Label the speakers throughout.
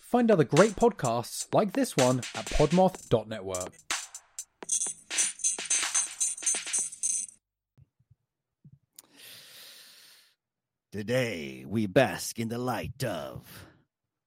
Speaker 1: Find other great podcasts like this one at podmoth.network.
Speaker 2: Today, we bask in the light of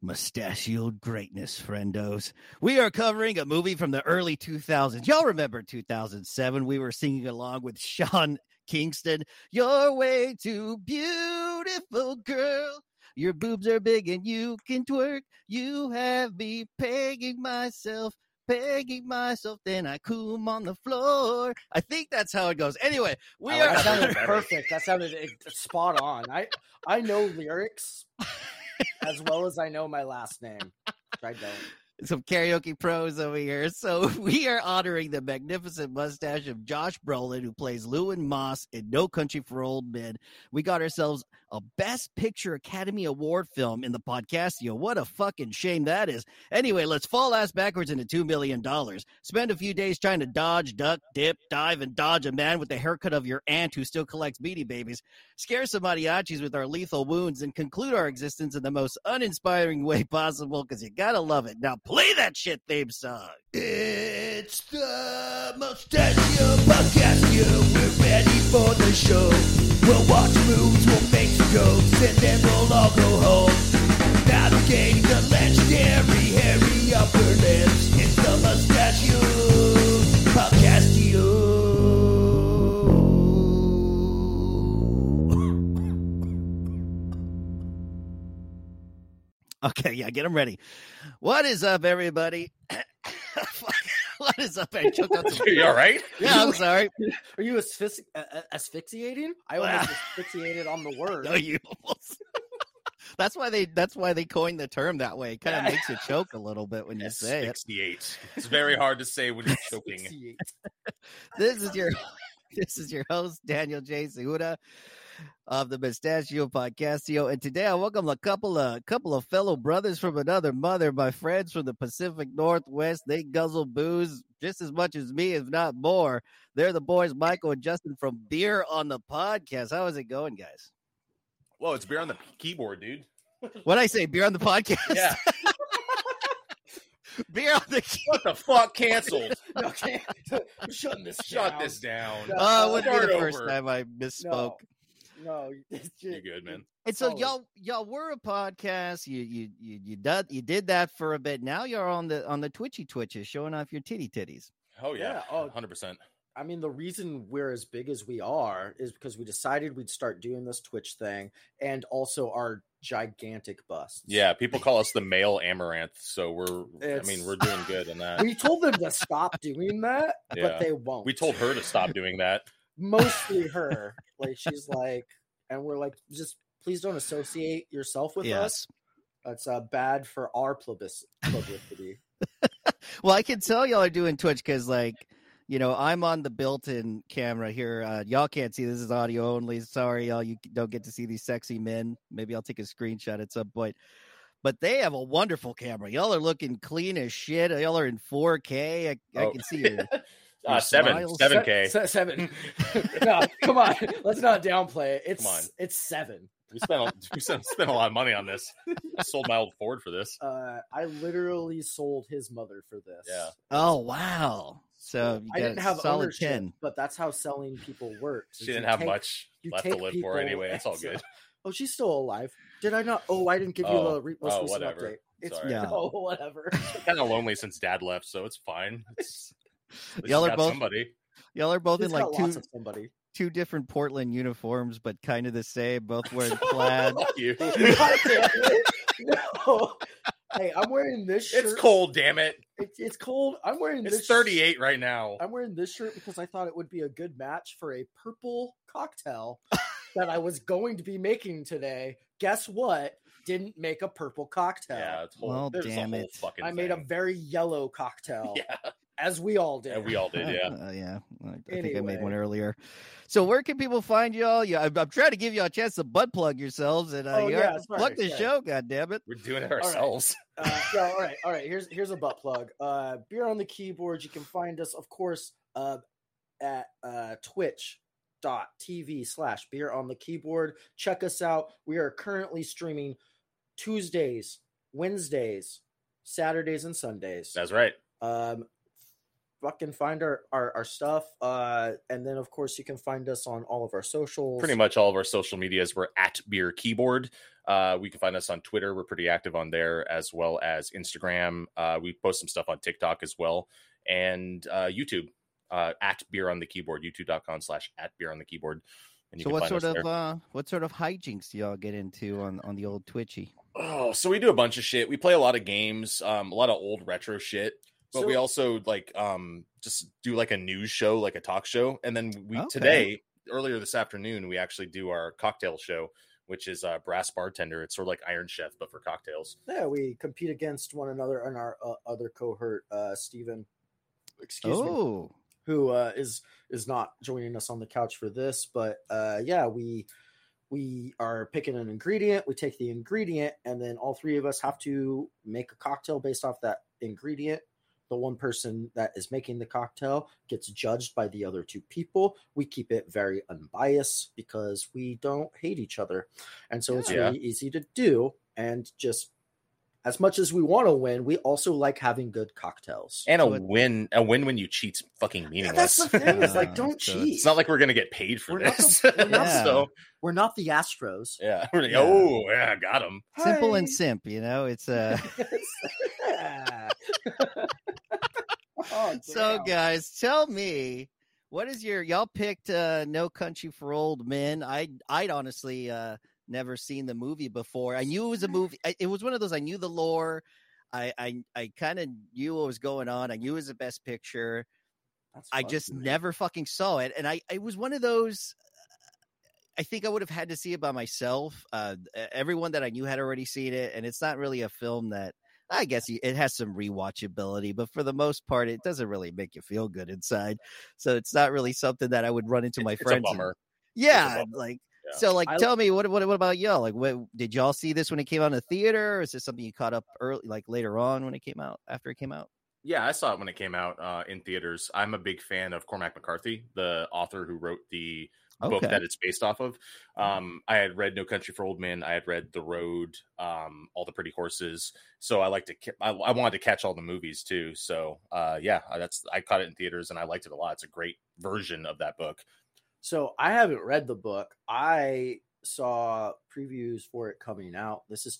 Speaker 2: mustachioed greatness, friendos. We are covering a movie from the early 2000s. Y'all remember 2007? We were singing along with Sean Kingston, Your Way to Beautiful Girl. Your boobs are big and you can twerk. You have me pegging myself, pegging myself. Then I coom on the floor. I think that's how it goes. Anyway, we
Speaker 3: I
Speaker 2: are.
Speaker 3: like- that sounded perfect. That sounded eh, spot on. I I know lyrics as well as I know my last name. which I don't.
Speaker 2: some karaoke pros over here. So we are honoring the magnificent mustache of Josh Brolin, who plays Lewin Moss in No Country for Old Men. We got ourselves a Best Picture Academy Award film in the podcastio. What a fucking shame that is. Anyway, let's fall ass backwards into $2 million. Spend a few days trying to dodge, duck, dip, dive, and dodge a man with the haircut of your aunt who still collects beanie babies. Scare some mariachis with our lethal wounds and conclude our existence in the most uninspiring way possible because you gotta love it. Now play that shit theme song. It's the Mustachio Podcastio. We're ready for the show. We'll watch movies, we'll make some jokes, and then we'll all go home. Navigating the legendary hairy upper lips. It's the Mustachio Podcastio. Okay, yeah, get them ready. What is up, everybody? Fuck, what is up? I choked on some.
Speaker 4: Are you all right?
Speaker 2: Yeah, I'm sorry.
Speaker 3: Are you asphyxi- uh, uh, asphyxiating? I almost asphyxiated on the word.
Speaker 2: No, you almost. that's why they. That's why they coined the term that way. It kind of
Speaker 3: Yeah.
Speaker 2: makes you choke a little bit when you say it.
Speaker 4: 68. It's very hard to say when you're choking.
Speaker 3: Asphyxiate.
Speaker 2: This is your. This is your host Daniel J. Cejuda of the Mustachio Podcastio, and today I welcome a couple of couple of fellow brothers from another mother, my friends from the Pacific Northwest. They guzzle booze just as much as me, if not more. They're the boys, Michael and Justin from Beer on the Podcast. How is it going, guys?
Speaker 4: Whoa, it's beer on the keyboard, dude.
Speaker 2: When I say beer on the podcast,
Speaker 4: Yeah.
Speaker 2: beer on the
Speaker 4: what the fuck? Canceled.
Speaker 3: Okay, I'm shutting this.
Speaker 4: Shut
Speaker 3: down.
Speaker 4: this down.
Speaker 3: No.
Speaker 2: Uh, it wouldn't be
Speaker 4: Start
Speaker 2: the first
Speaker 4: over.
Speaker 2: time I misspoke.
Speaker 3: No, no, it's
Speaker 4: You're
Speaker 3: just-
Speaker 4: good, man.
Speaker 2: And so
Speaker 3: Totally.
Speaker 2: y'all y'all were a podcast. You you you you did you did that for a bit. Now you're on the on the twitchy twitches, showing off your titty titties.
Speaker 4: Oh, yeah.
Speaker 3: Yeah, oh.
Speaker 4: 100%.
Speaker 3: I mean, the reason we're as big as we are is because we decided we'd start doing this Twitch thing, and also our gigantic busts.
Speaker 4: Yeah, people call us the male amaranth. So we're, I
Speaker 3: It's-
Speaker 4: mean, we're doing good in that.
Speaker 3: we told them to stop doing that,
Speaker 4: Yeah.
Speaker 3: but they won't.
Speaker 4: We told her to stop doing that.
Speaker 3: mostly her. like she's like, and we're like, just please don't associate yourself with us. That's uh, bad for our plebis- publicity.
Speaker 2: well, I can tell y'all are doing Twitch because, like, you know, I'm on the built-in camera here. Uh, y'all can't see this is audio only. Sorry, y'all, you don't get to see these sexy men. Maybe I'll take a screenshot at some point. But they have a wonderful camera. Y'all are looking clean as shit. Uh, Y'all are in 4K. I, I
Speaker 4: Oh.
Speaker 2: can see you.
Speaker 4: Uh, seven,
Speaker 2: smiles.
Speaker 4: seven K.
Speaker 3: Se- se- seven. no, come on, let's not downplay it. It's
Speaker 4: Come on.
Speaker 3: it's seven.
Speaker 4: We spent, a- we spent spent a lot of money on this. I sold my old Ford for this.
Speaker 3: Uh, I literally sold his mother for this.
Speaker 4: Yeah.
Speaker 2: Oh wow! So you
Speaker 3: I
Speaker 2: got
Speaker 3: didn't
Speaker 2: a
Speaker 3: have
Speaker 2: solid
Speaker 3: ownership,
Speaker 2: ten.
Speaker 3: but that's how selling people works.
Speaker 4: She
Speaker 3: is
Speaker 4: didn't
Speaker 3: you
Speaker 4: have
Speaker 3: take-
Speaker 4: much
Speaker 3: you
Speaker 4: left to
Speaker 3: take
Speaker 4: live
Speaker 3: people
Speaker 4: for anyway. It's all
Speaker 3: as a-
Speaker 4: good.
Speaker 3: Oh, she's still alive. Did I not? Oh, I didn't give you
Speaker 4: Oh,
Speaker 3: the re-
Speaker 4: oh,
Speaker 3: most recent
Speaker 4: whatever.
Speaker 3: update. It's
Speaker 4: Sorry.
Speaker 2: Yeah.
Speaker 3: oh, whatever.
Speaker 4: Kind of lonely since dad left, so it's fine. It's, at least
Speaker 2: Y'all
Speaker 4: we
Speaker 2: are
Speaker 4: got
Speaker 2: both-
Speaker 4: somebody.
Speaker 2: Y'all are both
Speaker 3: She's
Speaker 2: in like
Speaker 3: got
Speaker 2: two
Speaker 3: lots of somebody.
Speaker 2: two different Portland uniforms, but kind of the same. Both wearing plaid.
Speaker 4: Fuck you.
Speaker 3: God damn it. no. Hey, I'm wearing this shirt.
Speaker 4: It's cold, damn it.
Speaker 3: It- it's cold. I'm wearing this.
Speaker 4: It's 38 right now.
Speaker 3: I'm wearing this shirt because I thought it would be a good match for a purple cocktail that I was going to be making today. Guess what? Didn't make a purple cocktail.
Speaker 4: Yeah, it's whole,
Speaker 2: Well,
Speaker 4: there's a
Speaker 2: damn
Speaker 4: whole
Speaker 2: it.
Speaker 4: fucking
Speaker 3: I made a
Speaker 4: thing.
Speaker 3: very yellow cocktail,
Speaker 4: Yeah,
Speaker 3: as we all did.
Speaker 4: and we all did. Yeah,
Speaker 2: Uh, yeah. I, I think I made one
Speaker 3: Anyway.
Speaker 2: earlier. So where can people find y'all? Yeah, I'm, I'm trying to give y'all a chance to butt plug yourselves and uh,
Speaker 3: Oh,
Speaker 2: you
Speaker 3: yeah,
Speaker 2: already
Speaker 3: sorry,
Speaker 2: plug the
Speaker 3: yeah.
Speaker 2: show. God damn it!
Speaker 4: we're doing it ourselves.
Speaker 3: uh, so, all right, all right. Here's here's a butt plug. Uh, beer on the keyboard. You can find us, of course, uh, at uh, Twitch dot tv slash beer on the keyboard check us out we are currently streaming tuesdays wednesdays Saturdays and Sundays.
Speaker 4: That's right.
Speaker 3: um fucking find our, our our stuff uh and then of course you can find us on all of our socials
Speaker 4: Pretty much all of our social medias were at Beer Keyboard. Uh, we can find us on Twitter. We're pretty active on there, as well as Instagram. Uh, we post some stuff on TikTok as well, and uh, YouTube uh, at Beer on the Keyboard. YouTube.com slash at Beer on the Keyboard. And
Speaker 2: So what sort of uh, what sort of hijinks do y'all get into on on the old Twitchy?
Speaker 4: Oh, so we do a bunch of shit. We play a lot of games, um, a lot of old retro shit. But
Speaker 3: So-
Speaker 4: we also like um just do like a news show, like a talk show, and then we
Speaker 2: Okay.
Speaker 4: today earlier this afternoon we actually do our cocktail show, which is uh, brass bartender. It's sort of like Iron Chef but for cocktails.
Speaker 3: yeah we compete against one another and our uh, other cohort uh steven excuse me
Speaker 2: Oh,
Speaker 3: who uh is is not joining us on the couch for this but uh yeah we we are picking an ingredient we take the ingredient and then all three of us have to make a cocktail based off that ingredient the one person that is making the cocktail gets judged by the other two people we keep it very unbiased because we don't hate each other and so it's
Speaker 4: Yeah.
Speaker 3: really easy to do and just as much as we want to win we also like having good cocktails
Speaker 4: And a
Speaker 2: So it-
Speaker 4: win, a win when you cheat's fucking
Speaker 3: Yeah,
Speaker 4: meaningless.
Speaker 3: that's the thing is
Speaker 2: Uh,
Speaker 3: like don't
Speaker 2: so
Speaker 3: cheat
Speaker 4: it's not like we're gonna get paid for
Speaker 3: We're not
Speaker 4: this.
Speaker 3: the- we're not
Speaker 2: the-
Speaker 4: So
Speaker 3: we're not the Astros.
Speaker 4: yeah, we're like,
Speaker 2: Yeah.
Speaker 4: oh yeah, got him.
Speaker 3: Eh,
Speaker 2: simple and
Speaker 3: Hi.
Speaker 2: simp. You know, it's uh.
Speaker 3: Yeah. Oh,
Speaker 2: so
Speaker 3: damn.
Speaker 2: guys, tell me what is your y'all picked uh, No Country for Old Men? I I'd honestly uh, never seen the movie before. I knew it was a movie. I, it was one of those I knew the lore. I I, I kind of knew what was going on. I knew it was the best picture.
Speaker 3: That's
Speaker 2: I
Speaker 3: fun.
Speaker 2: just never fucking saw it, and I it was one of those. I think I would have had to see it by myself. Uh, everyone that I knew had already seen it, and it's not really a film that I guess you- it has some rewatchability, but for the most part, it doesn't really make you feel good inside. So it's not really something that I would run into my
Speaker 4: it's a
Speaker 2: friends. and-
Speaker 4: bummer.
Speaker 2: yeah,
Speaker 4: bummer.
Speaker 2: like
Speaker 4: Yeah.
Speaker 2: so. Like,
Speaker 3: I-
Speaker 2: tell me what what what about y'all? Like, what did y'all see this when it came out in the theater? Or is this something you caught up early, like later on when it came out after it came out?
Speaker 4: Yeah, I saw it when it came out uh, in theaters. I'm a big fan of Cormac McCarthy, the author who wrote the book
Speaker 2: Okay.
Speaker 4: that it's based off of. Um, I had read No Country for Old Men. I had read The Road, um, All the Pretty Horses. So I like to, ca- I, I wanted to catch all the movies too. So uh, yeah, I- that's I caught it in theaters and I liked it a lot. It's a great version of that book.
Speaker 3: So I haven't read the book. I saw previews for it coming out. This is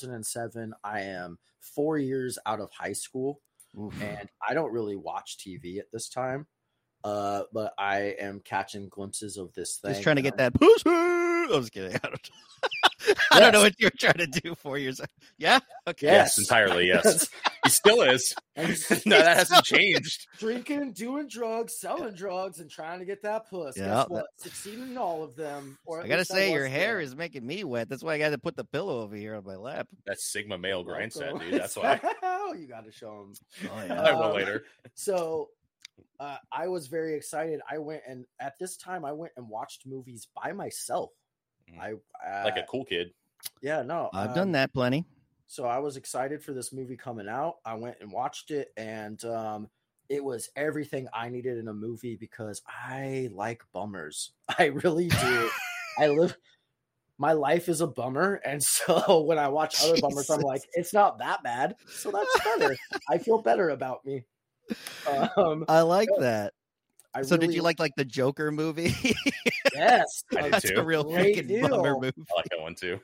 Speaker 3: 2007. I am four years out of high school,
Speaker 2: Oof.
Speaker 3: and I don't really watch TV at this time. Uh, but I am catching glimpses of this thing.
Speaker 2: Just trying to
Speaker 3: and
Speaker 2: get
Speaker 3: I'm-
Speaker 2: that pussy. I was kidding. I don't, I don't know what you were trying to do four years. Yeah. Okay.
Speaker 4: Yes,
Speaker 3: Yes.
Speaker 4: entirely. Yes, he still is.
Speaker 3: And he's
Speaker 4: no, that
Speaker 2: He's
Speaker 4: hasn't
Speaker 2: still is.
Speaker 4: changed.
Speaker 3: drinking, doing drugs, selling drugs, and trying to get that puss.
Speaker 2: Yeah,
Speaker 3: Guess what? Succeeding in all of them. Or
Speaker 2: I gotta say, your hair is making me wet. That's why I gotta put the pillow over here on my lap.
Speaker 4: That's Sigma male grind set, dude. That's why.
Speaker 3: Oh, you got to show him.
Speaker 2: Oh,
Speaker 4: I
Speaker 2: yeah.
Speaker 4: will
Speaker 3: Um,
Speaker 4: later.
Speaker 3: So, uh, I was very excited. I went and at this time, I went and watched movies by myself.
Speaker 4: Mhm.
Speaker 3: I uh,
Speaker 4: Like a cool kid.
Speaker 3: yeah, no,
Speaker 2: I've
Speaker 3: um,
Speaker 2: done that plenty.
Speaker 3: So I was excited for this movie coming out. I went and watched it, and um, it was everything I needed in a movie because I like bummers. I really do. I live. My life is a bummer, and so when I watch other bummers, I'm like, it's not that bad. So that's better. I feel better about me. Um,
Speaker 2: I like
Speaker 3: Yeah.
Speaker 2: that.
Speaker 3: I
Speaker 2: so, did
Speaker 3: really-
Speaker 2: you like like the Joker movie?
Speaker 3: Yes,
Speaker 4: I did
Speaker 3: That's-
Speaker 2: That's
Speaker 4: too.
Speaker 2: a real
Speaker 3: Great
Speaker 2: freaking bummer
Speaker 3: deal.
Speaker 2: movie.
Speaker 4: I like that one too.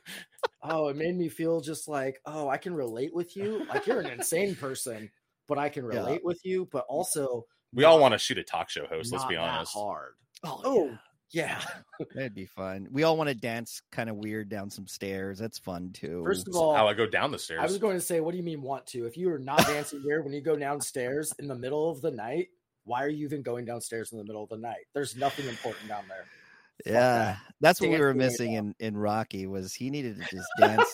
Speaker 3: Oh, it made me feel just like, oh, I can relate with you. Like you're an insane person, but I can
Speaker 2: Yeah.
Speaker 3: relate with you. But also,
Speaker 4: We all want to shoot a talk show host. Let's
Speaker 3: not
Speaker 4: be
Speaker 3: that
Speaker 4: honest.
Speaker 3: hard.
Speaker 2: Oh,
Speaker 3: Oh, yeah.
Speaker 2: yeah. that'd be fun. We all want to dance kind of weird down some stairs. That's fun too.
Speaker 3: First of
Speaker 4: How I
Speaker 3: all,
Speaker 4: go down
Speaker 3: I
Speaker 4: the
Speaker 3: was
Speaker 4: stairs.
Speaker 3: going to say, what do you mean want to? If you are not dancing here when you go downstairs in the middle of the night, why are you even going downstairs in the middle of the night? There's nothing important down there. Fuck
Speaker 2: yeah,
Speaker 3: that.
Speaker 2: that's what we
Speaker 3: Dance
Speaker 2: were
Speaker 3: your way
Speaker 2: missing in in Rocky was he needed to just dance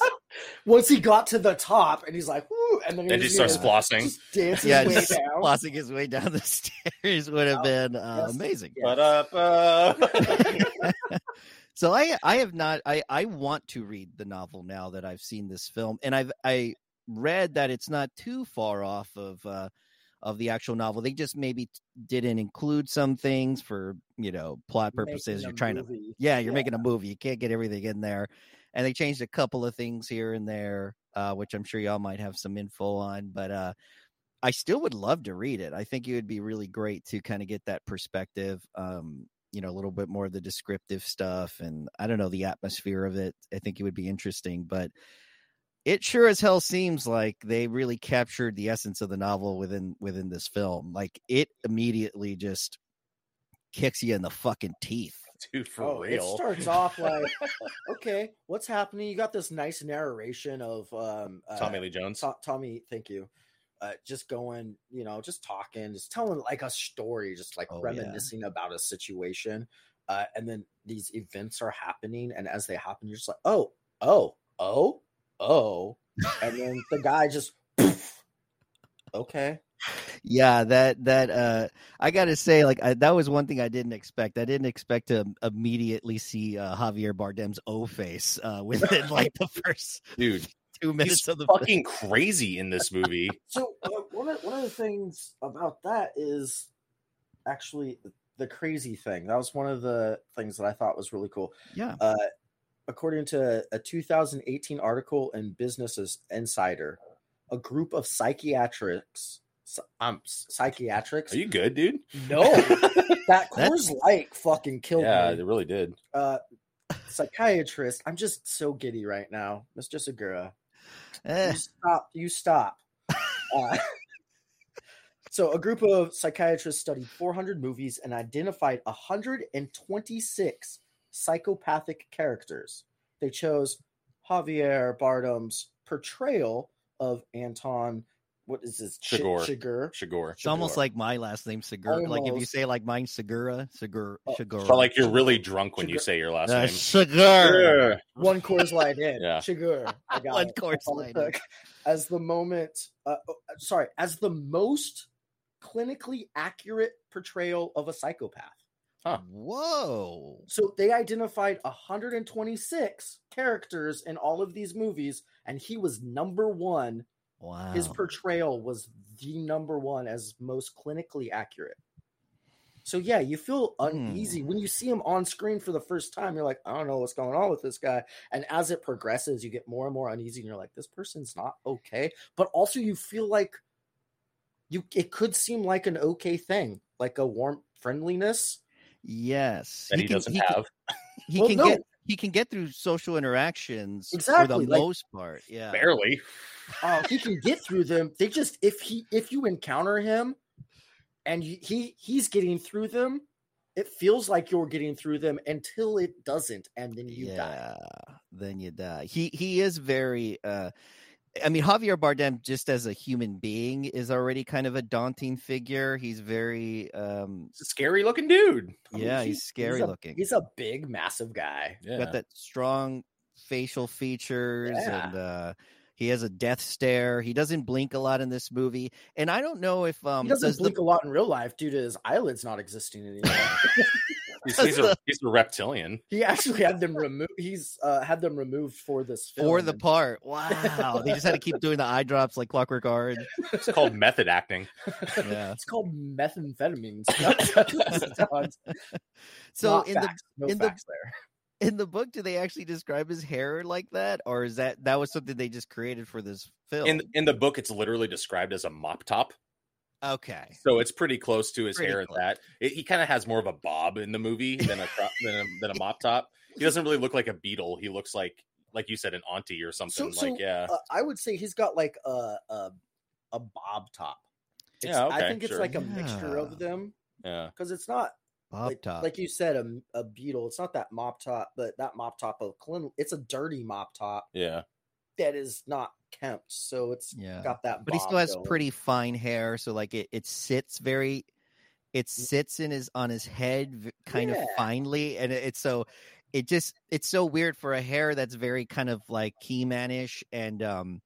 Speaker 3: Once he got to the top, and he's like, woo, and then
Speaker 4: Then he
Speaker 3: was
Speaker 4: starts
Speaker 3: just-
Speaker 4: flossing.
Speaker 3: just dancing
Speaker 2: Yeah,
Speaker 3: way
Speaker 2: just
Speaker 3: down.
Speaker 2: flossing his way down the stairs would have been uh,
Speaker 3: Oh. Yes.
Speaker 2: amazing.
Speaker 3: Yeah.
Speaker 4: But up, uh,
Speaker 2: So I I have not I I want to read the novel now that I've seen this film and I've I read that it's not too far off of uh of the actual novel. They just maybe t- didn't include some things for, you know, plot purposes.
Speaker 3: Making
Speaker 2: You're
Speaker 3: a
Speaker 2: trying to
Speaker 3: movie.
Speaker 2: yeah, you're
Speaker 3: Yeah.
Speaker 2: making a movie. You can't get everything in there. and they changed a couple of things here and there, uh, which I'm sure y'all might have some info on. But uh, I still would love to read it. I think it would be really great to kind of get that perspective. Um, you know, a little bit more of the descriptive stuff, and I don't know the atmosphere of it. I think it would be interesting, but it sure as hell seems like they really captured the essence of the novel within within this film. Like it immediately just kicks you in the fucking teeth.
Speaker 4: Dude, for
Speaker 3: Oh,
Speaker 4: real.
Speaker 3: it starts off like, okay, what's happening? You got this nice narration of um, uh,
Speaker 4: Tommy Lee Jones.
Speaker 3: To- Tommy, thank you. Uh, just going, you know, just talking, just telling like a story, just like
Speaker 2: Oh, yeah.
Speaker 3: reminiscing about a situation. Uh, and then these events are happening. And as they happen, you're just like, oh, oh, oh, oh. And then the guy just, okay.
Speaker 2: Yeah, that that uh I got to say like I, that was one thing I didn't expect. I didn't expect to immediately see uh, Javier Bardem's O face uh within like the first
Speaker 4: Dude,
Speaker 2: 2 minutes
Speaker 4: he's
Speaker 2: of the film.
Speaker 4: fucking crazy in this movie.
Speaker 3: So uh, one, of, one of the things about that is actually the crazy thing. That was one of the things that I thought was really cool. Uh,
Speaker 2: Yeah.
Speaker 3: according to a 2018 article in Businesses Insider, a group of psychiatrics, psy- um, psychiatrics.
Speaker 4: Are you good, dude?
Speaker 3: no, that Coors Light fucking killed
Speaker 4: Yeah,
Speaker 3: me.
Speaker 4: it really did.
Speaker 3: Uh, psychiatrist, I'm just so giddy right now, Mr. Segura.
Speaker 2: Eh,
Speaker 3: You stop. You stop. Uh, so, a group of psychiatrists studied 400 movies and identified 126 psychopathic characters. They chose Javier Bardem's portrayal of Anton. What is this? Chi-
Speaker 4: Chigurh.
Speaker 3: Chigurh?
Speaker 4: Shagor.
Speaker 2: it's almost
Speaker 3: Chigurh.
Speaker 2: like my last name Segura. Like if you
Speaker 3: Almost.
Speaker 2: say like mine Segura, Segura,
Speaker 3: Oh,
Speaker 2: Segura.
Speaker 4: But like you're really drunk when you
Speaker 3: Shagor.
Speaker 4: say your last
Speaker 2: uh,
Speaker 4: name.
Speaker 2: Segura.
Speaker 4: Shagor.
Speaker 3: one Coors Light in.
Speaker 4: Yeah.
Speaker 3: Chigurh. I got
Speaker 2: One
Speaker 3: it.
Speaker 2: Coors
Speaker 3: All it
Speaker 2: Light in.
Speaker 3: took. As the moment, uh, oh, sorry, as the most clinically accurate portrayal of a psychopath.
Speaker 4: Huh.
Speaker 2: Whoa.
Speaker 3: So they identified 126 characters in all of these movies, and he was number one.
Speaker 2: Wow.
Speaker 3: His portrayal was the number one as most clinically accurate. So yeah, you feel uneasy when you see him on screen for the first time. You're like, I don't know what's going on with this guy. And as it progresses, you get more and more uneasy, and you're like, this person's not okay. But also, you feel like you it could seem like an okay thing, like a warm friendliness.
Speaker 2: yes.
Speaker 4: That he, doesn't
Speaker 2: can-
Speaker 4: have.
Speaker 2: he
Speaker 3: Well,
Speaker 2: can
Speaker 3: no.
Speaker 2: get he can get through social interactions for
Speaker 3: Exactly,
Speaker 2: the
Speaker 3: like-
Speaker 2: most part. Yeah.
Speaker 4: Barely.
Speaker 3: uh, he can get through them. They just if he if you encounter him, and he- he he's getting through them, it feels like you're getting through them until it doesn't, and then you
Speaker 2: yeah,
Speaker 3: die.
Speaker 2: then you die. He he is very uh I mean Javier Bardem just as a human being is already kind of a daunting figure. He's very um
Speaker 4: He's a scary looking dude.
Speaker 3: I mean,
Speaker 2: yeah,
Speaker 3: he-
Speaker 2: he's, scary
Speaker 3: a-
Speaker 2: looking.
Speaker 3: He's a big, massive guy.
Speaker 4: Yeah.
Speaker 2: got that strong facial features
Speaker 3: Yeah.
Speaker 2: and uh he has a death stare. He doesn't blink a lot in this movie. And I don't know if um
Speaker 3: he doesn't
Speaker 2: does the-
Speaker 3: blink a lot in real life due to his eyelids not existing anymore.
Speaker 4: He's, he's a, he's a reptilian.
Speaker 3: he actually had them removed. He's uh, had them removed for this film.
Speaker 2: for the
Speaker 3: and-
Speaker 2: part. Wow. they just had to keep doing the eye drops like clockwork orange.
Speaker 4: It's called method acting.
Speaker 2: Yeah.
Speaker 3: It's called methamphetamines. so
Speaker 2: So in the
Speaker 3: the
Speaker 2: in the-
Speaker 3: there.
Speaker 2: in the book do they actually describe his hair like that or is that that was something they just created for this film
Speaker 4: In in the book, it's literally described as a mop top.
Speaker 2: okay
Speaker 4: So it's pretty close to his
Speaker 2: Pretty
Speaker 4: hair and
Speaker 2: close.
Speaker 4: that. It, he kind of has more of a bob in the movie than a, cro- than a than a mop top. He doesn't really look like a beetle. He looks like like you said an auntie or something.
Speaker 3: so,
Speaker 4: like yeah,
Speaker 3: uh, I would say he's got like a a, a bob top. It's-
Speaker 4: Yeah,
Speaker 3: I
Speaker 4: okay,
Speaker 3: think it's
Speaker 4: sure.
Speaker 3: like a mixture
Speaker 2: Yeah.
Speaker 3: of them
Speaker 4: yeah.
Speaker 3: because it's not
Speaker 2: bob
Speaker 3: like,
Speaker 2: top
Speaker 3: like you said a, a beetle. It's not that mop top, but that mop top of clean. It's a dirty mop top
Speaker 4: Yeah,
Speaker 3: that is not kempt, so it's
Speaker 2: yeah
Speaker 3: got that.
Speaker 2: but he still
Speaker 3: bob
Speaker 2: has
Speaker 3: going.
Speaker 2: pretty fine hair so like it, it sits very it sits in his on his head v- kind of
Speaker 3: Mm. Yeah.
Speaker 2: finely and it- it's so it just it's so weird for a hair that's very kind of like key manish and um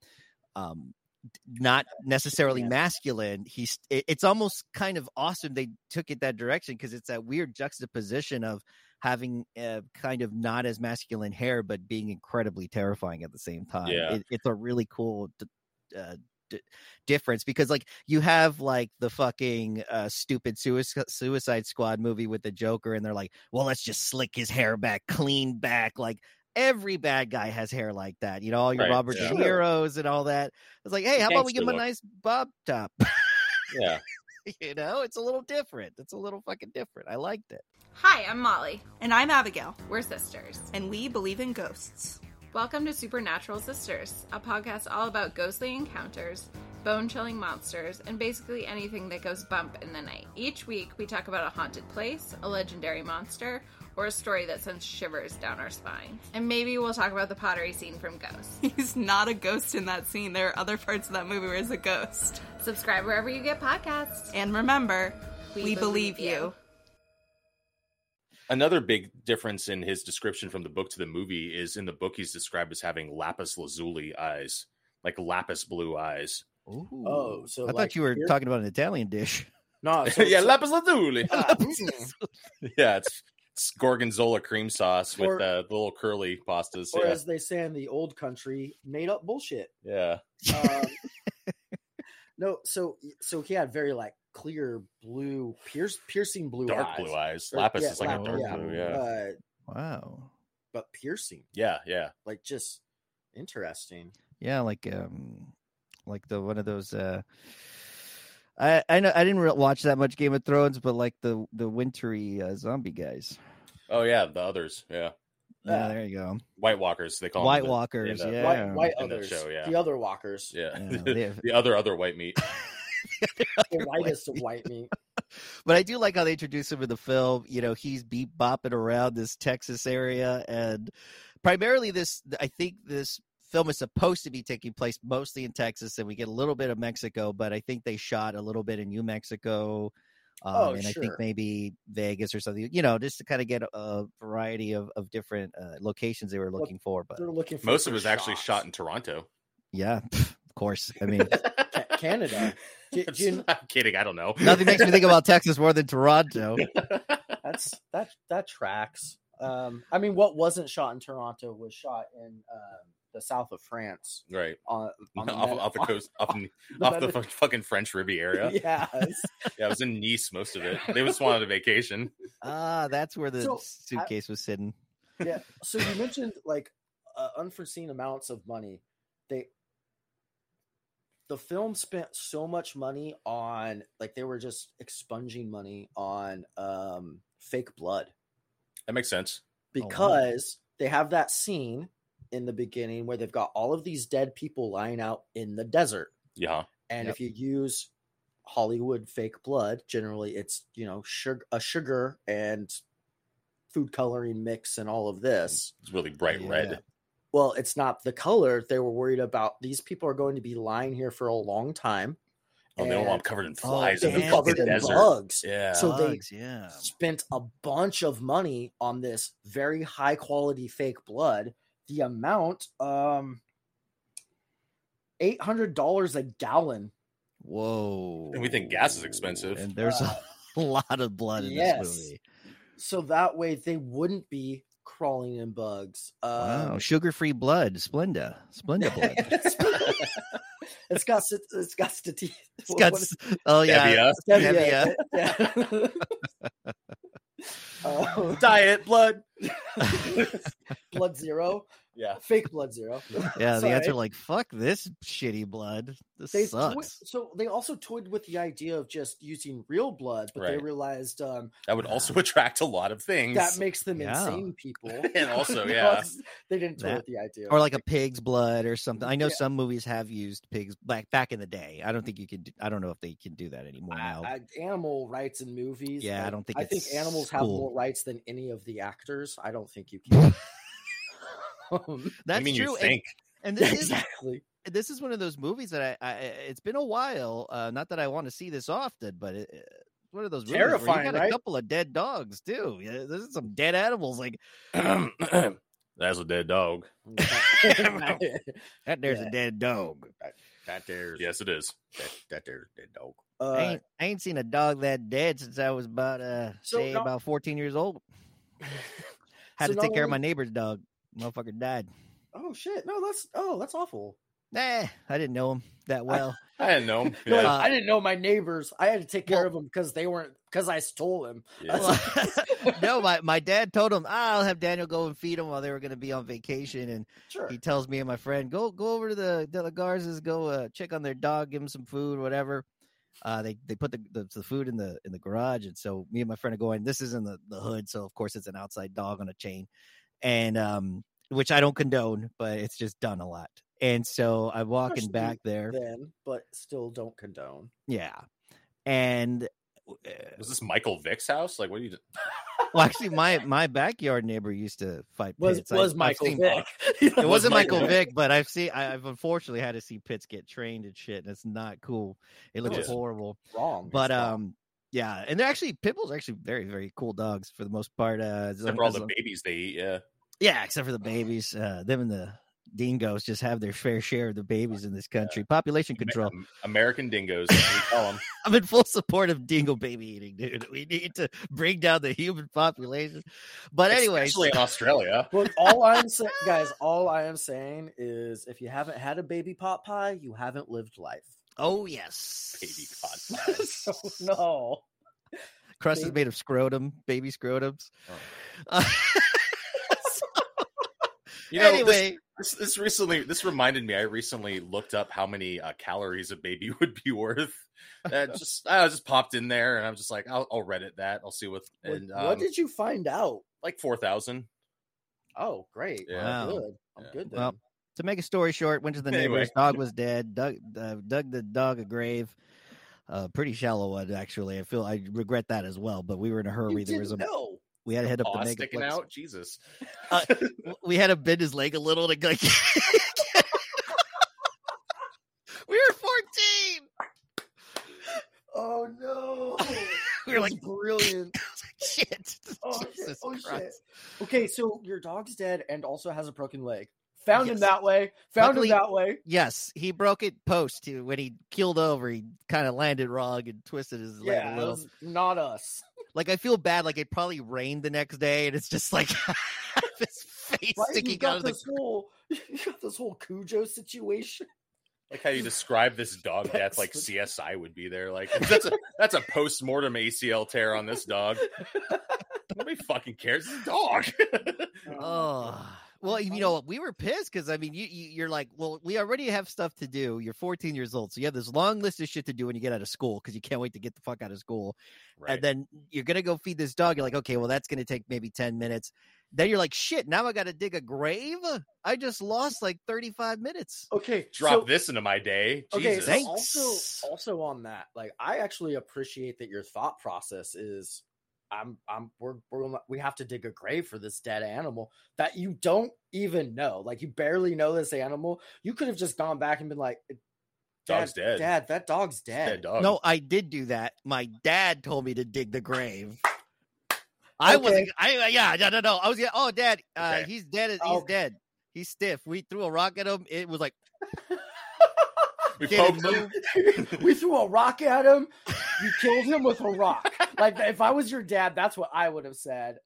Speaker 2: um d- not necessarily
Speaker 3: Yeah.
Speaker 2: masculine he's it, it's almost kind of awesome they took it that direction because it's that weird juxtaposition of having uh, kind of not as masculine hair but being incredibly terrifying at the same time
Speaker 4: Yeah.
Speaker 2: it, it's a really cool d- uh, d- difference because like you have like the fucking uh, stupid suicide, suicide squad movie with the joker and they're like well let's just slick his hair back clean back like every bad guy has hair like that. You know, all your
Speaker 4: Right,
Speaker 2: Robert
Speaker 4: yeah.
Speaker 2: De Niro's and all that. It's like, hey, how about we
Speaker 4: Gangster
Speaker 2: give him a
Speaker 4: look.
Speaker 2: nice bob top?
Speaker 4: Yeah.
Speaker 2: you know, it's a little different. It's a little fucking different. I liked it.
Speaker 5: Hi, I'm Molly.
Speaker 6: And I'm Abigail,
Speaker 5: We're sisters.
Speaker 6: and we believe in ghosts.
Speaker 5: Welcome to Supernatural Sisters, a podcast all about ghostly encounters, bone chilling monsters, and basically anything that goes bump in the night. Each week, we talk about a haunted place, a legendary monster, or a story that sends shivers down our spine. And maybe we'll talk about the pottery scene from Ghost.
Speaker 6: He's not a ghost in that scene. There are other parts of that movie where he's a ghost.
Speaker 5: Subscribe wherever you get podcasts.
Speaker 6: And remember, we, believe, you.
Speaker 4: Another big difference in his description from the book to the movie is in the book he's described as having lapis lazuli eyes, like lapis blue eyes.
Speaker 2: Ooh.
Speaker 3: Oh, so
Speaker 2: I
Speaker 3: like
Speaker 2: thought you were
Speaker 3: here-
Speaker 2: talking about an Italian dish.
Speaker 3: No, Oh, so,
Speaker 4: Ah, yeah,
Speaker 3: so-
Speaker 4: lapis lazuli. Mm.
Speaker 3: ah,
Speaker 4: yeah, it's, it's gorgonzola cream sauce with
Speaker 3: Or-
Speaker 4: uh, the little curly pastas.
Speaker 3: or
Speaker 4: Yeah.
Speaker 3: as they say in the old country, made up bullshit.
Speaker 4: yeah.
Speaker 3: Um, no, so so he had very like clear blue, pierce, piercing blue,
Speaker 4: Dark
Speaker 3: eyes.
Speaker 4: blue eyes.
Speaker 3: Or-
Speaker 4: Lapis
Speaker 3: yeah,
Speaker 4: is like
Speaker 3: lap-
Speaker 4: a dark
Speaker 3: yeah.
Speaker 4: blue. Yeah.
Speaker 3: Uh,
Speaker 2: wow.
Speaker 3: but piercing,
Speaker 4: yeah. Yeah.
Speaker 3: like just interesting.
Speaker 2: Yeah, like um, like the one of those. uh I I know I didn't re- watch that much Game of Thrones, but like the the wintry uh, zombie guys.
Speaker 4: Oh, yeah. The others. Yeah.
Speaker 2: Yeah,
Speaker 3: Yeah.
Speaker 2: there you go.
Speaker 4: White Walkers. They Ah, call
Speaker 2: White
Speaker 4: them. in
Speaker 2: Walkers.
Speaker 4: the-
Speaker 2: yeah.
Speaker 3: White, white
Speaker 4: In that
Speaker 3: others,
Speaker 4: show, yeah.
Speaker 3: the other walkers,
Speaker 4: the- Yeah.
Speaker 2: Yeah, they-
Speaker 4: the other, other white meat.
Speaker 3: the whitest of white meat.
Speaker 2: But I do like how they introduce him in the film. You know, he's beep bopping around this Texas area, and primarily this. I think this film is supposed to be taking place mostly in Texas, and we get a little bit of Mexico. But I think they shot a little bit in New Mexico, um,
Speaker 3: Oh,
Speaker 2: and I
Speaker 3: sure.
Speaker 2: think maybe Vegas or something. You know, just to kind of get a, a variety of of different uh, locations they were
Speaker 3: Well,
Speaker 2: looking for. But
Speaker 3: They're looking for
Speaker 4: Most
Speaker 3: some
Speaker 4: of it was actually
Speaker 3: shots.
Speaker 4: shot in Toronto.
Speaker 2: yeah, of course. I mean,
Speaker 3: Ca- Canada. Do- do you-
Speaker 4: I'm kidding. I don't know.
Speaker 2: nothing makes me think about Texas more than Toronto.
Speaker 3: That's that that tracks. Um, I mean, what wasn't shot in Toronto was shot in um the south of France
Speaker 4: Right.
Speaker 3: on, on the
Speaker 4: off,
Speaker 3: Medi-
Speaker 4: off the
Speaker 3: on
Speaker 4: coast, off, in-
Speaker 3: the
Speaker 4: off the
Speaker 3: Medi-
Speaker 4: fu- fucking French Riviera. yeah.
Speaker 3: Yes.
Speaker 4: I was in Nice most of it. They just wanted a vacation.
Speaker 2: Ah, that's where the
Speaker 3: So, I-
Speaker 2: suitcase was sitting.
Speaker 3: yeah. So you mentioned like uh, unforeseen amounts of money. They the film spent so much money on like they were just expunging money on um fake blood
Speaker 4: That makes sense.
Speaker 2: Oh, wow.
Speaker 3: because they have that scene in the beginning where they've got all of these dead people lying out in the desert.
Speaker 4: Yeah.
Speaker 3: And
Speaker 2: Yep.
Speaker 3: if you use Hollywood fake blood, generally it's you know sugar, a sugar and food coloring mix and all of this.
Speaker 4: It's really bright
Speaker 2: Yeah.
Speaker 4: red.
Speaker 3: Well, it's not the color they were worried about. These people are going to be lying here for a long time.
Speaker 4: Oh, they don't want
Speaker 3: and
Speaker 4: them covered in
Speaker 2: Oh,
Speaker 4: flies
Speaker 2: them
Speaker 4: in the
Speaker 2: damn.
Speaker 4: fucking
Speaker 3: covered in
Speaker 4: desert.
Speaker 3: bugs.
Speaker 4: Yeah.
Speaker 3: So they-
Speaker 2: Bugs, yeah.
Speaker 3: Spent a bunch of money on this very high quality fake blood. The amount, um, eight hundred dollars a gallon
Speaker 2: Whoa.
Speaker 4: And we think gas is expensive.
Speaker 2: And there's a lot of blood in
Speaker 3: yes.
Speaker 2: this movie.
Speaker 3: Uh, so that way they wouldn't be crawling in bugs.
Speaker 2: Wow.
Speaker 3: Um,
Speaker 2: Sugar-free blood, Splenda. Splenda blood.
Speaker 3: it's got st- it's got stati-
Speaker 2: It's got, s- oh yeah.
Speaker 4: Stevia.
Speaker 3: stevia. Yeah.
Speaker 2: Oh.
Speaker 3: Uh,
Speaker 4: Diet blood.
Speaker 3: blood zero,
Speaker 4: Yeah.
Speaker 3: fake blood zero.
Speaker 2: Yeah, the ads
Speaker 3: Sorry.
Speaker 2: are like, fuck this shitty blood. This
Speaker 3: They toy-
Speaker 2: sucks.
Speaker 3: so they also toyed with the idea of just using real blood, but they
Speaker 4: Right.
Speaker 3: realized um,
Speaker 4: That would also attract a lot of things.
Speaker 3: that makes them
Speaker 2: Yeah.
Speaker 3: insane people.
Speaker 4: And also,
Speaker 3: They
Speaker 4: yeah.
Speaker 3: also- they didn't toy
Speaker 2: That-
Speaker 3: with the idea.
Speaker 2: Or like a pig's blood or something. I know
Speaker 3: Yeah.
Speaker 2: some movies have used pigs back back in the day. I don't think you can. Do, I don't know if they can do that anymore now.
Speaker 3: I, I- animal rights in movies.
Speaker 2: oh. Yeah, I
Speaker 3: like,
Speaker 2: don't think
Speaker 3: I think
Speaker 2: it's
Speaker 3: animals have
Speaker 2: cool.
Speaker 3: more rights than any of the actors. I don't think you can. Um,
Speaker 2: That's
Speaker 4: I mean,
Speaker 2: true.
Speaker 4: you
Speaker 2: and-
Speaker 4: think.
Speaker 2: and this is
Speaker 3: exactly.
Speaker 2: this is one of those movies that I, I it's been a while. Uh, not that I want to see this often, but it, eh, it's one of those movies where you
Speaker 3: Terrifying,
Speaker 2: got a
Speaker 3: right?
Speaker 2: couple of dead dogs too. Yeah, there's some dead animals. Like
Speaker 4: That's a dead dog.
Speaker 2: that there's
Speaker 3: Yeah.
Speaker 2: a dead dog.
Speaker 3: that there's
Speaker 4: Yes, it is.
Speaker 3: that there's that dog.
Speaker 2: I
Speaker 3: Uh,
Speaker 2: ain't, I ain't seen a dog that dead since I was about uh
Speaker 3: So
Speaker 2: say
Speaker 3: not-
Speaker 2: about 14 years old. Had
Speaker 3: So
Speaker 2: to take
Speaker 3: not
Speaker 2: care of my
Speaker 3: only-
Speaker 2: neighbor's dog. Motherfucker died.
Speaker 3: oh shit! No, that's oh that's awful.
Speaker 2: Eh, I didn't know him that well.
Speaker 4: I didn't know. him.
Speaker 3: You're like,
Speaker 4: Yeah.
Speaker 2: Uh,
Speaker 3: I didn't know my neighbors. I had to take care
Speaker 2: Well-
Speaker 3: of them because they weren't because I stole them.
Speaker 4: yeah.
Speaker 2: Well, no, my, my dad told him, "Ah, I'll have Daniel go and feed him while they were going to be on vacation. And
Speaker 3: Sure.
Speaker 2: he tells me and my friend, go go over to the De La Garza's, go uh, check on their dog, give him some food, whatever. Uh, they they put the, the, the food in the in the garage, and so me and my friend are going. This is in the, the hood, so of course it's an outside dog on a chain, and um, which I don't condone, but it's just done a lot. And so I'm walking
Speaker 3: Especially
Speaker 2: back there,
Speaker 3: Then, but still don't condone.
Speaker 2: yeah, and uh,
Speaker 4: Was this Michael Vick's house? Like, what do you?
Speaker 2: Well, actually, my my backyard neighbor used to fight
Speaker 3: Was
Speaker 2: pits. I-
Speaker 3: was
Speaker 2: I've
Speaker 3: Michael
Speaker 2: seen-
Speaker 3: Vick?
Speaker 2: It wasn't
Speaker 4: Michael
Speaker 2: Michael
Speaker 4: Vick.
Speaker 2: Vick, but I've seen. I, I've unfortunately had to see pits get trained and shit, and it's not cool. It looks
Speaker 4: it's-
Speaker 2: horrible.
Speaker 3: wrong.
Speaker 2: But
Speaker 3: It's wrong.
Speaker 2: um, yeah, and they're actually pit bulls are actually very very cool dogs for the most part. Uh, as long-
Speaker 4: Except for all
Speaker 2: as
Speaker 4: the
Speaker 2: long-
Speaker 4: babies they eat. Yeah.
Speaker 2: yeah, except for the babies. Uh, them and the dingoes just have their fair share of the babies in this country. Population control.
Speaker 4: Am- American dingoes. that's what we call 'em.
Speaker 2: I'm in full support of dingo baby eating, dude. We need to bring down the human population. But anyway,
Speaker 4: especially in Australia.
Speaker 3: Look, all I'm saying, guys, all I am saying is if you haven't had a baby pot pie, you haven't lived life.
Speaker 2: Oh yes,
Speaker 4: Baby cod pies.
Speaker 3: so, no.
Speaker 2: Crust is
Speaker 3: Baby-
Speaker 2: made of scrotum, baby scrotums.
Speaker 4: Oh.
Speaker 2: Uh,
Speaker 4: You know, this-
Speaker 2: anyway,
Speaker 4: This, this recently, this reminded me. I recently looked up how many uh, calories a baby would be worth. That just, I just popped in there, and I'm just like, I'll, I'll Reddit that. I'll see what.
Speaker 3: What-
Speaker 4: And
Speaker 3: what,
Speaker 4: um,
Speaker 3: did you find out?
Speaker 4: like four thousand?
Speaker 3: Oh, great.
Speaker 4: Yeah.
Speaker 3: I'm
Speaker 2: Wow.
Speaker 3: good. I'm
Speaker 4: Yeah.
Speaker 3: good then.
Speaker 2: Um, Well, to make a story short, went to the
Speaker 4: Anyway.
Speaker 2: neighbor's dog was dead. Dug, uh, dug the dog a grave. Uh, pretty shallow one, actually. I feel I regret that as well. But we were in a hurry.
Speaker 3: you
Speaker 2: there was
Speaker 3: didn't
Speaker 2: a
Speaker 3: know.
Speaker 2: we had to head up
Speaker 4: Paw
Speaker 2: to
Speaker 4: sticking
Speaker 2: Megaplex.
Speaker 4: out. Jesus.
Speaker 2: Uh, w- we had to bend his leg a little to like. we were fourteen.
Speaker 3: Oh no.
Speaker 2: We were
Speaker 3: That's
Speaker 2: like
Speaker 3: brilliant.
Speaker 2: shit.
Speaker 3: Oh, shit.
Speaker 2: Jesus
Speaker 3: Oh, shit.
Speaker 2: Christ.
Speaker 3: Okay, so your dog's dead and also has a broken leg. Found him
Speaker 2: Yes.
Speaker 3: that way. Found
Speaker 2: Luckily-
Speaker 3: him that way.
Speaker 2: Yes, he broke it post he- when he keeled over. He kind of landed wrong and twisted his leg
Speaker 3: Yeah,
Speaker 2: a
Speaker 3: that
Speaker 2: little.
Speaker 3: was not us.
Speaker 2: Like I feel bad. Like it probably rained the next day, and it's just like his face
Speaker 3: Right? You
Speaker 2: sticking
Speaker 3: got
Speaker 2: out of the.
Speaker 3: this whole you got this whole Cujo situation.
Speaker 4: Like how you describe this dog death,
Speaker 3: That's
Speaker 4: like
Speaker 3: the-
Speaker 4: CSI would be there. Like that's a that's a post mortem ACL tear on this dog. Nobody fucking cares. It's a dog.
Speaker 2: Oh. Well, you know, what, we were pissed because I mean, you, you you're like, well, we already have stuff to do. You're 14 years old, so you have this long list of shit to do when you get out of school because you can't wait to get the fuck out of school.
Speaker 4: right.
Speaker 2: and then you're gonna go feed this dog. You're like, okay, well, that's gonna take maybe ten minutes. Then you're like, shit, now I gotta dig a grave. I just lost like thirty five minutes.
Speaker 3: Okay,
Speaker 4: Drop
Speaker 3: so-
Speaker 4: this into my day.
Speaker 3: Okay,
Speaker 4: Jesus.
Speaker 3: so
Speaker 2: Thanks.
Speaker 3: also also on that, like I actually appreciate that your thought process is, I'm I'm we're, we're gonna- we have to dig a grave for this dead animal that you don't even know, like you barely know this animal. You could have just gone back and been like,
Speaker 4: Dog's
Speaker 3: "Dad-
Speaker 4: dead.
Speaker 3: Dad, that dog's dead.
Speaker 4: Dead dog.
Speaker 2: No, I did do that. My dad told me to dig the grave. I wasn't. I yeah, no, no, no. I was. gonna- Oh, dad, uh,
Speaker 4: Okay.
Speaker 2: he's dead. He's
Speaker 3: Okay.
Speaker 2: dead. He's stiff. We threw a rock at him. It was like
Speaker 4: we
Speaker 2: can't
Speaker 4: poked
Speaker 2: even
Speaker 4: him.
Speaker 2: move.
Speaker 3: we threw a rock at him. You killed him with a rock. Like if I was your dad, that's what I would have said.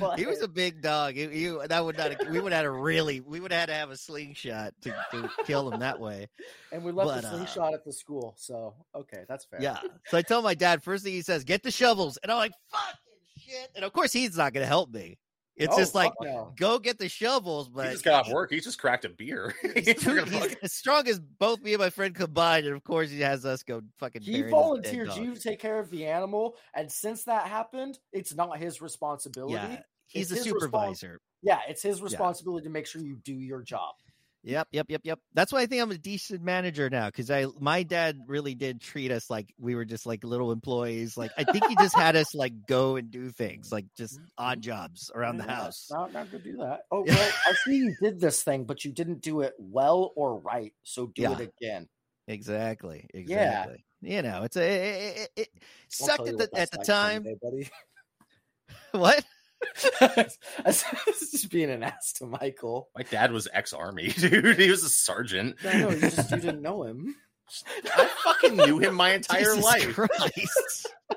Speaker 3: But
Speaker 2: He was a big dog. He, he- that would not. We would have had to really. We would have had to have a slingshot to, to kill him that way.
Speaker 3: and we left
Speaker 2: but,
Speaker 3: the
Speaker 2: uh,
Speaker 3: slingshot at the school. So okay, that's fair.
Speaker 2: Yeah. So I tell my dad, first thing he says, get the shovels. And I'm like, fucking shit. And of course, he's not going to help me. It's
Speaker 3: Oh,
Speaker 2: just like,
Speaker 3: fuck no.
Speaker 2: go get the shovels. But
Speaker 4: he just got off work. He just cracked a beer.
Speaker 2: He's, too, he's as strong as both me and my friend combined. And of course, he has us go fucking.
Speaker 3: He
Speaker 2: bury this dead
Speaker 3: volunteered
Speaker 2: dog.
Speaker 3: you to take care of the animal, and since that happened, it's not his responsibility.
Speaker 2: Yeah.
Speaker 3: Yeah,
Speaker 2: He's
Speaker 3: It's
Speaker 2: a
Speaker 3: his respons-
Speaker 2: supervisor.
Speaker 3: it's his responsibility to make sure you do your job.
Speaker 2: Yep, yep, yep, yep. That's why I think I'm a decent manager now because I my dad really did treat us like we were just like little employees. Like I think he just had us like go and do things like just odd jobs around the
Speaker 3: Yeah,
Speaker 2: house.
Speaker 3: Not, not gonna do that. Oh
Speaker 2: Yeah.
Speaker 3: well, I see you did this thing, but you didn't do it well or right. So do
Speaker 2: Yeah.
Speaker 3: it again.
Speaker 2: Exactly.
Speaker 3: Yeah.
Speaker 2: Exactly. You know, it's a it, it, it it
Speaker 3: I'll
Speaker 2: sucked
Speaker 3: tell you
Speaker 2: at the
Speaker 3: what
Speaker 2: at
Speaker 3: that's
Speaker 2: the
Speaker 3: like
Speaker 2: time.
Speaker 3: someday, buddy.
Speaker 2: What?
Speaker 3: I was just being an ass to Michael.
Speaker 4: My dad was ex-army, dude. He was a sergeant.
Speaker 3: I know you just you didn't know him.
Speaker 4: I fucking knew him my entire
Speaker 2: Jesus
Speaker 4: life.
Speaker 2: Christ.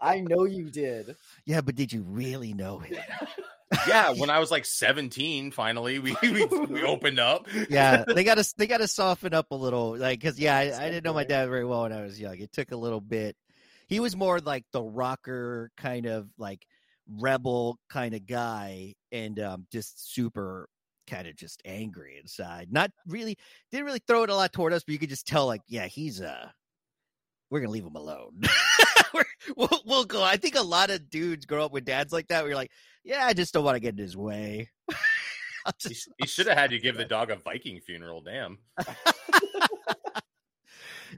Speaker 3: I know you did.
Speaker 2: yeah, but did you really know him?
Speaker 4: yeah, when I was like 17, finally we we, we opened up.
Speaker 2: yeah, they got to they got to soften up a little, like because yeah, I, I didn't know my dad very well when I was young. It took a little bit. He was more like the rocker kind of like rebel kind of guy, and um, just super kind of just angry inside. Not really didn't really throw it a lot toward us, but you could just tell like yeah, he's uh we're gonna leave him alone. We're- we'll, we'll go. I think a lot of dudes grow up with dads like that. We're like, yeah, I just don't want to get in his way. I'll
Speaker 4: He,
Speaker 2: just-
Speaker 4: he should have had you give the dog a Viking funeral. Damn.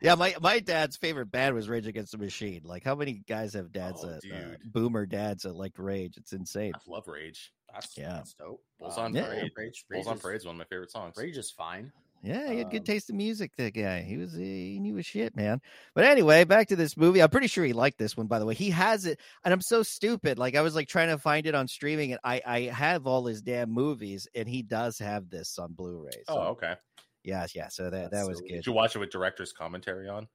Speaker 2: Yeah, my, my dad's favorite band was Rage Against the Machine. Like, how many guys have dads
Speaker 4: Oh,
Speaker 2: that uh,
Speaker 4: dude. Uh,
Speaker 2: boomer dads that liked Rage? It's insane.
Speaker 4: I love Rage.
Speaker 3: That's,
Speaker 2: Yeah.
Speaker 3: that's dope.
Speaker 4: Bulls
Speaker 3: Um,
Speaker 4: on
Speaker 3: yeah,
Speaker 4: Parade.
Speaker 3: Rage,
Speaker 4: Bulls on
Speaker 3: is-
Speaker 4: Parade's one of my favorite songs.
Speaker 3: Rage is fine.
Speaker 2: Yeah, he had good
Speaker 3: Um,
Speaker 2: taste in music. That guy, he was he knew his shit, man. But anyway, back to this movie. I'm pretty sure he liked this one. By the way, he has it, and I'm so stupid. Like I was like trying to find it on streaming, and I I have all his damn movies, and he does have this on Blu-ray. So,
Speaker 4: Oh, okay.
Speaker 2: yeah, yeah. So that that
Speaker 3: That's
Speaker 2: was
Speaker 3: so
Speaker 2: good.
Speaker 4: Did you watch it with director's commentary on?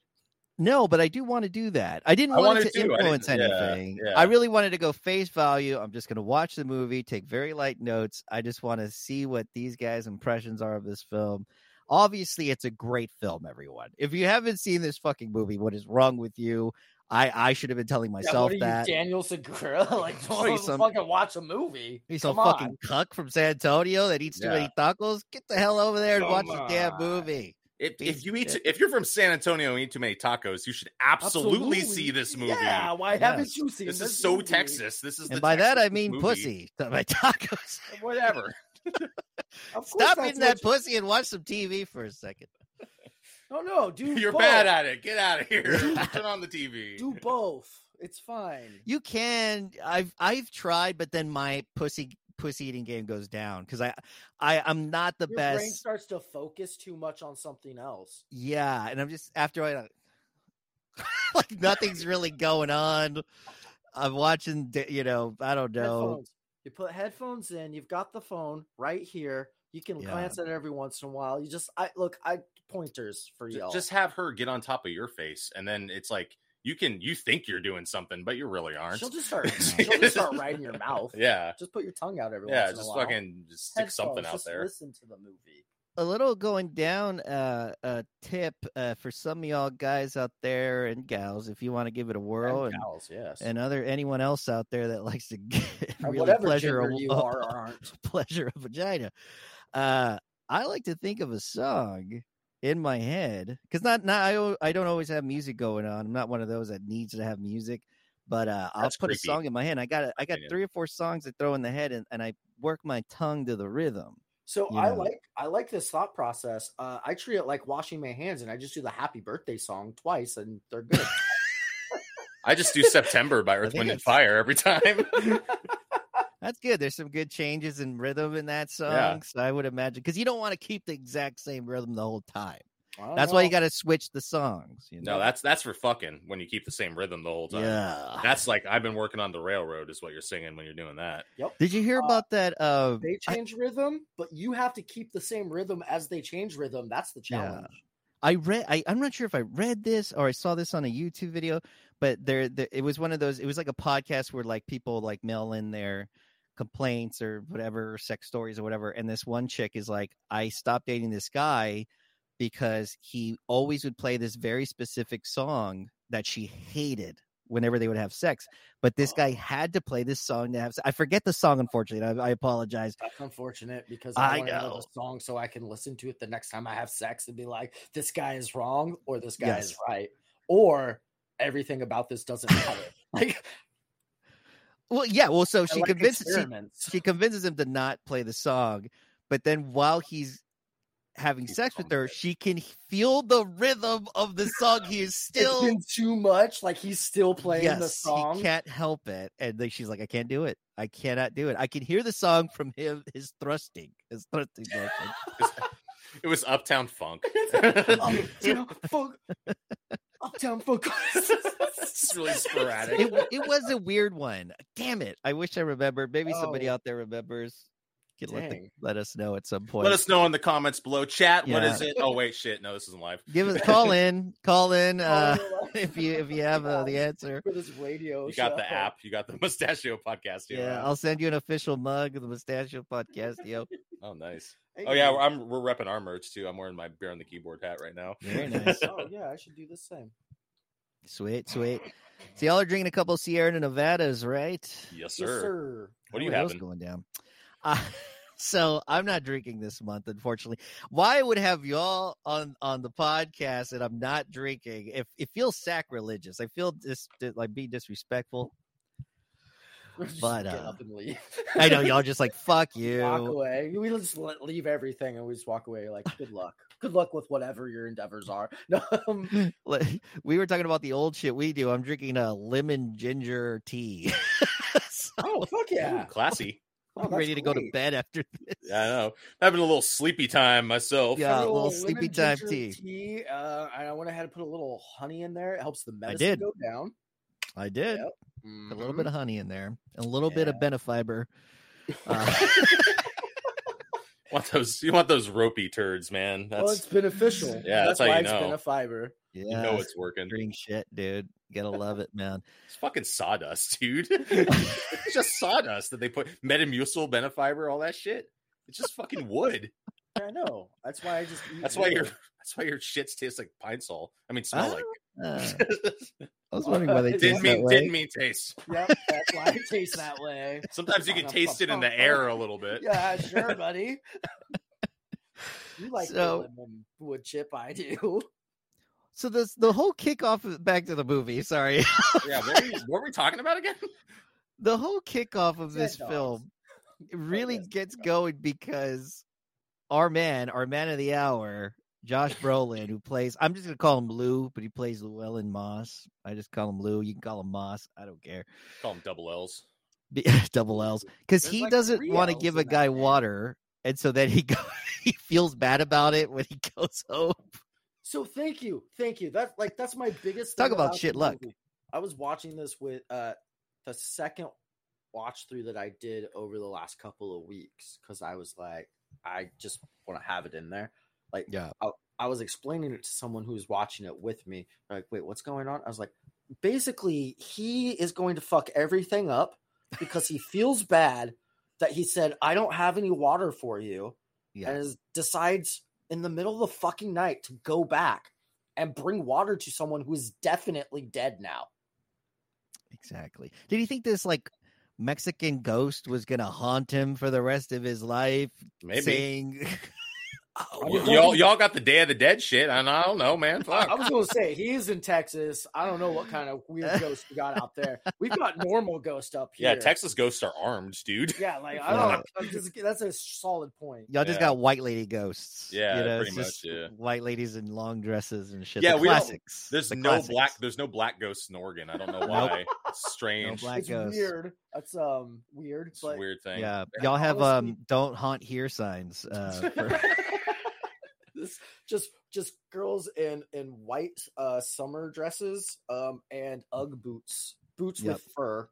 Speaker 2: No, but I do want to do that. I didn't
Speaker 4: I
Speaker 2: want
Speaker 4: wanted
Speaker 2: it to
Speaker 4: to. I didn't-
Speaker 2: influence
Speaker 4: yeah,
Speaker 2: anything.
Speaker 4: yeah.
Speaker 2: I really wanted to go face value. I'm just going to watch the movie, take very light notes. I just want to see what these guys' impressions are of this film. Obviously, it's a great film, everyone. If you haven't seen this fucking movie, what is wrong with you? I I should have been telling myself that.
Speaker 3: Daniel Segura? like,
Speaker 2: don't He's some- fucking
Speaker 3: watch a movie.
Speaker 2: He's some fucking cuck from San Antonio that eats too
Speaker 4: Yeah.
Speaker 2: many tacos. Get the hell over there and
Speaker 3: Come
Speaker 2: watch the damn
Speaker 3: on.
Speaker 2: movie.
Speaker 4: If,
Speaker 2: Piece
Speaker 4: if you
Speaker 2: of
Speaker 4: eat,
Speaker 2: shit.
Speaker 4: if you're from San Antonio and eat too many tacos, you should absolutely, see this movie.
Speaker 3: Yeah, why haven't
Speaker 2: Yes.
Speaker 3: you seen
Speaker 4: This is
Speaker 3: this
Speaker 4: so
Speaker 3: movie?
Speaker 4: Texas. This is
Speaker 2: And
Speaker 4: the
Speaker 2: by that, I
Speaker 4: Texas
Speaker 2: mean
Speaker 4: movie.
Speaker 2: pussy. My tacos.
Speaker 4: Whatever.
Speaker 3: Of course
Speaker 2: Stop
Speaker 3: that's
Speaker 2: eating that
Speaker 3: what
Speaker 2: pussy and watch some TV for a second.
Speaker 3: you- No, no, do
Speaker 4: You're
Speaker 3: both.
Speaker 4: bad at it. Get out of here. Turn on the TV.
Speaker 3: Do both. It's fine.
Speaker 2: You can. I've I've tried, but then my pussy pussy eating game goes down because I I I'm not the
Speaker 3: Your brain
Speaker 2: best.
Speaker 3: starts to focus too much on something else.
Speaker 2: Yeah, and I'm just after I like nothing's really going on. I'm watching, di- you know, I don't know.
Speaker 3: Headphones. You put headphones in. You've got the phone right here. You can
Speaker 2: Yeah.
Speaker 3: glance at it every once in a while. You just, I look, I pointers for
Speaker 4: J-
Speaker 3: y'all.
Speaker 4: Just have her get on top of your face, and then it's like you can. You think you're doing something, but you really aren't.
Speaker 3: she'll just start. she'll just start right in your mouth.
Speaker 4: Yeah.
Speaker 3: Just put your tongue out every
Speaker 4: Yeah.
Speaker 3: once in a
Speaker 4: Just
Speaker 3: while.
Speaker 4: fucking just stick something
Speaker 3: Headphones,
Speaker 4: out
Speaker 3: just
Speaker 4: there.
Speaker 3: Listen to the movie.
Speaker 2: a little going down uh, a tip uh, for some of y'all guys out there and gals, if you want to give it a whirl,
Speaker 3: And
Speaker 2: and,
Speaker 3: gals, yes.
Speaker 2: and other anyone else out there that likes to get
Speaker 3: Or
Speaker 2: really
Speaker 3: whatever
Speaker 2: pleasure
Speaker 3: gender
Speaker 2: a-
Speaker 3: you are or aren't.
Speaker 2: pleasure of vagina. Uh, I like to think of a song in my head because not not I, al- I don't always have music going on. I'm not one of those that needs to have music, but uh, I'll
Speaker 4: That's
Speaker 2: put a
Speaker 4: creepy,
Speaker 2: song in my head. I got I got
Speaker 4: opinion.
Speaker 2: three or four songs I throw in the head, and, and I work my tongue to the rhythm.
Speaker 3: So
Speaker 2: you
Speaker 3: I
Speaker 2: know.
Speaker 3: like I like this thought process. Uh, I treat it like washing my hands, and I just do the happy birthday song twice, and they're good.
Speaker 4: I just do September by Earth,
Speaker 2: think
Speaker 4: Wind, and
Speaker 2: it's-
Speaker 4: Fire every time.
Speaker 2: That's good. There's some good changes in rhythm in that song.
Speaker 4: Yeah.
Speaker 2: So I would imagine because you don't want to keep the exact same rhythm the whole time.
Speaker 3: I don't
Speaker 2: That's why you got
Speaker 3: know.
Speaker 2: to switch the songs. You know?
Speaker 4: no, that's that's for fucking when you keep the same rhythm the whole time.
Speaker 2: yeah.
Speaker 4: That's like I've been working on the railroad is what you're singing when you're doing that.
Speaker 2: Did you hear
Speaker 3: uh,
Speaker 2: about that? Uh,
Speaker 3: They
Speaker 2: I-
Speaker 3: change rhythm, but you have to keep the same rhythm as they change rhythm. That's the
Speaker 2: Yeah.
Speaker 3: challenge.
Speaker 2: I read. I, I'm not sure if I read this or I saw this on a YouTube video, but there, there, it was one of those. It was like a podcast where like people like mail in their complaints or whatever, or sex stories or whatever. And this one chick is like, I stopped dating this guy because he always would play this very specific song that she hated whenever they would have sex. But this
Speaker 3: Oh.
Speaker 2: guy had to play this song to have. se- I forget the song, unfortunately. I, I apologize.
Speaker 3: That's unfortunate because
Speaker 2: I
Speaker 3: I, want to know
Speaker 2: know.
Speaker 3: the song so I can listen to it the next time I have sex and be like, this guy is wrong or this guy is
Speaker 2: Yes.
Speaker 3: right or everything about this doesn't matter. like
Speaker 2: Well, yeah. Well, so
Speaker 3: I
Speaker 2: she
Speaker 3: like
Speaker 2: convinced. She,
Speaker 3: experiments.
Speaker 2: she convinces him to not play the song, but then while he's having
Speaker 4: He's
Speaker 2: sex with
Speaker 4: pumped
Speaker 2: her,
Speaker 4: it.
Speaker 2: she can feel the rhythm of the song. He is
Speaker 3: It's
Speaker 2: still
Speaker 3: been too much. Like he's still playing
Speaker 2: yes,
Speaker 3: the song.
Speaker 2: He can't help it, and then she's like, "I can't do it. I cannot do it. I can hear the song from him. His thrusting, his thrusting." motion."
Speaker 4: It was Uptown Funk.
Speaker 2: Oh,
Speaker 3: Uptown funk. Uptown funk.
Speaker 4: it's really sporadic.
Speaker 2: it, wa- it was a weird one. Damn it! I wish I remembered. Maybe somebody
Speaker 3: Oh.
Speaker 2: out there remembers. You can let, the-
Speaker 3: Dang.
Speaker 2: let us know at some point.
Speaker 4: Let us know in the comments below. Chat, what
Speaker 2: Yeah.
Speaker 4: is it? Oh wait, shit. No, this isn't live.
Speaker 2: Give us call in, call in uh,
Speaker 3: Oh,
Speaker 2: if you if you have uh, the answer.
Speaker 3: for this radio.
Speaker 4: You got the
Speaker 3: show.
Speaker 4: app. You got the Mustachio podcast.
Speaker 2: Yeah,
Speaker 4: Here.
Speaker 2: I'll send you an official mug of the Mustachio Podcastio.
Speaker 4: Oh, nice.
Speaker 3: Hey,
Speaker 4: Oh yeah, we're- I'm we're repping our merch too. I'm wearing my beer on the keyboard hat right now.
Speaker 2: Very nice.
Speaker 3: oh yeah, I should do the same.
Speaker 2: Sweet, sweet. So y'all are drinking a couple of Sierra Nevadas, right?
Speaker 3: Yes,
Speaker 4: Yes, sir.
Speaker 3: sir.
Speaker 4: What do
Speaker 2: How
Speaker 4: you
Speaker 2: are those
Speaker 4: having?
Speaker 2: going down? Uh, so I'm not drinking this month, unfortunately. Why I would have y'all on on the podcast and I'm not drinking? If it feels sacrilegious, I feel dis, like being disrespectful.
Speaker 3: Just
Speaker 2: But,
Speaker 3: get
Speaker 2: uh,
Speaker 3: up and leave.
Speaker 2: I know y'all just like fuck you.
Speaker 3: walk away. We just let- leave everything and we just walk away. Like good luck. Good luck with whatever your endeavors are. No, um,
Speaker 2: Like, we were talking about the old shit we do. I'm drinking a lemon ginger tea. so
Speaker 3: oh fuck yeah!
Speaker 4: Ooh, classy.
Speaker 3: Oh,
Speaker 2: I'm
Speaker 3: that's
Speaker 2: ready to go to
Speaker 3: great.
Speaker 2: bed after this.
Speaker 4: Yeah, I know. Having a little sleepy time myself.
Speaker 2: Yeah, a
Speaker 3: Put
Speaker 2: uh, little
Speaker 3: lemon
Speaker 2: sleepy time
Speaker 3: ginger
Speaker 2: tea.
Speaker 3: Uh, and I went ahead and put a little honey in there. It helps the medicine
Speaker 2: did.
Speaker 3: go down.
Speaker 2: I did.
Speaker 3: Yep.
Speaker 2: A
Speaker 4: Mm-hmm.
Speaker 2: little bit of honey in there, a little bit of benefiber. Uh,
Speaker 4: Want those? You want those ropey turds, man? That's
Speaker 3: well, Oh, it's beneficial.
Speaker 4: Yeah, that's how you
Speaker 3: why
Speaker 4: know.
Speaker 3: it's been a fiber.
Speaker 2: yeah,
Speaker 4: you know it's working.
Speaker 2: green shit, dude. Gotta love it, man.
Speaker 4: It's fucking sawdust, dude. it's just sawdust that they put metamucil, benefiber, all that shit. It's just fucking wood.
Speaker 3: I know. That's why I just. Eat
Speaker 4: That's why your
Speaker 3: you're.
Speaker 4: that's why your shits taste like pine sol. I mean, smell
Speaker 2: Ah,
Speaker 4: like.
Speaker 2: Uh, I was wondering why they
Speaker 3: Didn't
Speaker 2: taste that
Speaker 4: didn't mean
Speaker 2: way.
Speaker 4: didn't mean taste.
Speaker 3: Yep, that's why it tastes that way.
Speaker 4: Sometimes you can taste it in the air a little bit.
Speaker 3: Yeah, sure, buddy. You like
Speaker 2: So-
Speaker 3: the lemon wood chip? I do.
Speaker 2: So this the whole kickoff of- back to the movie. Sorry,
Speaker 4: Yeah, what were, we, what were we talking about again?
Speaker 2: the whole kickoff of
Speaker 3: Dead
Speaker 2: this
Speaker 3: dogs.
Speaker 2: film it really
Speaker 3: yes,
Speaker 2: gets
Speaker 3: yeah.
Speaker 2: going because our man, our man of the hour, Josh Brolin, who plays, I'm just going to call him Lou, but he plays Llewellyn Moss. I just call him Lou. You can call him Moss. I don't care.
Speaker 4: Call them double L's.
Speaker 2: B- Double L's. Because
Speaker 3: There's
Speaker 2: he
Speaker 3: like
Speaker 2: doesn't
Speaker 3: three
Speaker 2: want to
Speaker 3: Ls
Speaker 2: give a
Speaker 3: in that
Speaker 2: guy
Speaker 3: name.
Speaker 2: water. And so then he go, he feels bad about it when he goes home.
Speaker 3: So thank you, thank you. That's like that's my biggest
Speaker 2: Talk
Speaker 3: thing
Speaker 2: about
Speaker 3: the
Speaker 2: shit luck.
Speaker 3: movie. I was watching this with uh the second watch through that I did over the last couple of weeks because I was like, I just want to have it in there. Like,
Speaker 2: Yeah.
Speaker 3: I, I was explaining it to someone who was watching it with me. They're like, wait, what's going on? I was like, basically, he is going to fuck everything up because he feels bad that he said, I don't have any water for you
Speaker 2: Yeah.
Speaker 3: and is, decides in the middle of the fucking night to go back and bring water to someone who is definitely dead now.
Speaker 2: Exactly. Did he think this like Mexican ghost was gonna haunt him for the rest of his life?
Speaker 4: Maybe
Speaker 2: Saying,
Speaker 4: Oh, Y- y'all y'all got the Day of the Dead shit, and I don't know, man.
Speaker 3: I,
Speaker 4: Fuck.
Speaker 3: I was going to say he is in Texas. I don't know what kind of weird ghost we got out there. We've got normal ghost up here.
Speaker 4: yeah, Texas ghosts are armed, dude.
Speaker 3: Yeah, like I don't. Know, that's, that's a solid point.
Speaker 2: Y'all just
Speaker 4: Yeah.
Speaker 2: got white lady ghosts.
Speaker 4: Yeah,
Speaker 2: it's
Speaker 4: pretty much,
Speaker 2: just
Speaker 4: yeah.
Speaker 2: White ladies in long dresses and shit.
Speaker 4: Yeah,
Speaker 2: the
Speaker 4: we don't-
Speaker 2: classics.
Speaker 4: There's
Speaker 2: the
Speaker 4: no black.
Speaker 2: classics.
Speaker 4: There's no black ghosts in Oregon. I don't know
Speaker 3: Nope.
Speaker 4: why. It's strange.
Speaker 2: No black
Speaker 3: It's
Speaker 2: ghosts.
Speaker 3: weird. That's um weird,
Speaker 4: It's a
Speaker 3: but
Speaker 4: weird thing.
Speaker 2: Yeah, y'all have
Speaker 3: honestly-
Speaker 2: um don't haunt here signs. Uh, for,
Speaker 3: This- just just girls in in white uh summer dresses um and UGG boots, boots
Speaker 2: Mm. Yep.
Speaker 3: with fur,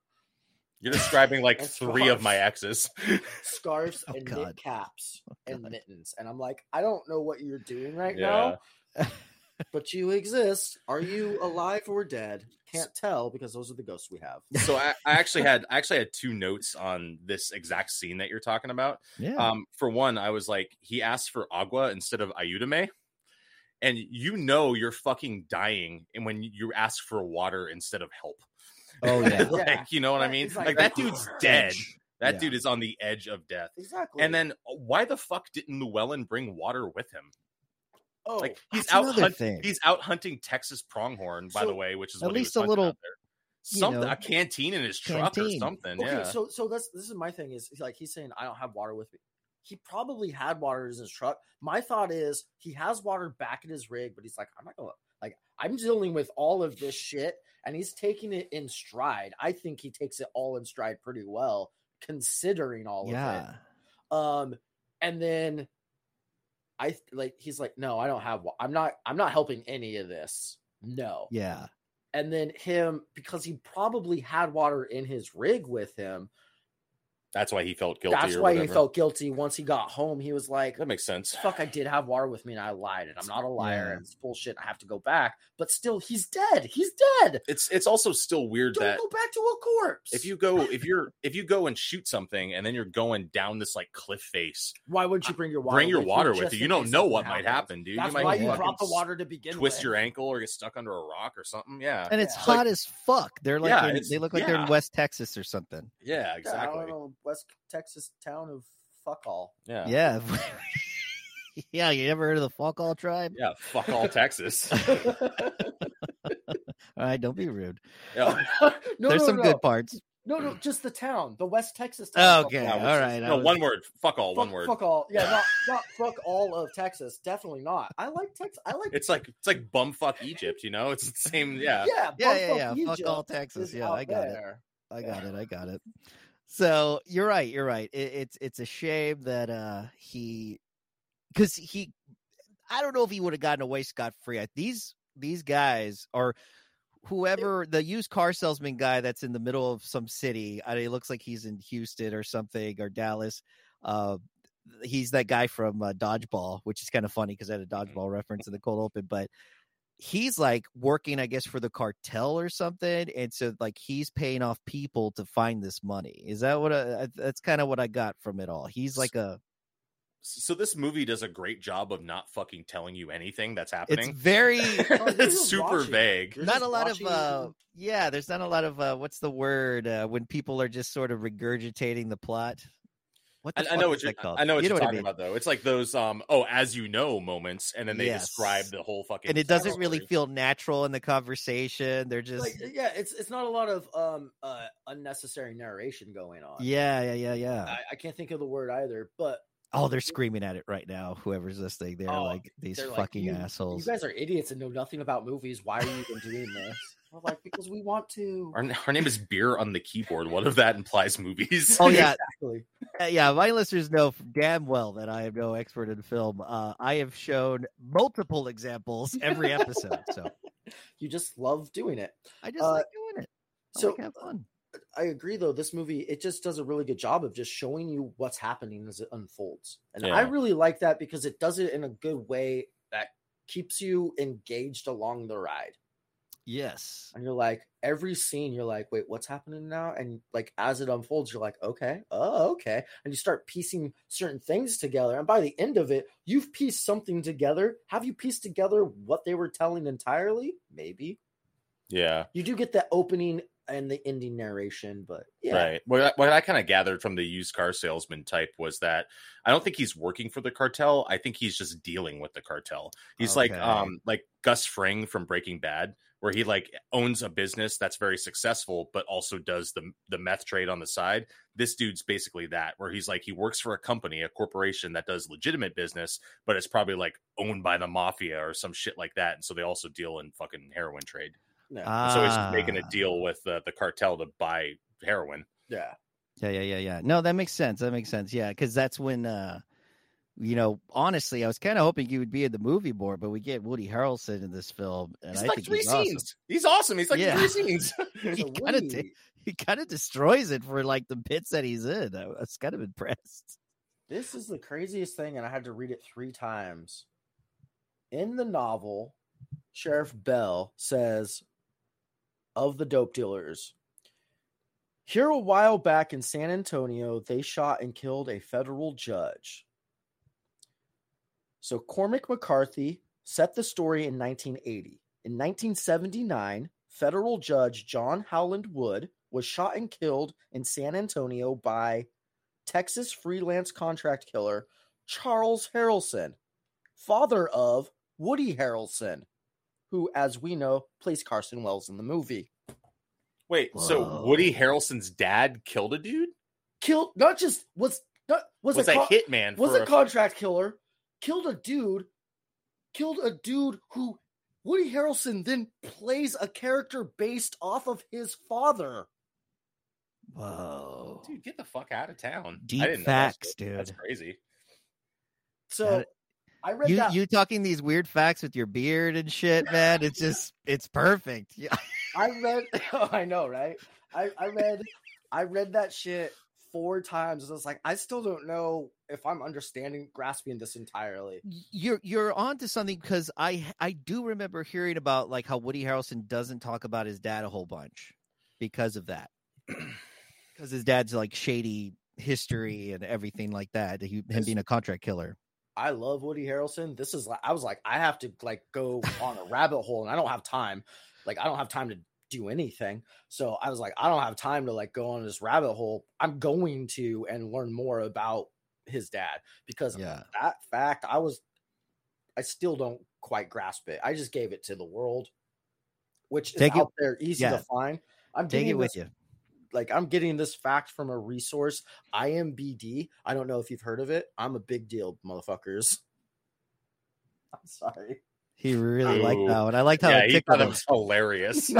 Speaker 4: You're describing like
Speaker 3: That's
Speaker 4: three of
Speaker 3: gross.
Speaker 4: my exes.
Speaker 3: scarves,
Speaker 2: Oh,
Speaker 3: and
Speaker 2: God. Oh,
Speaker 3: knit caps and
Speaker 2: God.
Speaker 3: mittens. And I'm like, I don't know what you're doing right
Speaker 4: Yeah.
Speaker 3: now, but you exist. Are you alive or dead? Can't tell because those are the ghosts we have.
Speaker 4: so I, I actually had I actually had two notes on this exact scene that you're talking about.
Speaker 2: yeah,
Speaker 4: Um, for one, I was like, he asked for agua instead of ayudame. And you know you're fucking dying, and when you ask for water instead of help,
Speaker 2: oh yeah,
Speaker 4: like
Speaker 3: Yeah.
Speaker 4: you know what I
Speaker 3: Yeah,
Speaker 4: mean.
Speaker 3: it's
Speaker 4: Like,
Speaker 3: like
Speaker 4: that
Speaker 3: the
Speaker 4: dude's
Speaker 3: verge.
Speaker 4: dead. That
Speaker 2: Yeah.
Speaker 4: dude is on the edge of death.
Speaker 3: Exactly.
Speaker 4: And then uh, why the fuck didn't Llewellyn bring water with him?
Speaker 3: oh,
Speaker 4: Like he's
Speaker 2: that's
Speaker 4: out
Speaker 2: another
Speaker 4: hunt-
Speaker 2: thing.
Speaker 4: he's out hunting Texas pronghorn, by the
Speaker 3: So,
Speaker 4: way, which is
Speaker 2: at
Speaker 4: what he
Speaker 2: least
Speaker 4: was
Speaker 2: a
Speaker 4: hunting
Speaker 2: little,
Speaker 4: out there.
Speaker 2: you
Speaker 4: something
Speaker 2: know,
Speaker 4: a canteen in his truck
Speaker 2: canteen.
Speaker 4: or something.
Speaker 3: Okay,
Speaker 4: yeah.
Speaker 3: so so that's this is my thing is he's like he's saying I don't have water with me. He probably had water in his truck. My thought is he has water back in his rig, but he's like I'm not gonna like I'm dealing with all of this shit, and he's taking it in stride. I think he takes it all in stride pretty well, considering all of it.
Speaker 2: yeah,
Speaker 3: Um, and then I th- like he's like no, I don't have. Wa- I'm not. I'm not helping any of this. No
Speaker 2: yeah,
Speaker 3: and then him because he probably had water in his rig with him
Speaker 4: That's why he felt guilty.
Speaker 3: That's
Speaker 4: or
Speaker 3: why
Speaker 4: whatever.
Speaker 3: he felt guilty. Once he got home, he was like,
Speaker 4: That makes sense.
Speaker 3: fuck, I did have water with me and I lied and I'm not a liar
Speaker 2: Yeah.
Speaker 3: and it's bullshit. I have to go back. But still, he's dead. He's dead.
Speaker 4: It's it's also still weird
Speaker 3: Don't
Speaker 4: that
Speaker 3: go back to a corpse.
Speaker 4: if you go if you're if you go and shoot something and then you're going down this like cliff face,
Speaker 3: why wouldn't you bring your water?
Speaker 4: bring your
Speaker 3: with
Speaker 4: water
Speaker 3: just
Speaker 4: with you.
Speaker 3: in
Speaker 4: You don't
Speaker 3: case
Speaker 4: know
Speaker 3: something
Speaker 4: what might
Speaker 3: happens?
Speaker 4: happen, dude.
Speaker 3: That's
Speaker 4: you might
Speaker 3: why
Speaker 2: get
Speaker 3: you
Speaker 4: fucking
Speaker 3: dropped the
Speaker 4: s-
Speaker 3: water to begin
Speaker 4: twist
Speaker 3: with.
Speaker 4: your ankle or get stuck under a rock or something. Yeah,
Speaker 2: and it's
Speaker 3: Yeah.
Speaker 2: hot as fuck. They're like
Speaker 4: Yeah,
Speaker 2: in-
Speaker 4: it's-
Speaker 2: they look like they're in
Speaker 4: yeah.
Speaker 2: West Texas or something.
Speaker 4: yeah,
Speaker 3: Yeah, I don't
Speaker 4: exactly.
Speaker 3: know, West Texas town of fuck all.
Speaker 4: Yeah, yeah,
Speaker 2: Yeah. yeah, you never heard of the Falkall tribe?
Speaker 4: fuck all Texas.
Speaker 2: All right, don't be rude.
Speaker 4: Yeah.
Speaker 3: no,
Speaker 2: There's
Speaker 3: no,
Speaker 2: some
Speaker 3: no.
Speaker 2: good parts.
Speaker 3: No, no, just the town, the West Texas town.
Speaker 2: Okay,
Speaker 4: Yeah,
Speaker 2: all
Speaker 4: which
Speaker 2: right. I
Speaker 4: No,
Speaker 2: was-
Speaker 4: one word. Fuck all.
Speaker 3: Fuck,
Speaker 4: one word.
Speaker 3: fuck all. Yeah, not, not fuck all of Texas. Definitely not. I like Texas. I like
Speaker 4: It's like it's like bumfuck Egypt. You know, it's the same.
Speaker 3: yeah,
Speaker 4: Yeah,
Speaker 2: Yeah,
Speaker 3: bumfuck
Speaker 2: yeah, yeah. Fuck
Speaker 3: Egypt
Speaker 2: all Texas.
Speaker 3: is
Speaker 2: Yeah,
Speaker 3: out
Speaker 2: I got it.
Speaker 3: there.
Speaker 2: I
Speaker 3: Yeah.
Speaker 2: got it. I got it. So you're right. You're right. It, it's it's a shame that uh he, because he, I don't know if he would have gotten away scot free. I- These these guys are whoever the used car salesman guy that's in the middle of some city. I mean, it looks like he's in Houston or something or Dallas. Uh, he's that guy from uh, Dodgeball, which is kind of funny because I had a Dodgeball reference in the cold open, but he's like working, I guess, for the cartel or something, and so like he's paying off people to find this money. Is that what? I, I- that's kind of what I got from it all. He's like a.
Speaker 4: So this movie does a great job of not fucking telling you anything that's
Speaker 2: It's
Speaker 4: happening.
Speaker 2: very
Speaker 3: Oh, you're
Speaker 4: it's
Speaker 3: just
Speaker 4: super
Speaker 3: watching.
Speaker 4: vague.
Speaker 3: You're
Speaker 2: not
Speaker 3: just
Speaker 2: a lot
Speaker 3: watching-
Speaker 2: of. uh Yeah, there's not a lot of. uh What's the word uh, when people are just sort of regurgitating the plot? What
Speaker 4: I,
Speaker 2: the
Speaker 4: I
Speaker 2: fuck
Speaker 4: know
Speaker 2: is
Speaker 4: what you're,
Speaker 2: that called?
Speaker 4: I know what
Speaker 2: You
Speaker 4: you're
Speaker 2: what I
Speaker 4: talking
Speaker 2: mean?
Speaker 4: about though. It's like those um oh as you know moments, and then they
Speaker 2: Yes.
Speaker 4: describe the whole fucking.
Speaker 2: And it doesn't really
Speaker 4: story.
Speaker 2: feel natural in the conversation. They're just.
Speaker 3: Like, yeah, it's it's not a lot of um uh unnecessary narration going on.
Speaker 2: yeah, yeah, yeah, yeah.
Speaker 3: I, I can't think of the word either, but
Speaker 2: Oh, they're screaming at it right now. Whoever's listening, they're
Speaker 3: Oh,
Speaker 2: like these
Speaker 3: they're like,
Speaker 2: fucking
Speaker 3: "You-
Speaker 2: assholes.
Speaker 3: You guys are idiots and know nothing about movies. Why are you even doing this? I'm like, because we want to.
Speaker 4: Our, our name is beer on the keyboard. What if that implies movies?
Speaker 2: Oh yeah,
Speaker 3: Exactly.
Speaker 2: uh, yeah. My listeners know f- damn well that I am no expert in film. Uh, I have shown multiple examples every episode, so
Speaker 3: You just love doing it.
Speaker 2: I just
Speaker 3: Uh,
Speaker 2: like doing it. I
Speaker 3: so,
Speaker 2: like have fun.
Speaker 3: I agree, though. This movie it just does a really good job of just showing you what's happening as it unfolds, and I
Speaker 4: Yeah.
Speaker 3: really like that because it does it in a good way that keeps you engaged along the ride.
Speaker 2: Yes,
Speaker 3: And you're like, every scene, you're like, wait, what's happening now? And like, as it unfolds, you're like, okay, oh, okay. And you start piecing certain things together. And by the end of it, you've pieced something together. Have you pieced together what they were telling entirely? Maybe.
Speaker 4: yeah.
Speaker 3: You do get the opening and the ending narration, but yeah.
Speaker 4: Right. What I, what I kind of gathered from the used car salesman type was that I don't think he's working for the cartel. I think he's just dealing with the cartel. He's like
Speaker 2: Okay.
Speaker 4: um like Gus Fring from Breaking Bad, where he like owns a business that's very successful, but also does the the meth trade on the side. This dude's basically that, where he's like he works for a company, a corporation that does legitimate business, but it's probably like owned by the mafia or some shit like that. And so they also deal in fucking heroin trade.
Speaker 3: Yeah.
Speaker 4: And so he's making a
Speaker 2: Ah.
Speaker 4: deal with the, the cartel to buy heroin.
Speaker 3: yeah.
Speaker 2: Ah, Yeah, yeah, yeah, yeah. No, that makes sense. That makes sense. Yeah, because that's when, uh you know, honestly, I was kind of hoping he would be in the movie more, but we get Woody Harrelson in this film, and
Speaker 4: It's
Speaker 2: I
Speaker 4: like
Speaker 2: think
Speaker 4: three
Speaker 2: he's awesome.
Speaker 4: scenes. He's awesome. He's like
Speaker 2: Yeah.
Speaker 4: three scenes.
Speaker 2: He
Speaker 3: So
Speaker 2: kinda
Speaker 3: Woody-
Speaker 2: did. he kind of destroys it for like the bits that he's in. I was kind of impressed.
Speaker 3: This is the craziest thing, and I had to read it three times. In the novel, Sheriff Bell says of the dope dealers. Here a while back in San Antonio, they shot and killed a federal judge. So Cormac McCarthy set the story in 1980. In 1979, federal judge John Howland Wood was shot and killed in San Antonio by Texas freelance contract killer Charles Harrelson, father of Woody Harrelson, who, as we know, plays Carson Wells in the movie.
Speaker 4: Wait, so
Speaker 2: Whoa.
Speaker 4: Woody Harrelson's dad killed a dude?
Speaker 3: Killed not just was not was,
Speaker 4: Was,
Speaker 3: a
Speaker 4: a
Speaker 3: con-
Speaker 4: hitman?
Speaker 3: was
Speaker 4: for
Speaker 3: a contract killer, killed a dude, killed a dude who Woody Harrelson then plays a character based off of his father.
Speaker 2: Whoa.
Speaker 4: dude? Get the fuck out of town! I
Speaker 2: Deep
Speaker 4: didn't know that
Speaker 2: facts,
Speaker 4: shit. That's
Speaker 2: dude.
Speaker 4: crazy.
Speaker 3: So
Speaker 2: That-
Speaker 3: I read
Speaker 2: You
Speaker 3: that.
Speaker 2: you talking these weird facts with your beard and shit, man. It's just it's perfect. Yeah.
Speaker 3: oh, I read. I know, right? I, I read. I read that shit four times. And I was like, I still don't know if I'm understanding, grasping this entirely.
Speaker 2: you're you're onto something because I I do remember hearing about like how Woody Harrelson doesn't talk about his dad a whole bunch because of that, because his dad's like shady history and everything like that. He, him
Speaker 3: Yes.
Speaker 2: being a contract killer.
Speaker 3: I love Woody Harrelson. This is like I was like, I have to like go on a rabbit hole and I don't have time. Like I don't have time to do anything. So I was like, I don't have time to like go on this rabbit hole. I'm going to and learn more about his dad because
Speaker 2: Yeah.
Speaker 3: that fact I was I still don't quite grasp it. I just gave it to the world, which is
Speaker 2: Take it-
Speaker 3: out there easy
Speaker 2: yeah.
Speaker 3: to find. I'm
Speaker 2: Take it
Speaker 3: getting
Speaker 2: with
Speaker 3: this-
Speaker 2: you.
Speaker 3: like I'm getting this fact from a resource, IMBD. I don't know if you've heard of it. I'm a big deal, motherfuckers. I'm sorry.
Speaker 2: He really liked
Speaker 4: Ooh.
Speaker 2: that one. I liked how
Speaker 4: yeah,
Speaker 2: it
Speaker 4: he
Speaker 2: ticked
Speaker 4: thought
Speaker 2: him.
Speaker 4: it was hilarious.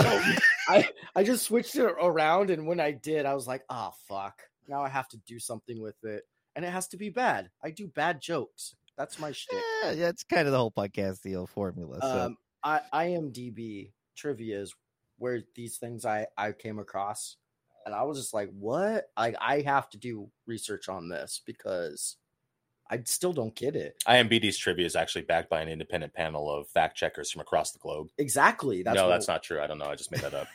Speaker 3: I I just switched it around, and when I did, I was like, "Ah, fuck! Now I have to do something with it, and it has to be bad. I do bad jokes. That's my shit."
Speaker 2: Yeah, that's kind of the whole podcast deal formula. So.
Speaker 3: Um, I IMDb trivia is where these things I I came across, and I was just like, "What? Like I have to do research on this because I still don't get it."
Speaker 4: IMBD's trivia is actually backed by an independent panel of fact checkers from across the globe.
Speaker 3: Exactly. That's
Speaker 4: no,
Speaker 3: what-
Speaker 4: that's not true. I don't know. I just made that up.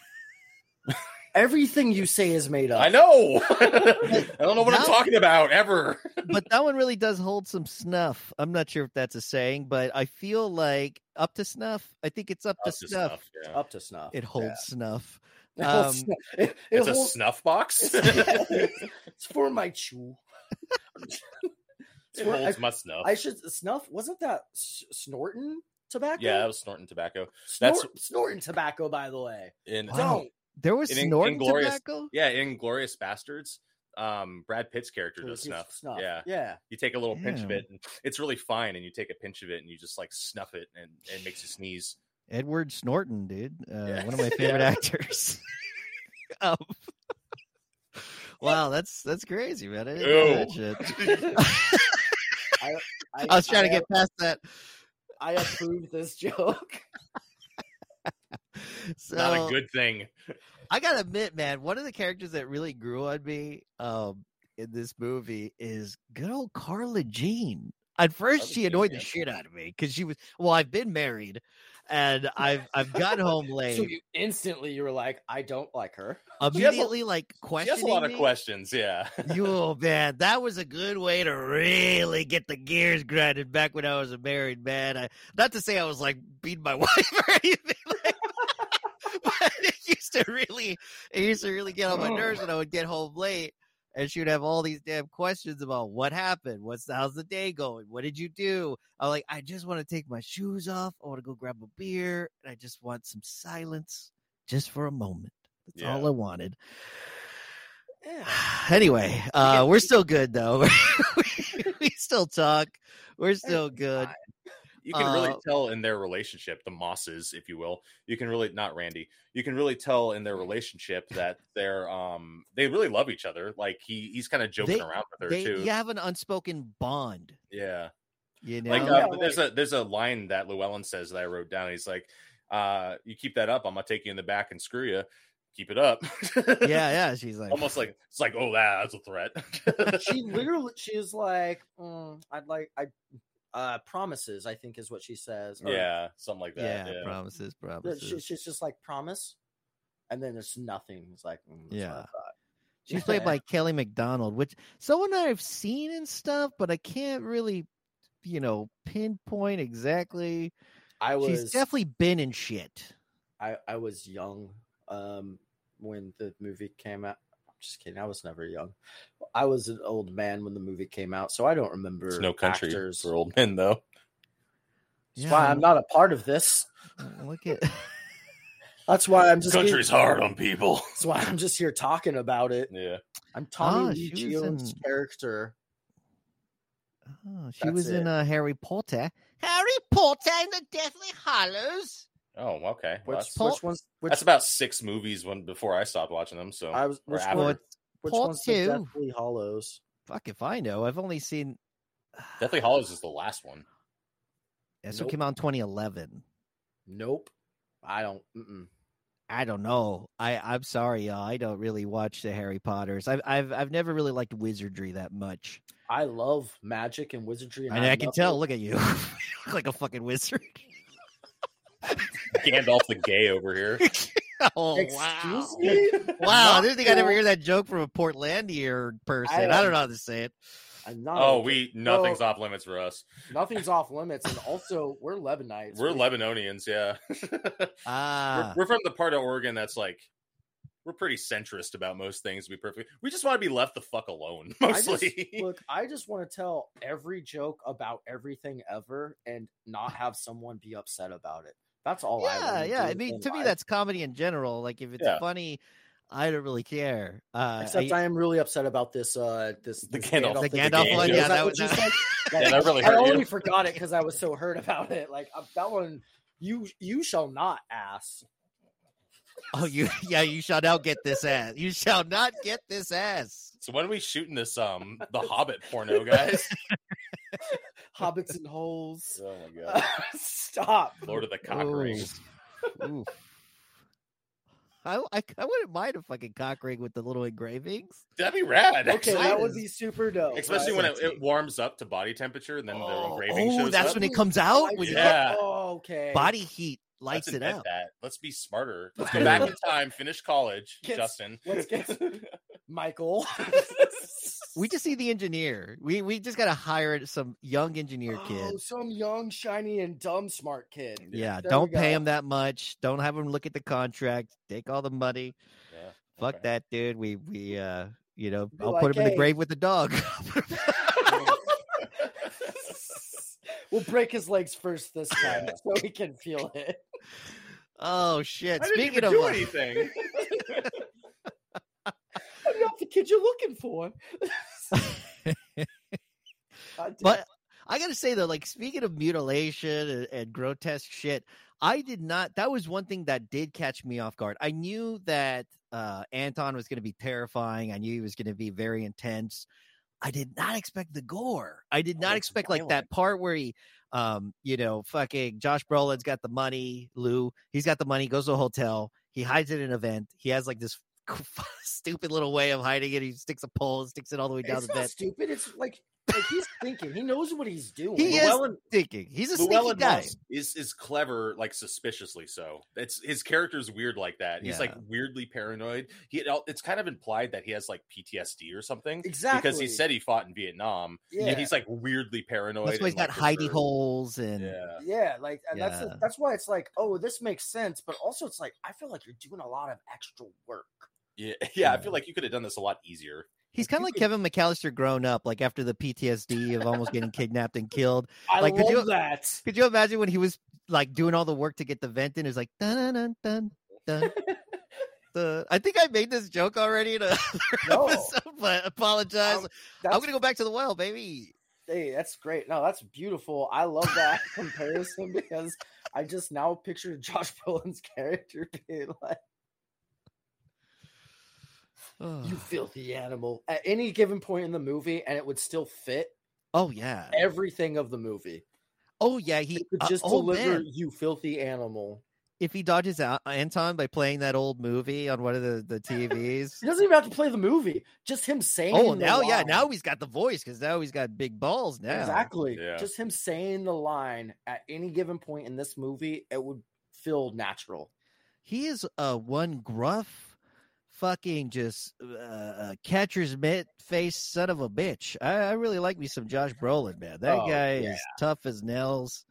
Speaker 3: Everything you say is made up.
Speaker 4: I know. I don't know what I'm
Speaker 2: Now-
Speaker 4: talking about ever.
Speaker 2: but that one really does hold some snuff. I'm not sure if that's a saying, but I feel like up to snuff. I think it's up, to,
Speaker 4: Up to
Speaker 2: snuff.
Speaker 4: snuff, yeah.
Speaker 3: Up to snuff.
Speaker 2: It holds snuff.
Speaker 3: It holds
Speaker 2: um,
Speaker 3: snuff. It- it
Speaker 4: It's a
Speaker 3: holds-
Speaker 4: snuff box. it
Speaker 3: it's, it's for my chew. It's for- I,
Speaker 4: holds my snuff.
Speaker 3: I should snuff. Wasn't that s- snorting tobacco?
Speaker 4: yeah, that was snorting tobacco.
Speaker 3: Snort,
Speaker 4: that's-
Speaker 3: snorting tobacco. By the way,
Speaker 4: In
Speaker 2: Wow.
Speaker 3: don't.
Speaker 2: There was
Speaker 4: In- in-
Speaker 2: snorting
Speaker 4: Inglorious-
Speaker 2: tobacco.
Speaker 4: yeah, in Glorious Bastards, um, Brad Pitt's character does
Speaker 3: It's
Speaker 4: snuff. Yeah,
Speaker 3: yeah.
Speaker 4: you take a little pinch of
Speaker 2: Damn.
Speaker 4: it, and it's really fine. And you take a pinch of it, and you just like snuff it, and it makes you sneeze.
Speaker 2: Edward Snorton, dude, uh,
Speaker 4: Yeah.
Speaker 2: one of my favorite
Speaker 4: Yeah.
Speaker 2: actors. um, wow, that's that's crazy, man. I didn't know that shit. I was trying to get past that.
Speaker 3: I approve this joke.
Speaker 2: So
Speaker 4: Not a good thing.
Speaker 2: I gotta admit, man, one of the characters that really grew on me um, in this movie is good old Carla Jean. At first,
Speaker 4: Carla
Speaker 2: she
Speaker 4: Jean,
Speaker 2: annoyed the
Speaker 4: yeah.
Speaker 2: shit out of me because she was. Well, I've been married, and I've I've got home late.
Speaker 3: So you instantly you were like, I don't like her.
Speaker 4: she has a-
Speaker 2: immediately, like
Speaker 4: She
Speaker 2: questioning.
Speaker 4: has a lot of
Speaker 2: me.
Speaker 4: questions. Yeah,
Speaker 2: You- oh man, that was a good way to really get the gears grinded back when I was a married man. I, not to say I was like beating my wife or anything, like that, but it used to really, it used to really get on
Speaker 4: Oh,
Speaker 2: my nerves when I would get home late, and she would have all these damn questions about what happened, what's the, how's the day going, what did you do? I'm like, I just want to take my shoes off, I want to go grab a beer, and I just want some silence, just for a moment. That's
Speaker 4: Yeah.
Speaker 2: all I wanted.
Speaker 3: Yeah.
Speaker 2: Anyway, uh, we're still good though. we, we still talk. We're still good.
Speaker 4: you can really
Speaker 2: Uh,
Speaker 4: tell in their relationship, the Mosses, if you will. You can really not Randy. You can really tell in their relationship that they're um they really love each other. Like he he's kind of joking
Speaker 2: They-
Speaker 4: around with her
Speaker 2: They,
Speaker 4: too.
Speaker 2: you have an unspoken bond,
Speaker 4: yeah.
Speaker 2: you know.
Speaker 4: Like
Speaker 3: Yeah,
Speaker 4: uh,
Speaker 3: like-
Speaker 4: there's a there's a line that Llewellyn says that I wrote down. He's like, uh, "You keep that up, I'm gonna take you in the back and screw you. Keep it up."
Speaker 2: yeah, yeah. She's like
Speaker 4: almost like it's like, "Oh, that, that's a threat."
Speaker 3: she literally she is like, "Mm, I'd like I uh promises, I think is what she says. or-
Speaker 4: yeah, something like
Speaker 2: yeah,
Speaker 4: that. Yeah,
Speaker 2: promises,
Speaker 3: that
Speaker 2: promises.
Speaker 3: she- she's just like promise, and then there's nothing. It's like "Mm, that's what I
Speaker 2: Yeah.
Speaker 3: thought."
Speaker 2: She's played by Kelly McDonald, which someone that I've seen and stuff, but I can't really, you know, pinpoint exactly.
Speaker 3: I was
Speaker 2: She's definitely been in shit.
Speaker 3: I, I was young um when the movie came out. I'm just kidding. I was never young. I was an old man when the movie came out, so I don't remember
Speaker 4: it's no country
Speaker 3: actors.
Speaker 4: for old men though.
Speaker 3: That's
Speaker 2: Yeah,
Speaker 3: why
Speaker 2: I
Speaker 3: I'm not a part of this.
Speaker 2: mean, Uh, Look at
Speaker 3: That's why I'm just here-
Speaker 4: Country's hard on people.
Speaker 3: That's why I'm just here talking about it.
Speaker 4: Yeah,
Speaker 3: I'm
Speaker 2: Ah,
Speaker 3: Tommy Lee
Speaker 2: she was
Speaker 3: Jones'
Speaker 2: in-
Speaker 3: character.
Speaker 2: oh, she
Speaker 3: That's
Speaker 2: was in
Speaker 3: it.
Speaker 2: uh, Harry Potter. Harry Potter and the Deathly Hollows.
Speaker 4: Oh, okay.
Speaker 3: Which,
Speaker 4: Well, that's,
Speaker 2: Paul-
Speaker 3: which one's which?
Speaker 4: that's about six movies when before I stopped watching them. So
Speaker 3: I was
Speaker 4: or
Speaker 3: which,
Speaker 4: after.
Speaker 2: Well,
Speaker 3: one,
Speaker 2: it's-
Speaker 3: which
Speaker 2: Paul
Speaker 3: one's the
Speaker 2: two.
Speaker 3: Deathly Hollows?
Speaker 2: fuck if I know. I've only seen
Speaker 4: Deathly Hollows is the last one.
Speaker 2: That's what
Speaker 3: Nope.
Speaker 2: came out in 2011.
Speaker 3: Nope. I don't. Mm-mm.
Speaker 2: I don't know. I I'm sorry, y'all. I don't really watch the Harry Potters. I've I've I've never really liked wizardry that much.
Speaker 3: I love magic and wizardry.
Speaker 2: And I
Speaker 3: I'm
Speaker 2: can
Speaker 3: nothing-
Speaker 2: tell. Look at you, You look like a fucking wizard.
Speaker 4: Gandalf the gay over here.
Speaker 2: oh wow,
Speaker 3: Excuse me?
Speaker 2: wow! I
Speaker 3: Not
Speaker 2: didn't think I'd ever
Speaker 3: cool.
Speaker 2: hear that joke from a Portlandier person. I,
Speaker 3: am-
Speaker 2: don't know how to say it.
Speaker 3: I'm not
Speaker 4: Oh,
Speaker 3: okay.
Speaker 4: we nothing's
Speaker 3: Oh.
Speaker 4: off limits for us.
Speaker 3: nothing's off limits, and also we're Lebanonites.
Speaker 4: We're
Speaker 3: We-
Speaker 4: Lebanonians, yeah.
Speaker 2: Ah,
Speaker 4: we're, we're from the part of Oregon that's like we're pretty centrist about most things. To be perfect, we just want to be left the fuck alone
Speaker 3: I just,
Speaker 4: mostly.
Speaker 3: look, I just want to tell every joke about everything ever, and not have someone be upset about it. That's all. I
Speaker 2: yeah,
Speaker 3: wanna
Speaker 2: yeah.
Speaker 3: do
Speaker 2: I mean,
Speaker 3: in
Speaker 2: to me,
Speaker 3: life.
Speaker 2: that's comedy in general. Like if it's
Speaker 4: Yeah.
Speaker 2: funny, I don't really care. Uh,
Speaker 3: Except I, am really upset about this. Uh, this
Speaker 4: The
Speaker 3: this
Speaker 4: Gandalf
Speaker 2: the
Speaker 4: the
Speaker 2: Gandalf
Speaker 4: Gay.
Speaker 2: one.
Speaker 4: Is
Speaker 2: Yeah,
Speaker 4: that
Speaker 2: that
Speaker 3: what
Speaker 2: was
Speaker 3: you said?
Speaker 4: yeah, that really
Speaker 3: I
Speaker 4: hurt
Speaker 3: only
Speaker 4: you.
Speaker 3: forgot it because I was so hurt about it. Like uh, that one, you you shall not ass.
Speaker 2: Oh, you yeah, you shall not get this ass. You shall not get this ass.
Speaker 4: So when are we shooting this um the Hobbit porno, guys?
Speaker 3: Hobbits and holes.
Speaker 4: oh my god,
Speaker 3: Stop.
Speaker 4: Lord of the Cock Rings.
Speaker 2: Oof. I, I, I wouldn't mind a fucking cock ring with the little engravings.
Speaker 4: That'd be rad.
Speaker 3: Okay,
Speaker 4: actually.
Speaker 3: that would be super dope.
Speaker 4: Especially
Speaker 3: right?
Speaker 4: when it, it warms up to body temperature, and then the engraving
Speaker 2: oh,
Speaker 4: shows
Speaker 2: that's
Speaker 4: up.
Speaker 2: when it comes out.
Speaker 3: I
Speaker 2: When
Speaker 3: see.
Speaker 2: you-
Speaker 4: Yeah.
Speaker 3: Oh, okay.
Speaker 2: Body heat
Speaker 4: Let's
Speaker 2: lights it
Speaker 4: invent
Speaker 2: up.
Speaker 4: That. Let's be smarter. Let's go back in time, finish college,
Speaker 3: Kids-
Speaker 4: Justin.
Speaker 3: Let's get Michael.
Speaker 2: We just see the engineer. We we just gotta hire some young engineer kid.
Speaker 3: Oh, some young, shiny, and dumb smart kid.
Speaker 2: yeah,
Speaker 3: There we
Speaker 2: don't pay
Speaker 3: go.
Speaker 2: him that much. Don't have him look at the contract. Take all the money.
Speaker 4: Yeah,
Speaker 2: Fuck
Speaker 4: okay.
Speaker 2: that, dude. We we uh you know
Speaker 3: Be
Speaker 2: I'll
Speaker 3: like,
Speaker 2: put him in
Speaker 3: "Hey."
Speaker 2: the grave with the dog.
Speaker 3: we'll break his legs first this time so he can feel it.
Speaker 2: oh shit!
Speaker 4: I didn't
Speaker 2: Speaking
Speaker 4: even
Speaker 2: of
Speaker 4: do
Speaker 2: uh,
Speaker 4: anything.
Speaker 3: I'm not the kid you're looking for. Uh, God damn.
Speaker 2: But I gotta say though, like speaking of mutilation and, and grotesque shit, I did not. That was one thing that did catch me off guard. I knew that uh, Anton was gonna be terrifying. I knew he was gonna be very intense. I did not expect the gore. I did
Speaker 3: Oh,
Speaker 2: not
Speaker 3: it's
Speaker 2: expect like that
Speaker 3: violent.
Speaker 2: part where he, um, you know, fucking Josh Brolin's got the money. Lou, he's got the money. Goes to a hotel. He hides it in an event. He has like this stupid little way of hiding it. He sticks a pole, and sticks it all the way down
Speaker 3: it's
Speaker 2: the
Speaker 3: not
Speaker 2: vent.
Speaker 3: stupid. It's like, like he's thinking. He knows what he's doing.
Speaker 2: He is
Speaker 4: Llewellyn-
Speaker 2: thinking. He's a sneaky
Speaker 4: Llewellyn
Speaker 2: guy.
Speaker 4: Moss is is clever, like suspiciously so. It's his character's weird like that. He's like
Speaker 2: Yeah.
Speaker 4: weirdly paranoid. He it's kind of implied that he has like PTSD or something
Speaker 3: exactly
Speaker 4: because he said he fought in Vietnam.
Speaker 3: Yeah,
Speaker 4: And he's like weirdly paranoid.
Speaker 2: That's why he's
Speaker 4: and,
Speaker 2: got
Speaker 4: like,
Speaker 2: hidey
Speaker 4: reserved.
Speaker 2: holes and
Speaker 4: Yeah.
Speaker 3: yeah, like and that's the-
Speaker 2: Yeah.
Speaker 3: that's why it's like, oh, this makes sense. But also, it's like I feel like you're doing a lot of extra work.
Speaker 4: yeah, yeah, I feel like you could have done this a lot easier.
Speaker 2: he's kind of like Kevin McAllister grown up, like after the PTSD of almost getting kidnapped and killed.
Speaker 3: I
Speaker 2: Like, could
Speaker 3: love
Speaker 2: you-
Speaker 3: that.
Speaker 2: Could you imagine when he was like doing all the work to get the vent in? It was like dun dun dun dun. dun. The, I think I made this joke already in a
Speaker 3: No.
Speaker 2: episode, but apologize.
Speaker 3: Um,
Speaker 2: I'm
Speaker 3: That's,
Speaker 2: gonna go back to the well, baby.
Speaker 3: hey, that's great. No, that's beautiful. I love that comparison because I just now picture Josh Brolin's character being like. you filthy animal at any given point in the movie and it would still fit
Speaker 2: oh yeah.
Speaker 3: everything of the movie
Speaker 2: Oh yeah. He
Speaker 3: it could
Speaker 2: uh,
Speaker 3: just
Speaker 2: oh,
Speaker 3: deliver
Speaker 2: man.
Speaker 3: you filthy animal
Speaker 2: if he dodges out Anton by playing that old movie on one of the, the TVs.
Speaker 3: he doesn't even have to play the movie just him saying
Speaker 2: Oh,
Speaker 3: the
Speaker 2: now yeah,
Speaker 3: line.
Speaker 2: now he's got the voice because now he's got big balls now.
Speaker 3: exactly
Speaker 4: Yeah.
Speaker 3: just him saying the line at any given point in this movie it would feel natural
Speaker 2: He is uh, one gruff, fucking just uh, uh, catcher's mitt face son of a bitch. I, I really like me some Josh Brolin, man. That
Speaker 3: Oh,
Speaker 2: guy
Speaker 3: yeah.
Speaker 2: is tough as nails.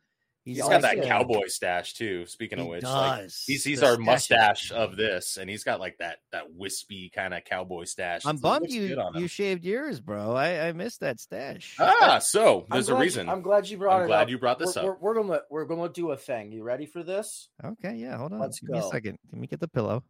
Speaker 4: He's
Speaker 3: Yeah,
Speaker 4: got
Speaker 3: I
Speaker 4: that
Speaker 3: see.
Speaker 4: cowboy stash too. Speaking of
Speaker 2: he
Speaker 4: which, like,
Speaker 2: does.
Speaker 4: he's he's
Speaker 2: The
Speaker 4: our
Speaker 2: stash-
Speaker 4: mustache of this, and he's got like that that wispy kind of cowboy stash.
Speaker 2: I'm
Speaker 4: It
Speaker 2: bummed
Speaker 4: looks good
Speaker 2: you
Speaker 4: on him.
Speaker 2: you shaved yours, bro. I I missed that stash.
Speaker 4: Ah, so
Speaker 3: I'm
Speaker 4: there's a
Speaker 3: glad-
Speaker 4: reason.
Speaker 3: i'm glad you brought
Speaker 4: I'm
Speaker 3: it
Speaker 4: glad
Speaker 3: up
Speaker 4: you brought this
Speaker 3: we're,
Speaker 4: up.
Speaker 3: we're, we're gonna we're gonna do a thing you ready for this
Speaker 2: okay, yeah. Hold on.
Speaker 3: Let's
Speaker 2: Give me a
Speaker 3: go.
Speaker 2: second. Let me get the pillow.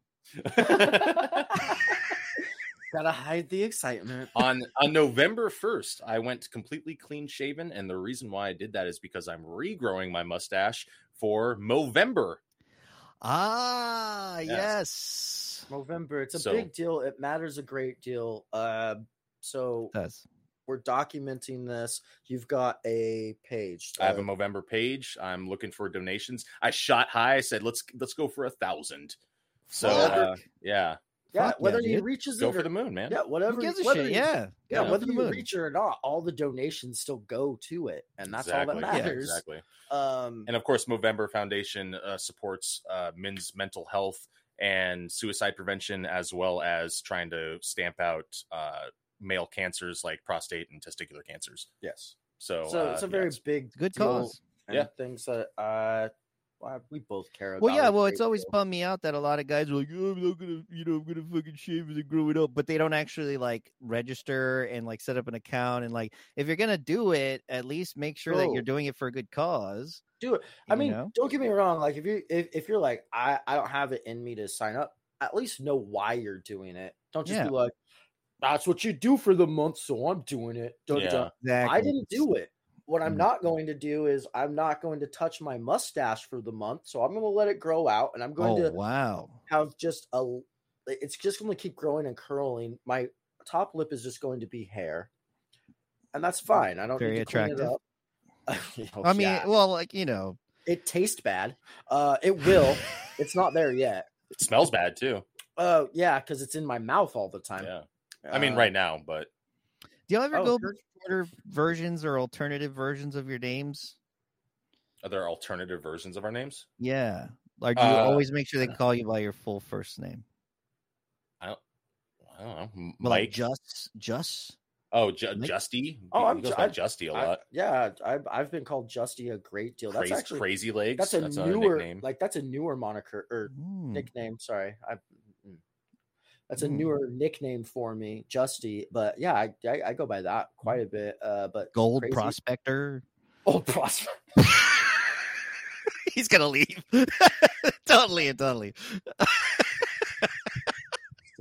Speaker 3: gotta hide the excitement
Speaker 4: on on November 1st, I went completely clean shaven, and the reason why I did that is because I'm regrowing my mustache for Movember.
Speaker 2: Ah, yes.
Speaker 4: Yes.
Speaker 3: November. It's a
Speaker 4: So-
Speaker 3: big deal. It matters a great deal. Uh, so
Speaker 2: Does.
Speaker 3: we're documenting this. You've got a page.
Speaker 4: I have a
Speaker 3: uh,
Speaker 4: Movember page. I'm looking for donations. I shot high. I said, let's let's go for a thousand. So
Speaker 2: Fuck.
Speaker 4: uh, yeah,
Speaker 3: Yeah,
Speaker 2: Fuck yeah,
Speaker 3: whether he
Speaker 2: dude.
Speaker 3: reaches
Speaker 4: go
Speaker 3: it
Speaker 4: for
Speaker 3: or
Speaker 4: the moon, man.
Speaker 3: yeah, whatever.
Speaker 2: Who gives a
Speaker 3: whether
Speaker 2: shit?
Speaker 3: he-
Speaker 2: Yeah.
Speaker 3: yeah,
Speaker 2: Go
Speaker 3: whether
Speaker 2: for the
Speaker 3: you
Speaker 2: moon.
Speaker 3: reach it or not, all the donations still go to it, and that's all that
Speaker 2: Yeah,
Speaker 3: matters.
Speaker 4: exactly.
Speaker 3: Um,
Speaker 4: And of course, Movember Foundation uh, supports uh, men's mental health and suicide prevention, as well as trying to stamp out uh, male cancers like prostate and testicular cancers.
Speaker 3: yes,
Speaker 4: So,
Speaker 3: so
Speaker 4: uh,
Speaker 3: it's a
Speaker 4: yeah,
Speaker 3: very big
Speaker 2: Good
Speaker 3: deal
Speaker 2: cause.
Speaker 3: and
Speaker 4: Yeah.
Speaker 3: things that uh, well, we both care about.
Speaker 2: Well, yeah.
Speaker 3: a
Speaker 2: Well,
Speaker 3: great
Speaker 2: it's always
Speaker 3: deal.
Speaker 2: bummed me out that a lot of guys are like, "Oh, I'm not gonna, you know, I'm gonna fucking shave as I grow it up," but they don't actually like register and like set up an account and like, if you're gonna do it, at least make sure that
Speaker 3: Bro.
Speaker 2: you're doing it for a good cause.
Speaker 3: Do it. I
Speaker 2: you
Speaker 3: mean,
Speaker 2: know?
Speaker 3: don't get me wrong. Like if you if, if you're like I I don't have it in me to sign up, at least know why you're doing it. Don't just
Speaker 2: Yeah.
Speaker 3: be like, that's what you do for the month, so I'm doing it. Dun,
Speaker 4: Yeah.
Speaker 3: dun.
Speaker 2: exactly.
Speaker 3: I didn't do it. What I'm
Speaker 2: Mhm.
Speaker 3: not going to do is I'm not going to touch my mustache for the month, so I'm going to let it grow out, and I'm going
Speaker 2: Oh
Speaker 3: to
Speaker 2: wow.
Speaker 3: have just a. It's just going to keep growing and curling. My top lip is just going to be hair, and that's fine. I don't
Speaker 2: Very
Speaker 3: need to clean it
Speaker 2: attractive.
Speaker 3: up. Oh,
Speaker 2: I mean,
Speaker 3: yeah.
Speaker 2: well, like you know,
Speaker 3: It tastes bad. Uh, it will. it's not there yet.
Speaker 4: It smells bad too.
Speaker 3: Oh yeah, because it's in my mouth all the time.
Speaker 4: Yeah, I mean
Speaker 3: Uh,
Speaker 4: right now, but
Speaker 2: Do y'all ever
Speaker 3: Oh,
Speaker 2: go
Speaker 3: sure.
Speaker 2: order versions or alternative versions of your names?
Speaker 4: are there alternative versions of our names?
Speaker 2: Yeah. Like, do you
Speaker 4: Uh,
Speaker 2: always make sure they call you by your full first name?
Speaker 4: I don't, I don't know.
Speaker 2: Well,
Speaker 4: Mike.
Speaker 2: Like, just, just.
Speaker 4: oh, Ju-
Speaker 2: Mike?
Speaker 4: Justy.
Speaker 3: Oh,
Speaker 4: He
Speaker 3: I'm
Speaker 4: goes
Speaker 3: Ju-
Speaker 4: by
Speaker 3: I'm-
Speaker 4: Justy a
Speaker 3: I-
Speaker 4: lot.
Speaker 3: yeah, I've, I've been called Justy a great deal. That's
Speaker 4: crazy,
Speaker 3: actually
Speaker 4: crazy legs.
Speaker 3: that's a
Speaker 4: another
Speaker 3: newer
Speaker 4: nickname. Hmm.
Speaker 3: like that's a newer moniker or
Speaker 2: Mm,
Speaker 3: nickname. Sorry, I, mm. that's a
Speaker 2: Mm.
Speaker 3: newer nickname for me, Justy. But yeah, I, I, I go by that
Speaker 4: Hmm.
Speaker 3: quite a bit. Uh, but
Speaker 2: Gold
Speaker 3: crazy-
Speaker 2: prospector.
Speaker 3: old prospect.
Speaker 2: He's gonna leave. totally, totally.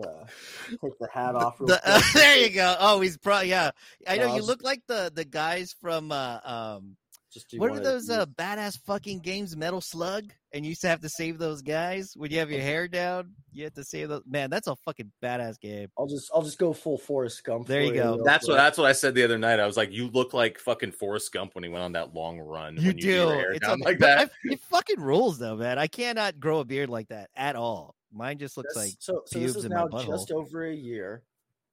Speaker 3: Uh, take the hat off. Real
Speaker 2: The- uh,
Speaker 3: quick.
Speaker 2: there you go. Oh, he's probably yeah. I know you
Speaker 3: Um,
Speaker 2: look like the the guys from uh, um.
Speaker 3: Just do
Speaker 2: what
Speaker 3: one
Speaker 2: are
Speaker 3: of
Speaker 2: those
Speaker 3: these.
Speaker 2: uh, badass fucking games? Metal Slug, and you used to have to save those guys when you have your hair down. You have to save those. Man, that's a fucking badass game.
Speaker 3: I'll just I'll just go full Forrest Gump.
Speaker 2: There
Speaker 3: for
Speaker 2: you go.
Speaker 3: real
Speaker 4: That's what
Speaker 3: quick.
Speaker 4: that's what I said the other night. I was like, "You look like fucking Forrest Gump when he went on that long run."
Speaker 2: You
Speaker 4: when do
Speaker 2: do.
Speaker 4: your hair
Speaker 2: It's
Speaker 4: down
Speaker 2: un-
Speaker 4: like
Speaker 2: but
Speaker 4: that.
Speaker 2: I- it fucking rules though, man. I cannot grow a beard like that at all. Mine just looks
Speaker 3: This-
Speaker 2: like
Speaker 3: so. So this
Speaker 2: pubes
Speaker 3: is
Speaker 2: in my
Speaker 3: now
Speaker 2: butthole.
Speaker 3: just over a year.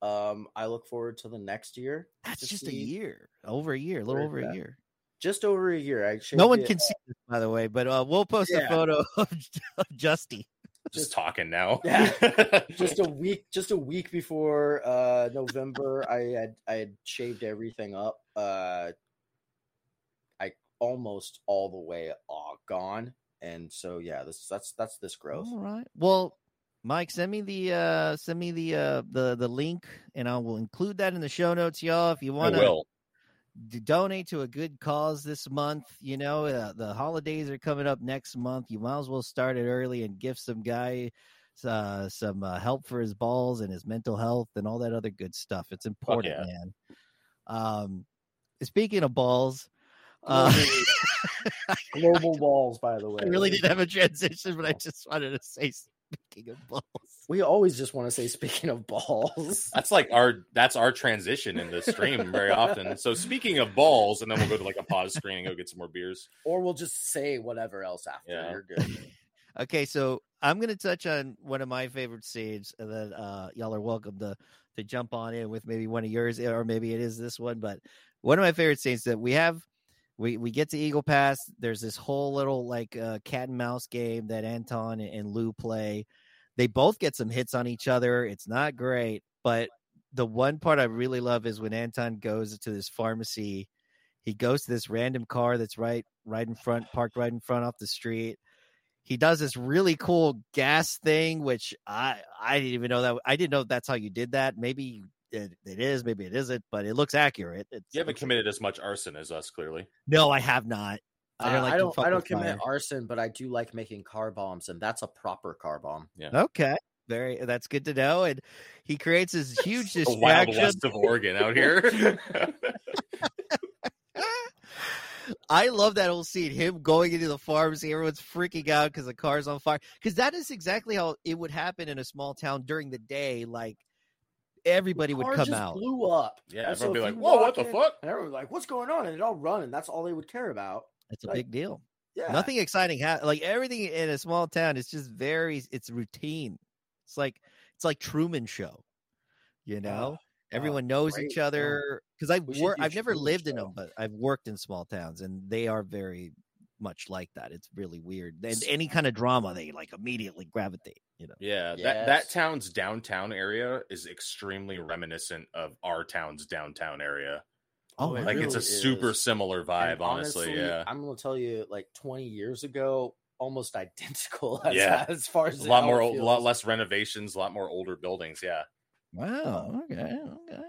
Speaker 3: Um, I look forward to the next year.
Speaker 2: that's
Speaker 3: to
Speaker 2: just a
Speaker 3: see-
Speaker 2: year, over a year, a little
Speaker 3: Where's
Speaker 2: over a
Speaker 3: that?
Speaker 2: year.
Speaker 3: Just over a year. I
Speaker 2: No
Speaker 3: shaved
Speaker 2: one
Speaker 3: it,
Speaker 2: can see this, by the way, but uh, we'll post a
Speaker 3: Yeah.
Speaker 2: photo of, of Justy.
Speaker 4: just talking now.
Speaker 3: Yeah. just a week just a week before uh november i had i had shaved everything up uh i almost all the way all gone and so yeah this that's that's this growth
Speaker 2: All right. Well, Mike, send me the uh, send me the uh, the the link, and I will include that in the show notes, y'all. If you
Speaker 4: I
Speaker 2: want to
Speaker 4: will.
Speaker 2: d- donate to a good cause this month. You know, uh, the holidays are coming up next month. You might as well start it early and give some guy uh, some uh, help for his balls and his mental health and all that other good stuff. It's important,
Speaker 4: yeah.
Speaker 2: man. Um, speaking of balls, uh,
Speaker 3: global balls by the way
Speaker 2: I really did have a transition, but I just wanted to say, speaking of balls,
Speaker 3: we always just want to say speaking of balls
Speaker 4: That's like our that's our transition in the stream very often. So speaking of balls, and then we'll go to like a pause screen and go get some more beers.
Speaker 3: or we'll just say whatever else after
Speaker 4: Yeah.
Speaker 3: you're good
Speaker 2: Okay, so I'm going to touch on one of my favorite scenes, and then uh, y'all are welcome to to jump on in with maybe one of yours, or maybe it is this one. But one of my favorite scenes that we have, we we get to Eagle Pass. There's this whole little like uh, cat and mouse game that Anton and, and Lou play. They both get some hits on each other. It's not great, but the one part I really love is when Anton goes to this pharmacy. He goes to this random car that's right right in front, parked right in front off the street he does this really cool gas thing, which I I didn't even know that I didn't know that's how you did that. Maybe it, it is, maybe it isn't, but it looks accurate. It's,
Speaker 4: You haven't
Speaker 2: it's-
Speaker 4: committed as much arson as us, clearly.
Speaker 2: No, I have not. I don't
Speaker 3: Uh,
Speaker 2: like
Speaker 3: I
Speaker 2: to
Speaker 3: don't,
Speaker 2: fuck
Speaker 3: I don't
Speaker 2: with
Speaker 3: commit
Speaker 2: fire.
Speaker 3: arson but i do like making car bombs and that's a proper car bomb
Speaker 2: Okay, very that's good to know. And he creates this huge
Speaker 4: The wild
Speaker 2: distraction.
Speaker 4: west of Oregon out here.
Speaker 2: I love that whole scene. Him going into the pharmacy, everyone's freaking out because the car's on fire. Because that is exactly how it would happen in a small town during the day. Like everybody would
Speaker 3: car
Speaker 2: come
Speaker 3: just
Speaker 2: out.
Speaker 3: blew up
Speaker 4: yeah,
Speaker 3: And so
Speaker 4: everyone be
Speaker 3: if
Speaker 4: like,
Speaker 3: you
Speaker 4: "Whoa, what
Speaker 3: walk
Speaker 4: the
Speaker 3: in-
Speaker 4: fuck?"
Speaker 3: And everyone was like, what's going on? And they'd all run, and that's all they would care about.
Speaker 2: It's a
Speaker 3: Like-
Speaker 2: big deal.
Speaker 3: Yeah.
Speaker 2: Nothing exciting. Ha- like everything in a small town is just very. It's routine. It's like it's like Truman Show. You know, everyone knows each
Speaker 3: Oh, great, yeah.
Speaker 2: other because I've
Speaker 3: We should
Speaker 2: wor-
Speaker 3: do
Speaker 2: I've never
Speaker 3: Truman
Speaker 2: lived in them,
Speaker 3: Show.
Speaker 2: but I've worked in small towns, and they are very much like that. It's really weird. And any kind of drama, they like immediately gravitate. You know.
Speaker 4: Yeah, that that
Speaker 3: Yes.
Speaker 4: town's downtown area is extremely reminiscent of our town's downtown area.
Speaker 3: Oh, It
Speaker 4: Like it's a
Speaker 3: really
Speaker 4: super
Speaker 3: is.
Speaker 4: similar vibe,
Speaker 3: And
Speaker 4: honestly, Yeah,
Speaker 3: I'm gonna tell you, like 20 years ago, almost identical. As,
Speaker 4: Yeah.
Speaker 3: as far
Speaker 4: a
Speaker 3: as
Speaker 4: lot
Speaker 3: how
Speaker 4: more,
Speaker 3: it
Speaker 4: a lot
Speaker 3: feels.
Speaker 4: less renovations, a lot more older buildings. Yeah,
Speaker 2: Wow. Okay. Okay.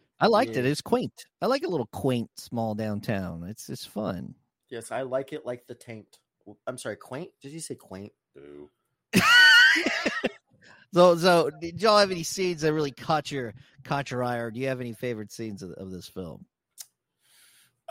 Speaker 2: Um, I liked it.
Speaker 3: yeah.
Speaker 2: It's quaint. I like a little quaint small downtown. It's it's fun.
Speaker 3: Yes, I like it like the taint. I'm sorry, quaint. Did you say quaint?
Speaker 4: Ooh.
Speaker 2: So, so did y'all have any scenes that really caught your caught your eye, or do you have any favorite scenes of, of this film?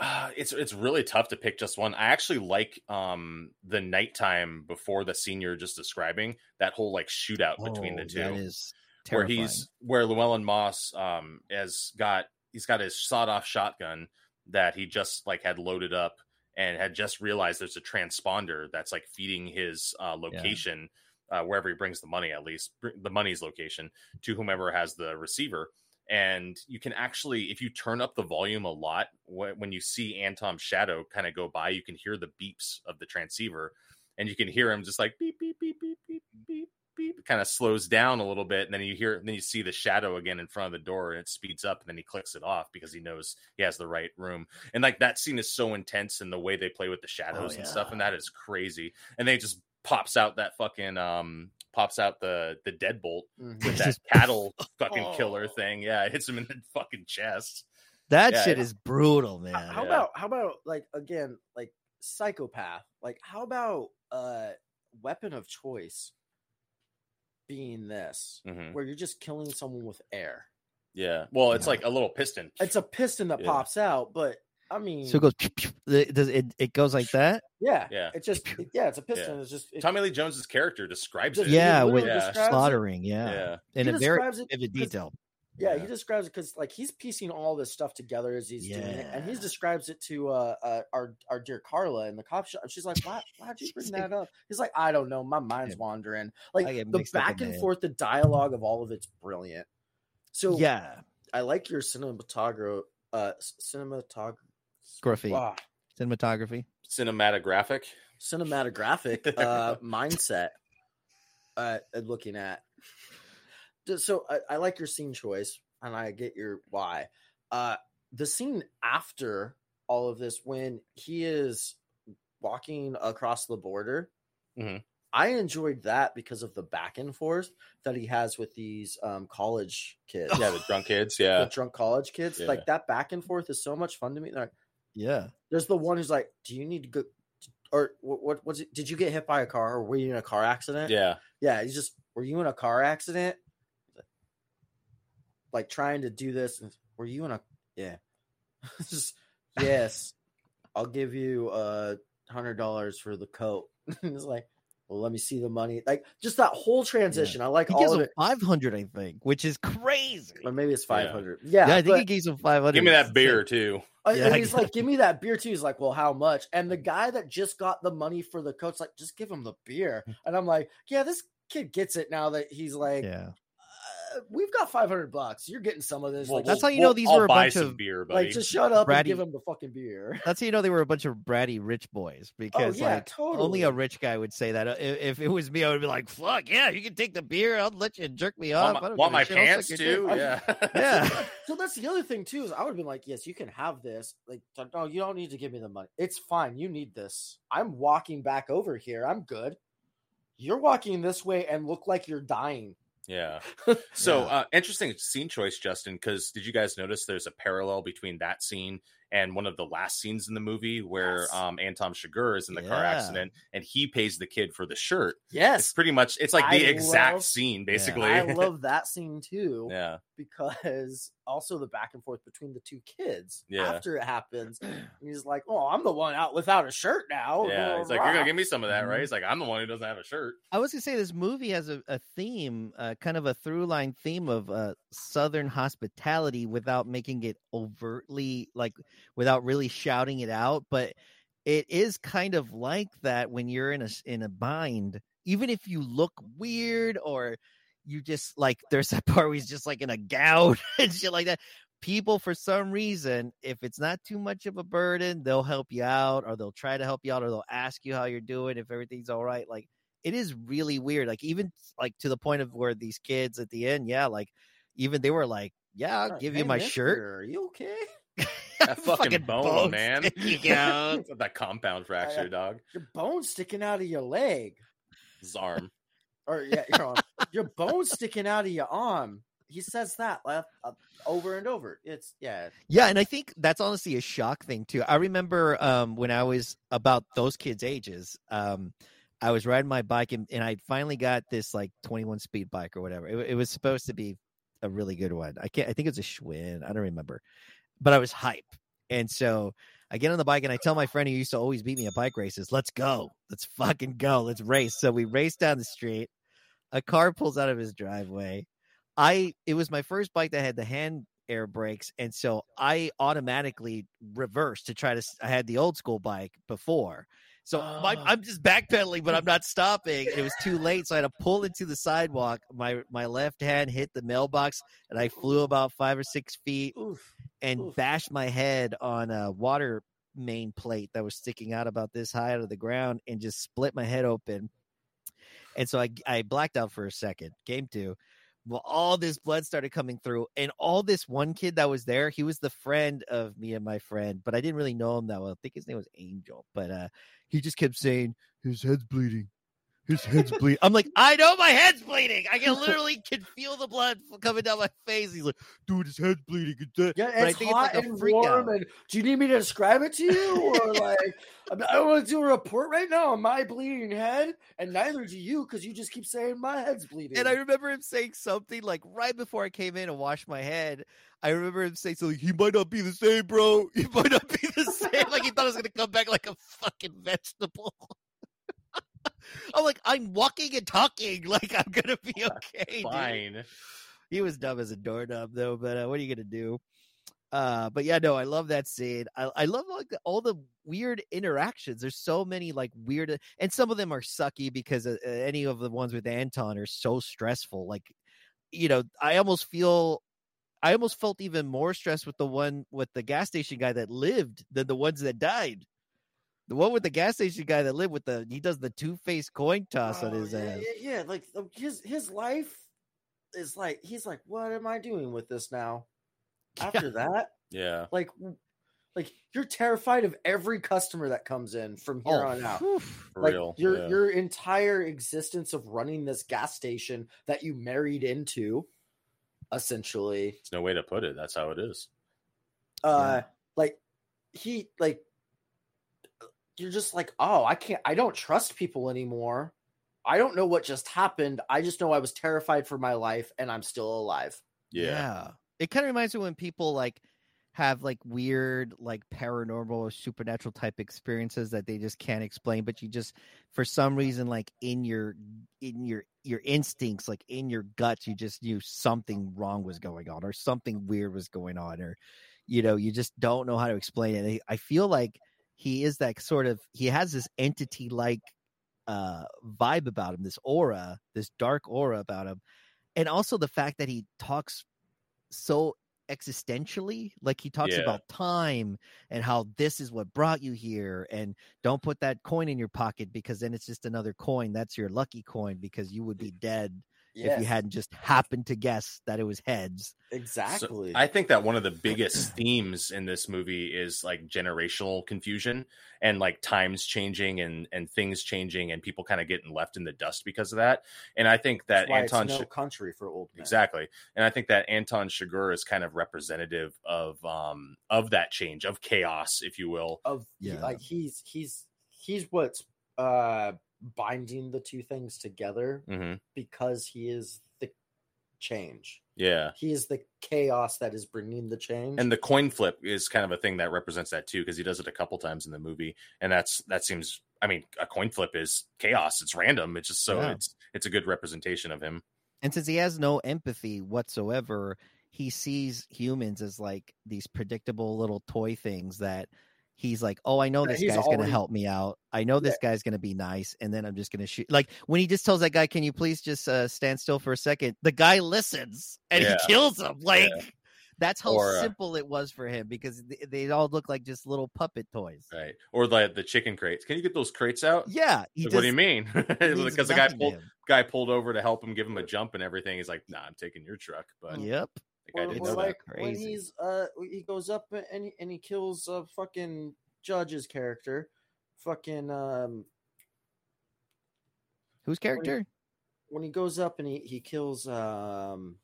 Speaker 4: Uh, it's it's really tough to pick just one. I actually like um the nighttime before the scene you're just describing. That whole like shootout between the
Speaker 2: Oh,
Speaker 4: two.
Speaker 2: that is
Speaker 4: where
Speaker 2: terrifying.
Speaker 4: he's where Llewellyn Moss um has got he's got his sawed off shotgun that he just like had loaded up and had just realized there's a transponder that's like feeding his uh, location uh, wherever he brings the money at least br- the money's location to whomever has the receiver and you can actually if you turn up the volume a lot wh- when you see Antom's shadow kind of go by you can hear the beeps of the transceiver and you can hear him just like beep beep beep beep beep beep beep kind of slows down a little bit and then you hear and then you see the shadow again in front of the door and it speeds up and then he clicks it off because he knows he has the right room and like that scene is so intense and the way they play with the shadows and stuff and that is crazy and they just pops out that fucking um pops out the the deadbolt with that
Speaker 2: Just-
Speaker 4: cattle fucking
Speaker 3: Oh.
Speaker 4: killer thing yeah it hits him in the fucking chest
Speaker 2: that
Speaker 4: yeah,
Speaker 2: shit
Speaker 4: yeah.
Speaker 2: is brutal, man.
Speaker 3: How
Speaker 4: yeah.
Speaker 3: about how about like again like psychopath? Like how about uh weapon of choice being this,
Speaker 4: Mhm.
Speaker 3: where you're just killing someone with air.
Speaker 4: yeah well it's
Speaker 2: Yeah.
Speaker 4: like a little piston
Speaker 3: It's a piston that
Speaker 4: Yeah.
Speaker 3: pops out, but I mean,
Speaker 2: so it goes. pew, pew, the- does it, it goes like that?
Speaker 3: yeah,
Speaker 4: Yeah.
Speaker 3: It just yeah, it's a piston. It's just it,
Speaker 4: tommy lee jones's character describes it
Speaker 3: Just-
Speaker 2: Yeah,
Speaker 3: literally
Speaker 2: with
Speaker 4: describes
Speaker 3: it.
Speaker 2: slaughtering. Yeah, in
Speaker 3: he
Speaker 2: a very
Speaker 3: describes it
Speaker 2: vivid
Speaker 3: because-
Speaker 2: detail.
Speaker 3: Yeah,
Speaker 4: Yeah.
Speaker 3: he describes it because like he's piecing all this stuff together as he's doing it, and he
Speaker 2: Yeah.
Speaker 3: describes it to uh, uh our our dear Carla in the cop shop. and She's like, "Why? Why'd you bring
Speaker 2: She's like-
Speaker 3: that up?" He's like, "I don't know. My mind's
Speaker 2: Yeah.
Speaker 3: wandering." Like
Speaker 2: I get
Speaker 3: the
Speaker 2: mixed up
Speaker 3: back
Speaker 2: in
Speaker 3: and
Speaker 2: my head.
Speaker 3: forth, the dialogue of all of it's brilliant. So
Speaker 2: yeah,
Speaker 3: I like your cinematograph, uh, s- cinematog,
Speaker 2: scruffy
Speaker 3: ah,
Speaker 2: cinematography.
Speaker 4: cinematographic
Speaker 3: cinematographic uh mindset. Uh, at looking at. D- So I, I like your scene choice, and I get your why. Uh, the scene after all of this, when he is walking across the border,
Speaker 4: Mhm.
Speaker 3: I enjoyed that because of the back and forth that he has with these um, college kids,
Speaker 4: yeah the drunk kids
Speaker 3: the
Speaker 4: yeah
Speaker 3: drunk college kids.
Speaker 4: Yeah.
Speaker 3: Like that back and forth is so much fun to me. Like,
Speaker 2: Yeah,
Speaker 3: there's the one who's like, "Do you need to go?" Or what? What was it? Did you get hit by a car, or were you in a car accident?
Speaker 4: yeah
Speaker 3: Yeah, he's just, were you in a car accident? Like trying to do this. And, were you in a, yeah. It's just, yes, I'll give you uh, $100 for the coat. And it's like, well, let me see the money. Like just that whole transition. I like
Speaker 2: he
Speaker 3: all
Speaker 2: gives
Speaker 3: of
Speaker 2: him
Speaker 3: it.
Speaker 2: five hundred, I think, which is crazy.
Speaker 3: Or maybe it's
Speaker 4: Yeah.
Speaker 3: 500. Yeah.
Speaker 2: Yeah, I think
Speaker 3: but-
Speaker 2: he gives him five hundred.
Speaker 4: give me that beer too
Speaker 3: Uh,
Speaker 2: Yeah,
Speaker 3: and
Speaker 2: I
Speaker 3: he's
Speaker 2: guess.
Speaker 3: like, give me that beer too. He's like, well, how much? And the guy that just got the money for the coat's like, just give him the beer.
Speaker 2: Mm.
Speaker 3: And I'm like, yeah, this kid gets it now that he's like,
Speaker 2: Yeah,
Speaker 3: uh, we've got 500 bucks. You're getting some of this.
Speaker 4: Well,
Speaker 3: like,
Speaker 2: that's
Speaker 3: just-
Speaker 2: how you know these
Speaker 4: I'll
Speaker 2: were a
Speaker 4: buy
Speaker 2: bunch
Speaker 4: some
Speaker 2: of-
Speaker 4: beer buddy
Speaker 3: like just shut up
Speaker 2: Bratty-
Speaker 3: and give him the fucking beer.
Speaker 2: That's how you know they were a bunch of bratty rich boys
Speaker 3: Oh
Speaker 2: because
Speaker 3: yeah,
Speaker 2: like
Speaker 3: totally.
Speaker 2: only a rich guy would say that. Uh, i- If, it was me, I would be like, "Fuck yeah, you can take the beer. I'll let you jerk me off.
Speaker 4: want
Speaker 2: I
Speaker 4: my,
Speaker 2: don't
Speaker 4: want
Speaker 2: give a
Speaker 4: my
Speaker 2: shit. I'll suck
Speaker 4: pants
Speaker 2: your
Speaker 4: too
Speaker 2: dick."
Speaker 4: yeah
Speaker 2: Yeah,
Speaker 3: so that's the other thing too is I would have been like, yes, you can have this. Like, no, you don't need to give me the money. It's fine. You need this. I'm walking back over here. I'm good. You're walking this way and look like you're dying.
Speaker 4: Yeah. So
Speaker 2: Yeah.
Speaker 4: Uh, interesting scene choice, Justin. Because did you guys notice there's a parallel between that scene and one of the last scenes in the movie where
Speaker 3: Yes.
Speaker 4: um, Anton Chigurh is in the car
Speaker 2: Yeah.
Speaker 4: accident and he pays the kid for the shirt? It's
Speaker 3: Yes,
Speaker 4: pretty much it's like the
Speaker 3: I
Speaker 4: exact
Speaker 3: love-
Speaker 4: scene, basically.
Speaker 3: I love that scene too
Speaker 4: yeah.
Speaker 3: because also the back and forth between the two kids
Speaker 4: Yeah.
Speaker 3: after it happens. And he's like, "Oh, I'm the one out without a shirt now."
Speaker 4: yeah. He's like, you're gonna give me some of that,
Speaker 2: Mhm.
Speaker 4: right? He's like, I'm the one who doesn't have a shirt.
Speaker 2: I was gonna say this movie has a, a theme, uh, kind of a through line theme of uh, Southern hospitality without making it overtly like without really shouting it out, but it is kind of like that when you're in a s- in a bind even if you look weird or you just like there's that part where he's just like in a gown and shit like that people for some reason if it's not too much of a burden they'll help you out or they'll try to help you out or they'll ask you how you're doing if everything's all right like it is really weird like even like to the point of where these kids at the end yeah like even they were like yeah i'll
Speaker 3: Like,
Speaker 2: give
Speaker 3: "Hey,
Speaker 2: you my
Speaker 3: mister,
Speaker 2: shirt
Speaker 3: Are you okay?
Speaker 4: That fucking, bone,
Speaker 2: bones.
Speaker 4: man.
Speaker 2: yeah.
Speaker 4: that compound fracture, dog.
Speaker 3: Your bone's sticking out of your leg.
Speaker 4: His arm.
Speaker 3: Or yeah, your arm. your bone's sticking out of your arm. He says that like, uh, over and over. It's yeah.
Speaker 2: Yeah, and I think that's honestly a shock thing too. I remember um, when I was about those kids' ages, um, I was riding my bike and, and I finally got this like 21 speed bike or whatever. It, wa- it was supposed to be a really good one. I can't. I think it was a Schwinn. I don't remember, but I was hype, and so I get on the bike and I tell my friend who used to always beat me at bike races, "Let's go, let's fucking go, let's race." So we race down the street. A car pulls out of his driveway. I it was my first bike that had the hand air brakes, and so I automatically reversed to try to. s- I had the old school bike before, so my,
Speaker 3: Ah.
Speaker 2: I'm just backpedaling, but I'm not stopping. It was too late, so I had to pull into the sidewalk. My my left hand hit the mailbox, and I flew about five or six feet
Speaker 3: Oof.
Speaker 2: and
Speaker 3: Oof.
Speaker 2: bashed my head on a water main plate that was sticking out about this high out of the ground and just split my head open. And so I, I blacked out for a second. Game two. Well, all this blood started coming through, and all this one kid that was there, he was the friend of me and my friend, but I didn't really know him that well. I think his name was Angel, but uh, he just kept saying, His head's bleeding. His head's bleeding. I'm like, I know my head's bleeding. I can literally can feel the blood f- coming down my face. He's like, dude, his head's bleeding. It's dead."
Speaker 3: Yeah,
Speaker 2: But I
Speaker 3: it's
Speaker 2: think it's
Speaker 3: hot
Speaker 2: like a
Speaker 3: and
Speaker 2: freak out.
Speaker 3: warm. And do you need me to describe it to you, or like I mean, I don't want to do a report right now on my bleeding head, and neither do you because you just keep saying my head's bleeding.
Speaker 2: And I remember him saying something like right before I came in and washed my head. I remember him saying something. He might not be the same, bro. He might not be the same. like he thought I was gonna come back like a fucking vegetable. I'm like, I'm walking and talking. Like I'm gonna be okay. Dude.
Speaker 4: Fine.
Speaker 2: He was dumb as a doorknob though. But uh, what are you gonna do? Uh, but yeah, no, I love that scene. I, I love like the- all the weird interactions. There's so many like weird, and some of them are sucky because uh, uh, any of the ones with Anton are so stressful. Like, you know, I almost feel, I almost felt even more stressed with the one with the gas station guy that lived than the ones that died. The one with the gas station guy that lived with the he does the two faced coin toss on
Speaker 3: Oh,
Speaker 2: his
Speaker 3: yeah,
Speaker 2: ass.
Speaker 3: Yeah, yeah, like the- his his life is like he's like, what am I doing with this now? After that,
Speaker 4: Yeah.
Speaker 3: like, w- like you're terrified of every customer that comes in from here
Speaker 2: Oh.
Speaker 3: on out.
Speaker 2: phew.
Speaker 4: For
Speaker 3: like
Speaker 4: real.
Speaker 3: your
Speaker 4: yeah.
Speaker 3: your entire existence of running this gas station that you married into, essentially.
Speaker 4: There's no way to put it. That's how it is.
Speaker 3: Uh, like he like you're just like, oh, I can't. I don't trust people anymore. I don't know what just happened. I just know I was terrified for my life, and I'm still alive.
Speaker 4: Yeah.
Speaker 2: It kind of reminds me when people like have like weird like paranormal or supernatural type experiences that they just can't explain but you just for some reason like in your in your your instincts like in your guts you just knew something wrong was going on or something weird was going on or you know you just don't know how to explain it i I feel like he is that sort of he has this entity like uh vibe about him this aura this dark aura about him and also the fact that he talks so existentially like he talks
Speaker 4: Yeah.
Speaker 2: about time and how this is what brought you here and don't put that coin in your pocket because then it's just another coin that's your lucky coin because you would be dead if you
Speaker 3: Yes,
Speaker 2: hadn't just happened to guess that it was heads
Speaker 3: exactly.
Speaker 4: I think that one of the biggest themes in this movie is like generational confusion and like times changing and and things changing and people kind of getting left in the dust because of that. And I think that
Speaker 3: That's why
Speaker 4: Anton
Speaker 3: it's no
Speaker 4: should
Speaker 3: country for old men.
Speaker 4: Exactly. And I think that Anton Chigurh is kind of representative of um of that change, of chaos, if you will.
Speaker 3: Of he-
Speaker 2: Yeah.
Speaker 3: like he's he's he's what's uh binding the two things together
Speaker 4: Mm-hmm.
Speaker 3: because he is the change.
Speaker 4: Yeah.
Speaker 3: He is the chaos that is bringing the
Speaker 2: Mm-hmm.
Speaker 3: change.
Speaker 4: And the coin flip is kind of a thing that represents that too, because he does it a couple times in the movie. And that's that seems I mean, a coin flip is chaos. It's random. It's just so
Speaker 2: Yeah.
Speaker 4: it's it's a good representation of him.
Speaker 2: and since he has no empathy whatsoever he sees humans as like these predictable little toy things that he's like, "Oh, I know
Speaker 3: Yeah,
Speaker 2: this
Speaker 3: he's
Speaker 2: guy's gonna
Speaker 3: already-
Speaker 2: help me out. I know this guy's gonna be nice." And then I'm just gonna shoot. Like when he just tells that guy, "Can you please just uh, stand still for a second? The guy listens and
Speaker 4: Yeah.
Speaker 2: he kills him. Like that's how
Speaker 4: Or, uh,
Speaker 2: simple it was for him because they, they all look like just little puppet toys.
Speaker 4: Right. Or the the chicken crates. Can you get those crates out?
Speaker 2: Yeah, he
Speaker 4: Like, what do you
Speaker 2: just
Speaker 4: mean?
Speaker 2: leaves
Speaker 4: Because the guy
Speaker 2: behind
Speaker 4: pulled
Speaker 2: him.
Speaker 4: guy pulled over to help him, give him a jump and everything. He's like, "Nah, I'm taking your truck." But
Speaker 2: Yep.
Speaker 4: the guy
Speaker 3: Or,
Speaker 4: didn't
Speaker 3: or
Speaker 4: know that.
Speaker 3: like when
Speaker 2: Crazy.
Speaker 3: he's uh he goes up and he, and he kills a fucking judge's character, fucking um
Speaker 2: Whose character?
Speaker 3: when he goes up and he he kills um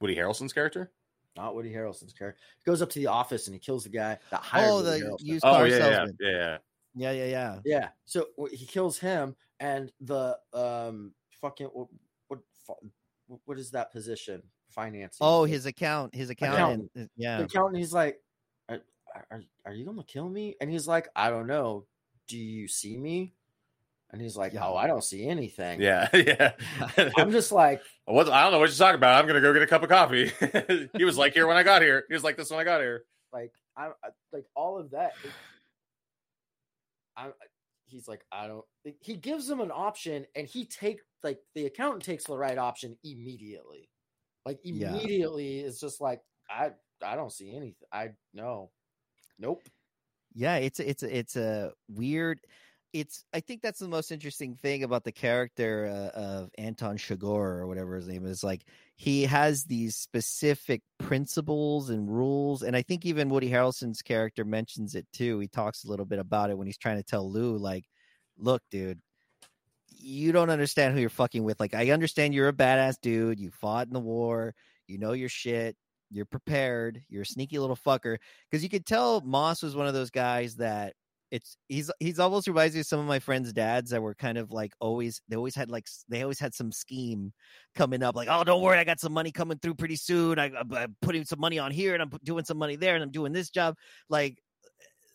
Speaker 4: Woody Harrelson's character.
Speaker 3: not Woody Harrelson's character. He goes up to the office and he kills the guy that hired
Speaker 2: Oh,
Speaker 3: Woody
Speaker 2: the
Speaker 3: Harrelson.
Speaker 2: used
Speaker 4: Oh
Speaker 2: car
Speaker 4: yeah, yeah,
Speaker 2: salesman.
Speaker 4: yeah, yeah.
Speaker 2: Yeah, yeah, yeah.
Speaker 3: Yeah. So wh- he kills him, and the um fucking what what fu- what is that position? Financing.
Speaker 2: Oh,
Speaker 3: shit.
Speaker 2: his account, his accountant.
Speaker 3: Accountant. the
Speaker 2: Yeah.
Speaker 3: accountant. He's like, are, are are you gonna kill me? And he's like, I don't know. Do you see me? And he's like,
Speaker 2: Yeah.
Speaker 3: Oh, I don't see anything.
Speaker 4: Yeah, yeah.
Speaker 3: I'm just like,
Speaker 4: What, I don't know what you're talking about. I'm gonna go get a cup of coffee. he was like here when I got here. He was like this when I got here.
Speaker 3: like I I- like all of that. it- I he's like I don't. He gives him an option, and he take like the accountant takes the right option immediately. Like
Speaker 2: Yeah.
Speaker 3: immediately, it's just like I I don't see anything. I no, nope.
Speaker 2: Yeah, it's a- it's a- it's a weird it's I think that's the most interesting thing about the character uh, of Anton Chigurh or whatever his name is like he has these specific principles and rules and I think even Woody Harrelson's character mentions it too. He talks a little bit about it when he's trying to tell Lou like look dude you don't understand who you're fucking with. Like I understand you're a badass dude, you fought in the war, you know your shit, you're prepared, you're a sneaky little fucker because you could tell Moss was one of those guys that it's he's he's almost reminds me of some of my friends' dads that were kind of like always they always had like s- they always had some scheme coming up like oh don't worry I got some money coming through pretty soon I, I'm, I'm putting some money on here and I'm doing some money there and I'm doing this job like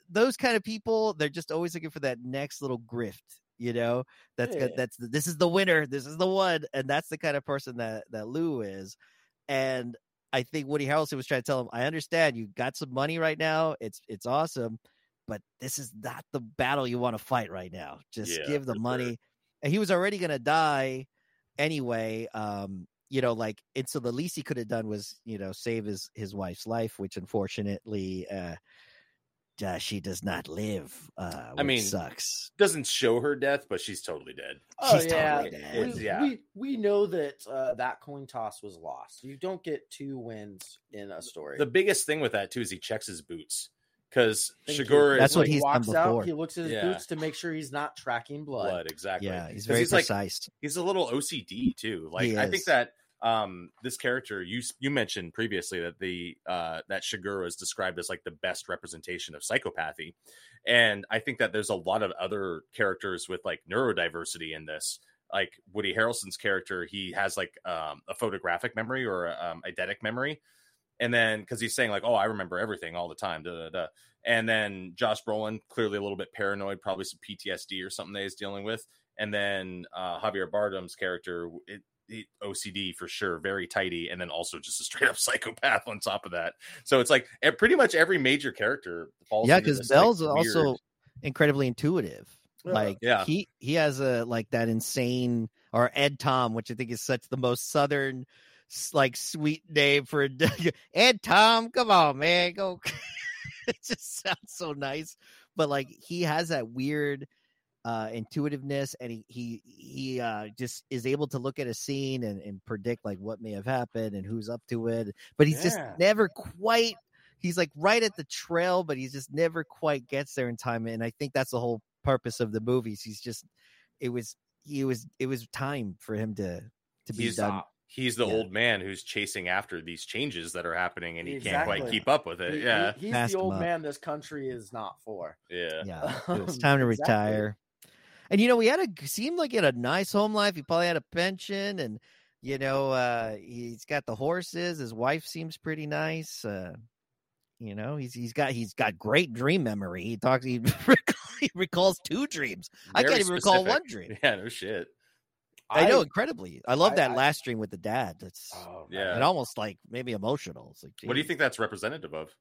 Speaker 2: those kind of people they're just always looking for that next little grift you know that's good
Speaker 3: Yeah.
Speaker 2: that's the, this is the winner this is the one and that's the kind of person that that Lou is and I think Woody Harrelson was trying to tell him, I understand you got some money right now. It's it's awesome, but this is not the battle you want to fight right now. Just
Speaker 4: Yeah,
Speaker 2: give the
Speaker 4: for sure.
Speaker 2: money. And he was already gonna die anyway. Um, you know, like and so the least he could have done was, you know, save his his wife's life, which unfortunately uh uh, she does not live. Uh, which
Speaker 4: I mean,
Speaker 2: sucks.
Speaker 4: Doesn't show her death, but she's totally dead.
Speaker 3: Oh
Speaker 2: She's
Speaker 3: yeah,
Speaker 2: totally
Speaker 3: we-
Speaker 4: dead.
Speaker 3: We,
Speaker 4: Yeah.
Speaker 3: we know that uh, that coin toss was lost. You don't get two wins in a story.
Speaker 4: The biggest thing with that too is he checks his boots because
Speaker 3: Thank you.
Speaker 4: Shigure
Speaker 2: That's
Speaker 4: is
Speaker 2: what
Speaker 4: like
Speaker 2: he's done
Speaker 3: walks out.
Speaker 2: before.
Speaker 3: He looks at his
Speaker 4: Yeah.
Speaker 3: boots to make sure he's not tracking blood.
Speaker 4: blood exactly.
Speaker 2: Yeah, he's
Speaker 4: 'Cause
Speaker 2: very
Speaker 4: like
Speaker 2: precise.
Speaker 4: he's a little OCD too. Like
Speaker 2: He
Speaker 4: I think
Speaker 2: is.
Speaker 4: that um this character you s- you mentioned previously that the uh that Shigura is described as like the best representation of psychopathy. And I think that there's a lot of other characters with like neurodiversity in this. Like Woody Harrelson's character, he has like um a photographic memory or a, um eidetic memory. And then because he's saying like, oh, I remember everything all the time. Da, da, da. And then Josh Brolin, clearly a little bit paranoid, probably some PTSD or something that he's dealing with and then uh, Javier Bardem's character, it, it, OCD for sure, very tidy, and then also just a straight up psychopath on top of that. So it's like eh, pretty much every major character falls.
Speaker 2: yeah
Speaker 4: into
Speaker 2: because
Speaker 4: this, like,
Speaker 2: bell's also
Speaker 4: weird-
Speaker 2: incredibly intuitive
Speaker 3: Yeah.
Speaker 2: like
Speaker 4: Yeah.
Speaker 2: he he has a like that insane or ed tom which i think is such the most southern s- like sweet name for a d- ed tom come on man go it just sounds so nice but like he has that weird uh intuitiveness and he he he uh just is able to look at a scene and, and predict like what may have happened and who's up to it but he's just
Speaker 3: Yeah.
Speaker 2: never quite he's like right at the trail but he just never quite gets there in time and i think that's the whole purpose of the movies he's just it was he was it was time for him to to be
Speaker 4: he's
Speaker 2: done
Speaker 4: the, he's the
Speaker 2: Yeah.
Speaker 4: old man who's chasing after these changes that are happening, and he can't quite
Speaker 3: Exactly.
Speaker 4: keep up with it.
Speaker 3: He- he-
Speaker 4: yeah,
Speaker 3: he's
Speaker 2: Passed
Speaker 3: the
Speaker 2: him
Speaker 3: old
Speaker 2: up.
Speaker 3: man this country is not for.
Speaker 4: yeah.
Speaker 2: yeah it's
Speaker 3: Um,
Speaker 2: time to
Speaker 3: exactly.
Speaker 2: retire and you know he had a seemed like he had a nice home life he probably had a pension and you know uh he's got the horses his wife seems pretty nice uh you know he's he's got he's got great dream memory he talks he, recalls two dreams i
Speaker 4: Very
Speaker 2: can't even recall
Speaker 4: specific.
Speaker 2: one dream
Speaker 4: Yeah, no shit.
Speaker 2: I, know incredibly. I love
Speaker 3: I-
Speaker 2: that
Speaker 3: I-
Speaker 2: last stream with the dad. That's
Speaker 3: Oh,
Speaker 4: Yeah.
Speaker 2: it almost like maybe emotional. It's like,
Speaker 4: What do you
Speaker 2: geez.
Speaker 4: think that's representative of?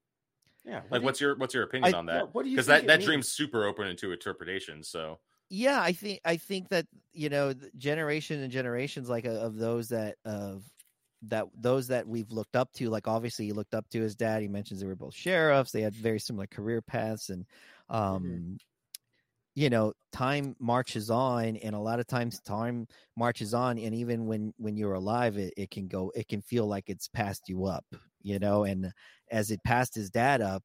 Speaker 3: yeah.
Speaker 4: Like, what's your what's your opinion
Speaker 2: I-
Speaker 4: on that?
Speaker 3: what do you
Speaker 4: Because
Speaker 3: think
Speaker 4: that
Speaker 3: it
Speaker 4: that
Speaker 3: means?
Speaker 4: dream's super open into interpretation. So
Speaker 2: yeah i think i think that you know th- generation and generations like uh, of those that of that those that we've looked up to like obviously he looked up to his dad he mentions they were both sheriffs they had very similar career paths and um you know time marches on and a lot of times time marches on and even when when you're alive it, it can go it can feel like it's passed you up you know and as it passed his dad up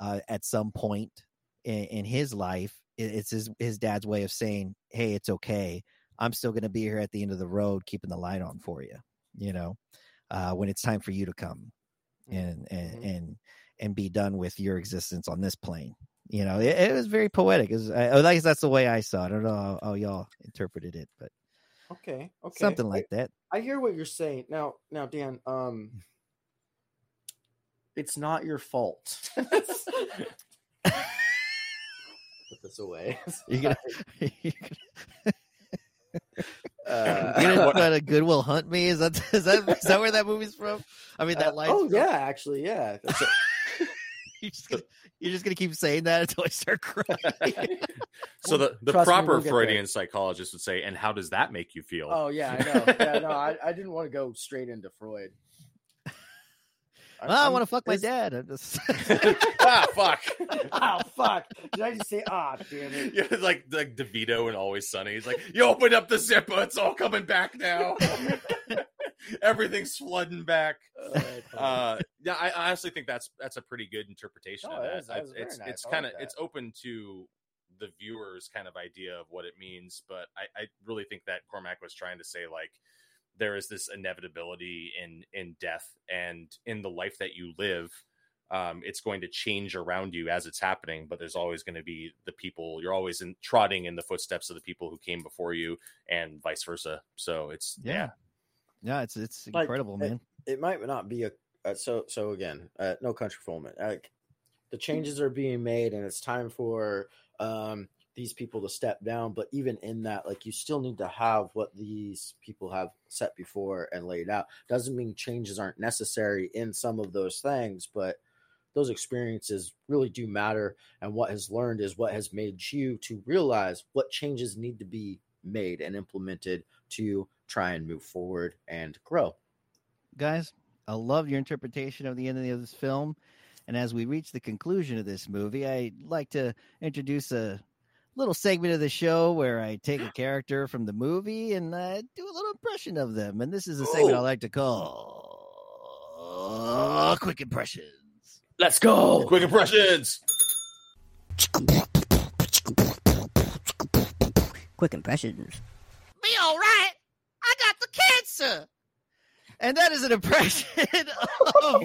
Speaker 2: uh, at some point in, in his life it, it's his, his dad's way of saying hey it's okay i'm still going to be here at the end of the road keeping the light on for you you know uh, when it's time for you to come
Speaker 3: Mm-hmm.
Speaker 2: and and and and be done with your existence on this plane you know it, it was very poetic it was, I, I guess that's the way i saw it i don't know how, how y'all interpreted it but
Speaker 3: okay, okay.
Speaker 2: something
Speaker 3: I-
Speaker 2: like that
Speaker 3: I hear what you're saying. Now, now, Dan, um, it's not your fault. Put this away.
Speaker 2: you're gonna, you're
Speaker 3: Uh,
Speaker 2: gonna try to goodwill hunt me is that is that is that where that movie's from i mean that
Speaker 3: uh,
Speaker 2: line
Speaker 3: oh yeah, actually, yeah. That's it.
Speaker 2: you're just, gonna, you're just gonna keep saying that until i start crying
Speaker 4: so the, the
Speaker 3: Trust me,
Speaker 4: proper
Speaker 3: we'll get there.
Speaker 4: Freudian psychologist would say, and how does that make you feel?
Speaker 3: Oh yeah, I know. Yeah, no, I, I didn't want to go straight into Freud.
Speaker 2: Well, "Oh, I want to fuck my
Speaker 3: it's-
Speaker 2: dad. I'm just-
Speaker 4: ah, fuck.
Speaker 3: oh fuck! Did I just say ah? damn it!
Speaker 4: Yeah, it's like like DeVito and Always Sunny. He's like, you open up the zipper, it's all coming back now. Everything's flooding back. Uh, yeah, I I honestly think that's that's a pretty good interpretation
Speaker 3: No,
Speaker 4: of
Speaker 3: it
Speaker 4: that.
Speaker 3: is- Oh, that
Speaker 4: I-
Speaker 3: was very
Speaker 4: it's
Speaker 3: nice.
Speaker 4: it's
Speaker 3: I like
Speaker 4: kind of
Speaker 3: that.
Speaker 4: it's open to the viewer's kind of idea of what it means, but I, I really think that Cormac was trying to say like there is this inevitability in in death and in the life that you live. Um, it's going to change around you as it's happening, but there's always going to be the people you're always in trotting in the footsteps of the people who came before you, and vice versa. So it's yeah,
Speaker 2: yeah. Yeah, it's it's
Speaker 3: Like,
Speaker 2: incredible,
Speaker 3: it-
Speaker 2: man.
Speaker 3: it might not be a uh, so so again uh, no country for moment like the changes are being made and it's time for um these people to step down but even in that like you still need to have what these people have set before and laid out doesn't mean changes aren't necessary in some of those things but those experiences really do matter and what has learned is what has made you to realize what changes need to be made and implemented to try and move forward and grow
Speaker 2: Guys, I love your interpretation of the ending of this film. And as we reach the conclusion of this movie, I'd like to introduce a little segment of the show where I take a character from the movie and uh, do a little impression of them. And this is a segment I like to call Quick Impressions.
Speaker 3: let's go
Speaker 4: quick impressions.
Speaker 7: Quick impressions.
Speaker 2: Be all right. I got the cancer. And that is an impression of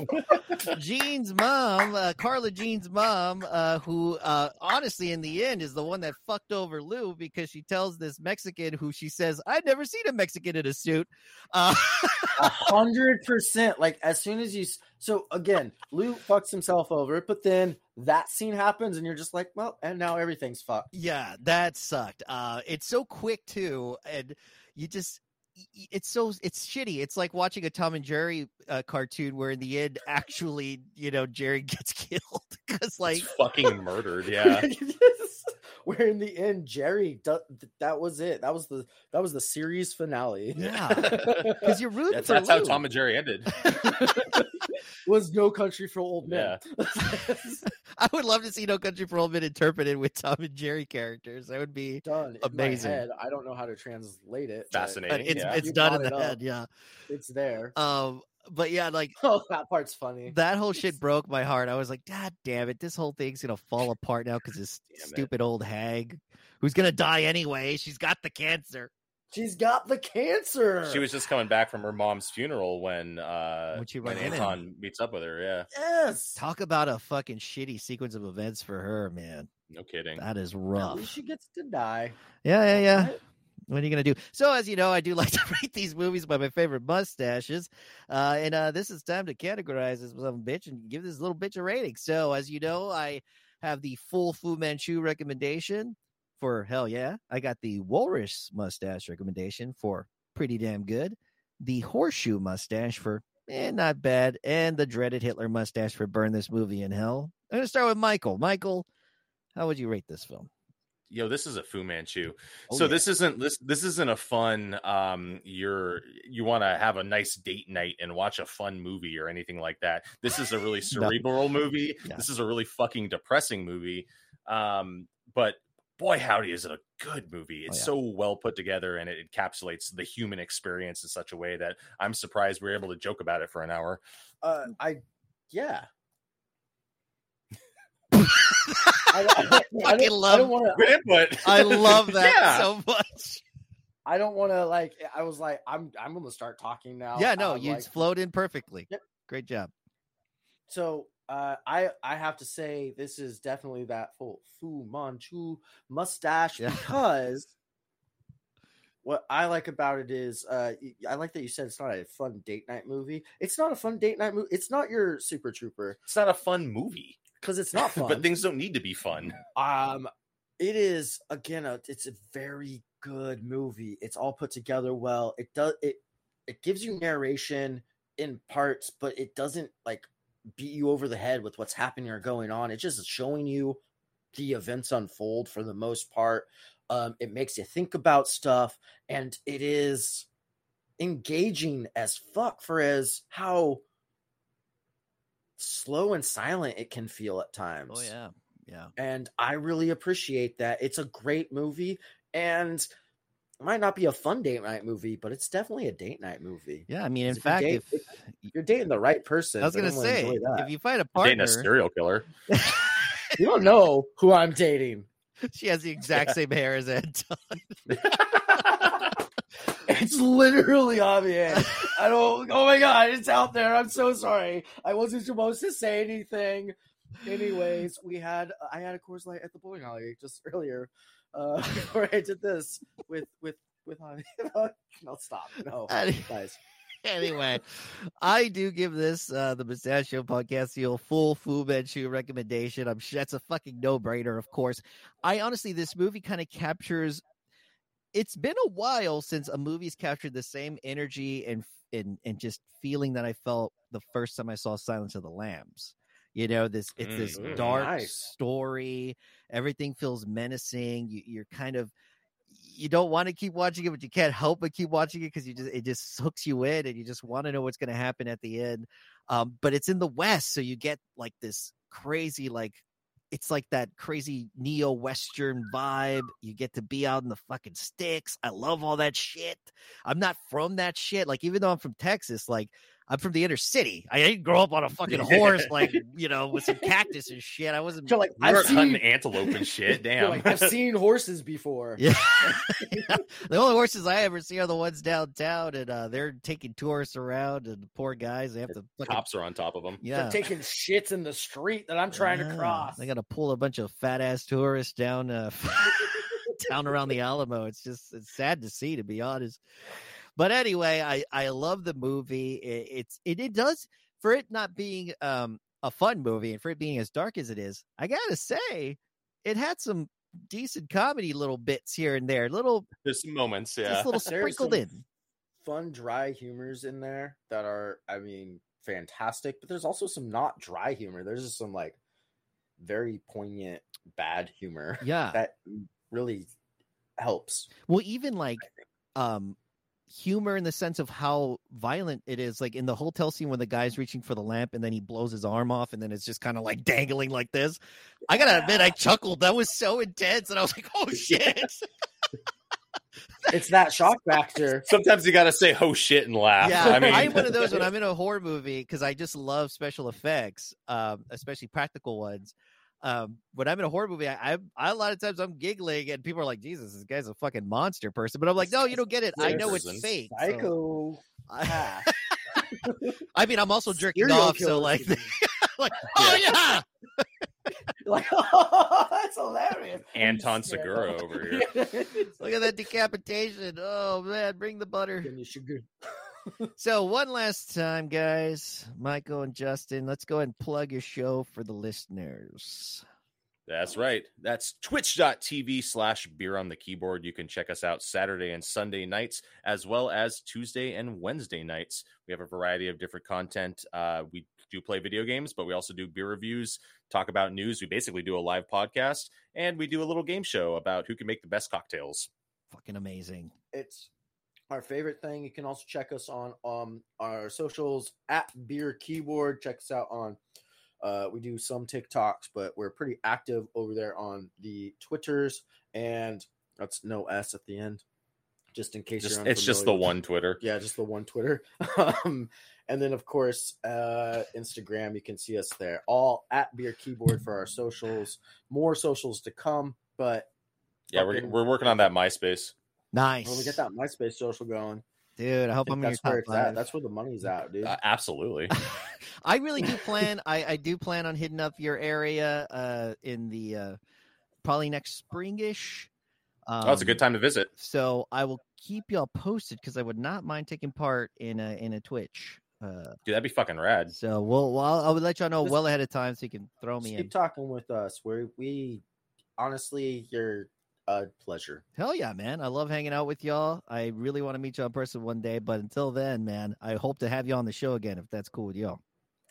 Speaker 2: Jean's mom, uh, Carla Jean's mom, uh, who uh, honestly, in the end, is the one that fucked over Lou because she tells this Mexican who she says, I've never seen a Mexican in a suit. Uh,
Speaker 3: A hundred percent. Like as soon as you, s- so again, Lou fucks himself over, but then that scene happens, and you're just like, well, and now everything's fucked.
Speaker 2: yeah, that sucked. Uh, it's so quick, too. And you just. y- y- It's so it's shitty. It's like watching a Tom and Jerry uh, cartoon where in the end, actually, you know, Jerry gets killed because like
Speaker 4: It's fucking murdered. Yeah.
Speaker 3: Where in the end, Jerry, do- that was it. That was the that was the series finale.
Speaker 2: Yeah. Because you're rooting
Speaker 4: That's,
Speaker 2: for
Speaker 4: that's
Speaker 2: Lou.
Speaker 4: how Tom and Jerry ended.
Speaker 3: was no country for old men.
Speaker 2: I would love to see No Country for Old Men interpreted with Tom and Jerry characters. That would be,
Speaker 3: Done. in my
Speaker 2: Amazing.
Speaker 3: head. I don't know how to translate it. but
Speaker 4: Fascinating.
Speaker 2: but it's
Speaker 4: yeah.
Speaker 2: it's
Speaker 3: You
Speaker 2: done in
Speaker 3: brought
Speaker 2: the
Speaker 3: it
Speaker 2: head,
Speaker 3: up.
Speaker 2: yeah.
Speaker 3: It's there.
Speaker 2: Um, but yeah, like
Speaker 3: Oh, that part's funny.
Speaker 2: that whole shit broke my heart. I was like, God damn it, this whole thing's gonna fall apart now because this
Speaker 4: Damn it.
Speaker 2: stupid old hag, who's gonna die anyway, she's got the cancer.
Speaker 3: She's got the cancer.
Speaker 4: She was just coming back from her mom's funeral when uh
Speaker 2: When she
Speaker 4: when
Speaker 2: ran in.
Speaker 4: Anton meets up with her. Yeah,
Speaker 3: yes.
Speaker 2: Talk about a fucking shitty sequence of events for her, man.
Speaker 4: no kidding.
Speaker 2: That is
Speaker 3: At
Speaker 2: rough.
Speaker 3: least she gets to die.
Speaker 2: Yeah, yeah, yeah.
Speaker 3: Right?
Speaker 2: What are you gonna do? So, as you know, I do like to rate these movies by my favorite mustaches, uh, and uh, this is time to categorize this some bitch and give this little bitch a rating. So, as you know, I have the full Fu Manchu recommendation for hell yeah. I got the Walrus mustache recommendation for pretty damn good. The horseshoe mustache for eh, not bad, and the dreaded Hitler mustache for burn this movie in hell. I'm gonna start with Michael. Michael, how would you rate this film?
Speaker 4: Yo, this is a Fu Manchu.
Speaker 2: Oh,
Speaker 4: so
Speaker 2: yeah.
Speaker 4: this isn't this this isn't a fun um you're you want to have a nice date night and watch a fun movie or anything like that. This is a really cerebral movie.
Speaker 2: Yeah.
Speaker 4: This is a really fucking depressing movie. Um but boy howdy is it a good movie. It's
Speaker 2: yeah.
Speaker 4: so well put together and it encapsulates the human experience in such a way that I'm surprised we were able to joke about it for an hour.
Speaker 3: Uh,
Speaker 2: Mm.
Speaker 3: I, yeah. I, don't- I, don't- I,
Speaker 2: Fucking
Speaker 3: don't, I
Speaker 2: love-
Speaker 3: don't want to.
Speaker 4: Good input.
Speaker 2: I love that
Speaker 4: Yeah.
Speaker 2: so much.
Speaker 3: I don't want to like. I was like, I'm. I'm gonna start talking now.
Speaker 2: Yeah, no,
Speaker 3: Uh,
Speaker 2: you
Speaker 3: like,
Speaker 2: flowed in perfectly.
Speaker 3: Yep.
Speaker 2: Great job.
Speaker 3: so uh, I I have to say this is definitely that full Fu Manchu mustache
Speaker 2: Yeah.
Speaker 3: because what I like about it is uh, y- I like that you said it's not a fun date night movie. It's not a fun date night movie. It's not your Super Trooper
Speaker 4: It's not a fun movie.
Speaker 3: because it's not fun.
Speaker 4: but things don't need to be fun.
Speaker 3: Um, it is again. A, it's a very good movie. It's all put together well. It does it. It gives you narration in parts, but it doesn't like beat you over the head with what's happening or going on. It's just showing you the events unfold for the most part. Um, it makes you think about stuff, and it is engaging as fuck for as how slow and silent it can feel at times
Speaker 2: Oh yeah, yeah.
Speaker 3: and I really appreciate that. It's a great movie, and it might not be a fun date night movie, but it's definitely a date night movie.
Speaker 2: Yeah, I mean, in
Speaker 3: If you
Speaker 2: fact,
Speaker 3: date-
Speaker 2: if
Speaker 3: If You're dating the right person.
Speaker 2: I was gonna
Speaker 3: everyone will
Speaker 2: say,
Speaker 3: enjoy that.
Speaker 2: if you find a
Speaker 4: Dating
Speaker 2: partner,
Speaker 4: a serial killer.
Speaker 3: you don't know who I'm dating.
Speaker 2: she has the exact same hair as Anton.
Speaker 3: It's literally on the end. I don't. Oh my god, it's out there. I'm so sorry. I wasn't supposed to say anything. Anyways, we had I had a Coors Light at the bowling alley just earlier, uh, before I did this with with with. No, stop. No,
Speaker 2: Any-
Speaker 3: guys.
Speaker 2: anyway, I do give this uh, the Mustachio Podcast the old full Fu Manchu recommendation. I'm sure that's a fucking no brainer, of course. I honestly, this movie kind of captures. It's been a while since a movie's captured the same energy and and and just feeling that I felt the first time I saw Silence of the Lambs. You know, this it's this
Speaker 4: Mm,
Speaker 2: dark
Speaker 3: nice.
Speaker 2: story. Everything feels menacing. You, you're kind of you don't want to keep watching it, but you can't help but keep watching it because you just it just hooks you in, and you just want to know what's going to happen at the end. Um, but it's in the West, so you get like this crazy like it's like that crazy neo western vibe. You get to be out in the fucking sticks. I love all that shit. I'm not from that shit. Like even though I'm from Texas, like I'm from the inner city. I didn't grow up on a fucking horse, like you know, with some cactus and shit. I wasn't.
Speaker 3: You're like
Speaker 4: You
Speaker 3: I've
Speaker 4: weren't hunting
Speaker 3: seen.
Speaker 4: antelope and shit.
Speaker 3: you're
Speaker 4: Damn.
Speaker 3: like, I've seen horses before.
Speaker 2: Yeah. the only horses I ever see are the ones downtown, and uh, they're taking tourists around, and the poor guys they have to fucking,
Speaker 4: Cops are on top of them.
Speaker 2: yeah.
Speaker 3: They're taking shits in the street that I'm trying
Speaker 2: Yeah,
Speaker 3: to cross.
Speaker 2: They got to pull a bunch of fat ass tourists down uh, down around the Alamo. It's just it's sad to see, to be honest. But anyway, I I love the movie. It, it's it, it does for it not being um a fun movie and for it being as dark as it is. I gotta say, it had some decent comedy little bits here and there, little
Speaker 4: There's some moments. Yeah.
Speaker 2: just little
Speaker 3: There is
Speaker 2: sprinkled
Speaker 3: some
Speaker 2: in.
Speaker 3: Fun, dry humors in there that are, I mean, fantastic. But there's also some not dry humor. There's just some like very poignant bad humor
Speaker 2: Yeah.
Speaker 3: that really helps.
Speaker 2: Well, even like um humor in the sense of how violent it is. Like in the hotel scene when the guy's reaching for the lamp and then he blows his arm off and then it's just kind of like dangling like this. I gotta admit, I chuckled. That was so intense, and I was like, "Oh shit!"
Speaker 3: It's that shock factor.
Speaker 4: Sometimes you got to say "oh shit" and laugh.
Speaker 2: yeah,
Speaker 4: I mean,
Speaker 2: am one of those when I'm in a horror movie because I just love special effects, um, especially practical ones. Um, when I'm in a horror movie, I, I, I a lot of times I'm giggling and people are like, "Jesus, this guy's a fucking monster person," but I'm like, "No, you don't get it. I know it's
Speaker 4: Person.
Speaker 2: fake." so
Speaker 3: Psycho.
Speaker 2: I- I mean, I'm also jerking
Speaker 3: Serial
Speaker 2: off, so
Speaker 3: killers
Speaker 2: like,
Speaker 3: could be-
Speaker 2: like, oh yeah,
Speaker 3: like, oh, that's hilarious.
Speaker 4: Anton Segura over here.
Speaker 2: look at that decapitation. Oh man, bring the butter.
Speaker 3: Give me sugar.
Speaker 2: So one last time, guys, Michael and Justin, let's go ahead and plug your show for the listeners.
Speaker 4: That's right. That's twitch.tv slash beer on the keyboard. You can check us out Saturday and Sunday nights, as well as Tuesday and Wednesday nights. We have a variety of different content. Uh, we do play video games, but we also do beer reviews, talk about news. We basically do a live podcast, and we do a little game show about who can make the best cocktails.
Speaker 2: Fucking amazing.
Speaker 3: It's our favorite thing. You can also check us on um our socials at Beer Keyboard. Check us out on. Uh, we do some TikToks, but we're pretty active over there on the Twitters, and that's no S at the end, just in case
Speaker 4: Just-
Speaker 3: you're.
Speaker 4: it's just the
Speaker 3: unfamiliar with-
Speaker 4: one Twitter.
Speaker 3: Yeah, just the one Twitter, um, and then of course uh, Instagram. You can see us there, all at Beer Keyboard for our socials. More socials to come, but
Speaker 4: Yeah, we're,
Speaker 3: fucking-
Speaker 4: we're working on that MySpace.
Speaker 2: Nice.
Speaker 3: When we get that MySpace social going,
Speaker 2: Dude, I hope
Speaker 3: I
Speaker 2: I'm
Speaker 3: think
Speaker 2: in your
Speaker 3: that's where
Speaker 2: top
Speaker 3: it's at.
Speaker 2: five.
Speaker 3: That's where the money's at, dude.
Speaker 4: Uh, absolutely.
Speaker 2: I really do plan. I, I do plan on hitting up your area uh, in the uh, probably next springish. Um,
Speaker 4: oh, it's a good time to visit.
Speaker 2: So I will keep y'all posted because I would not mind taking part in a in a Twitch. Uh,
Speaker 4: Dude, that'd be fucking rad.
Speaker 2: so we'll, well, I would let y'all know
Speaker 3: Just-
Speaker 2: well ahead of time so you can throw
Speaker 3: Just
Speaker 2: me
Speaker 3: keep
Speaker 2: in.
Speaker 3: talking with us. We're we honestly, you're a pleasure.
Speaker 2: Hell yeah, man! I love hanging out with y'all. I really want to meet y'all in person one day, but until then, man, I hope to have you on the show again if that's cool with y'all.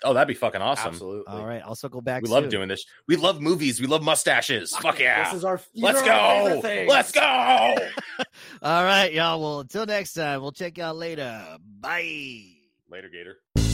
Speaker 4: Oh, that'd be fucking awesome.
Speaker 3: Absolutely.
Speaker 2: All right, I'll circle back.
Speaker 4: We love
Speaker 2: soon.
Speaker 4: doing this. We love movies. We love mustaches. Fuck yeah.
Speaker 3: This is our these
Speaker 4: Let's
Speaker 3: are our
Speaker 4: go.
Speaker 3: favorite things.
Speaker 4: Let's go.
Speaker 2: All right, y'all. Well, until next time, we'll check y'all later. Bye.
Speaker 4: Later, Gator.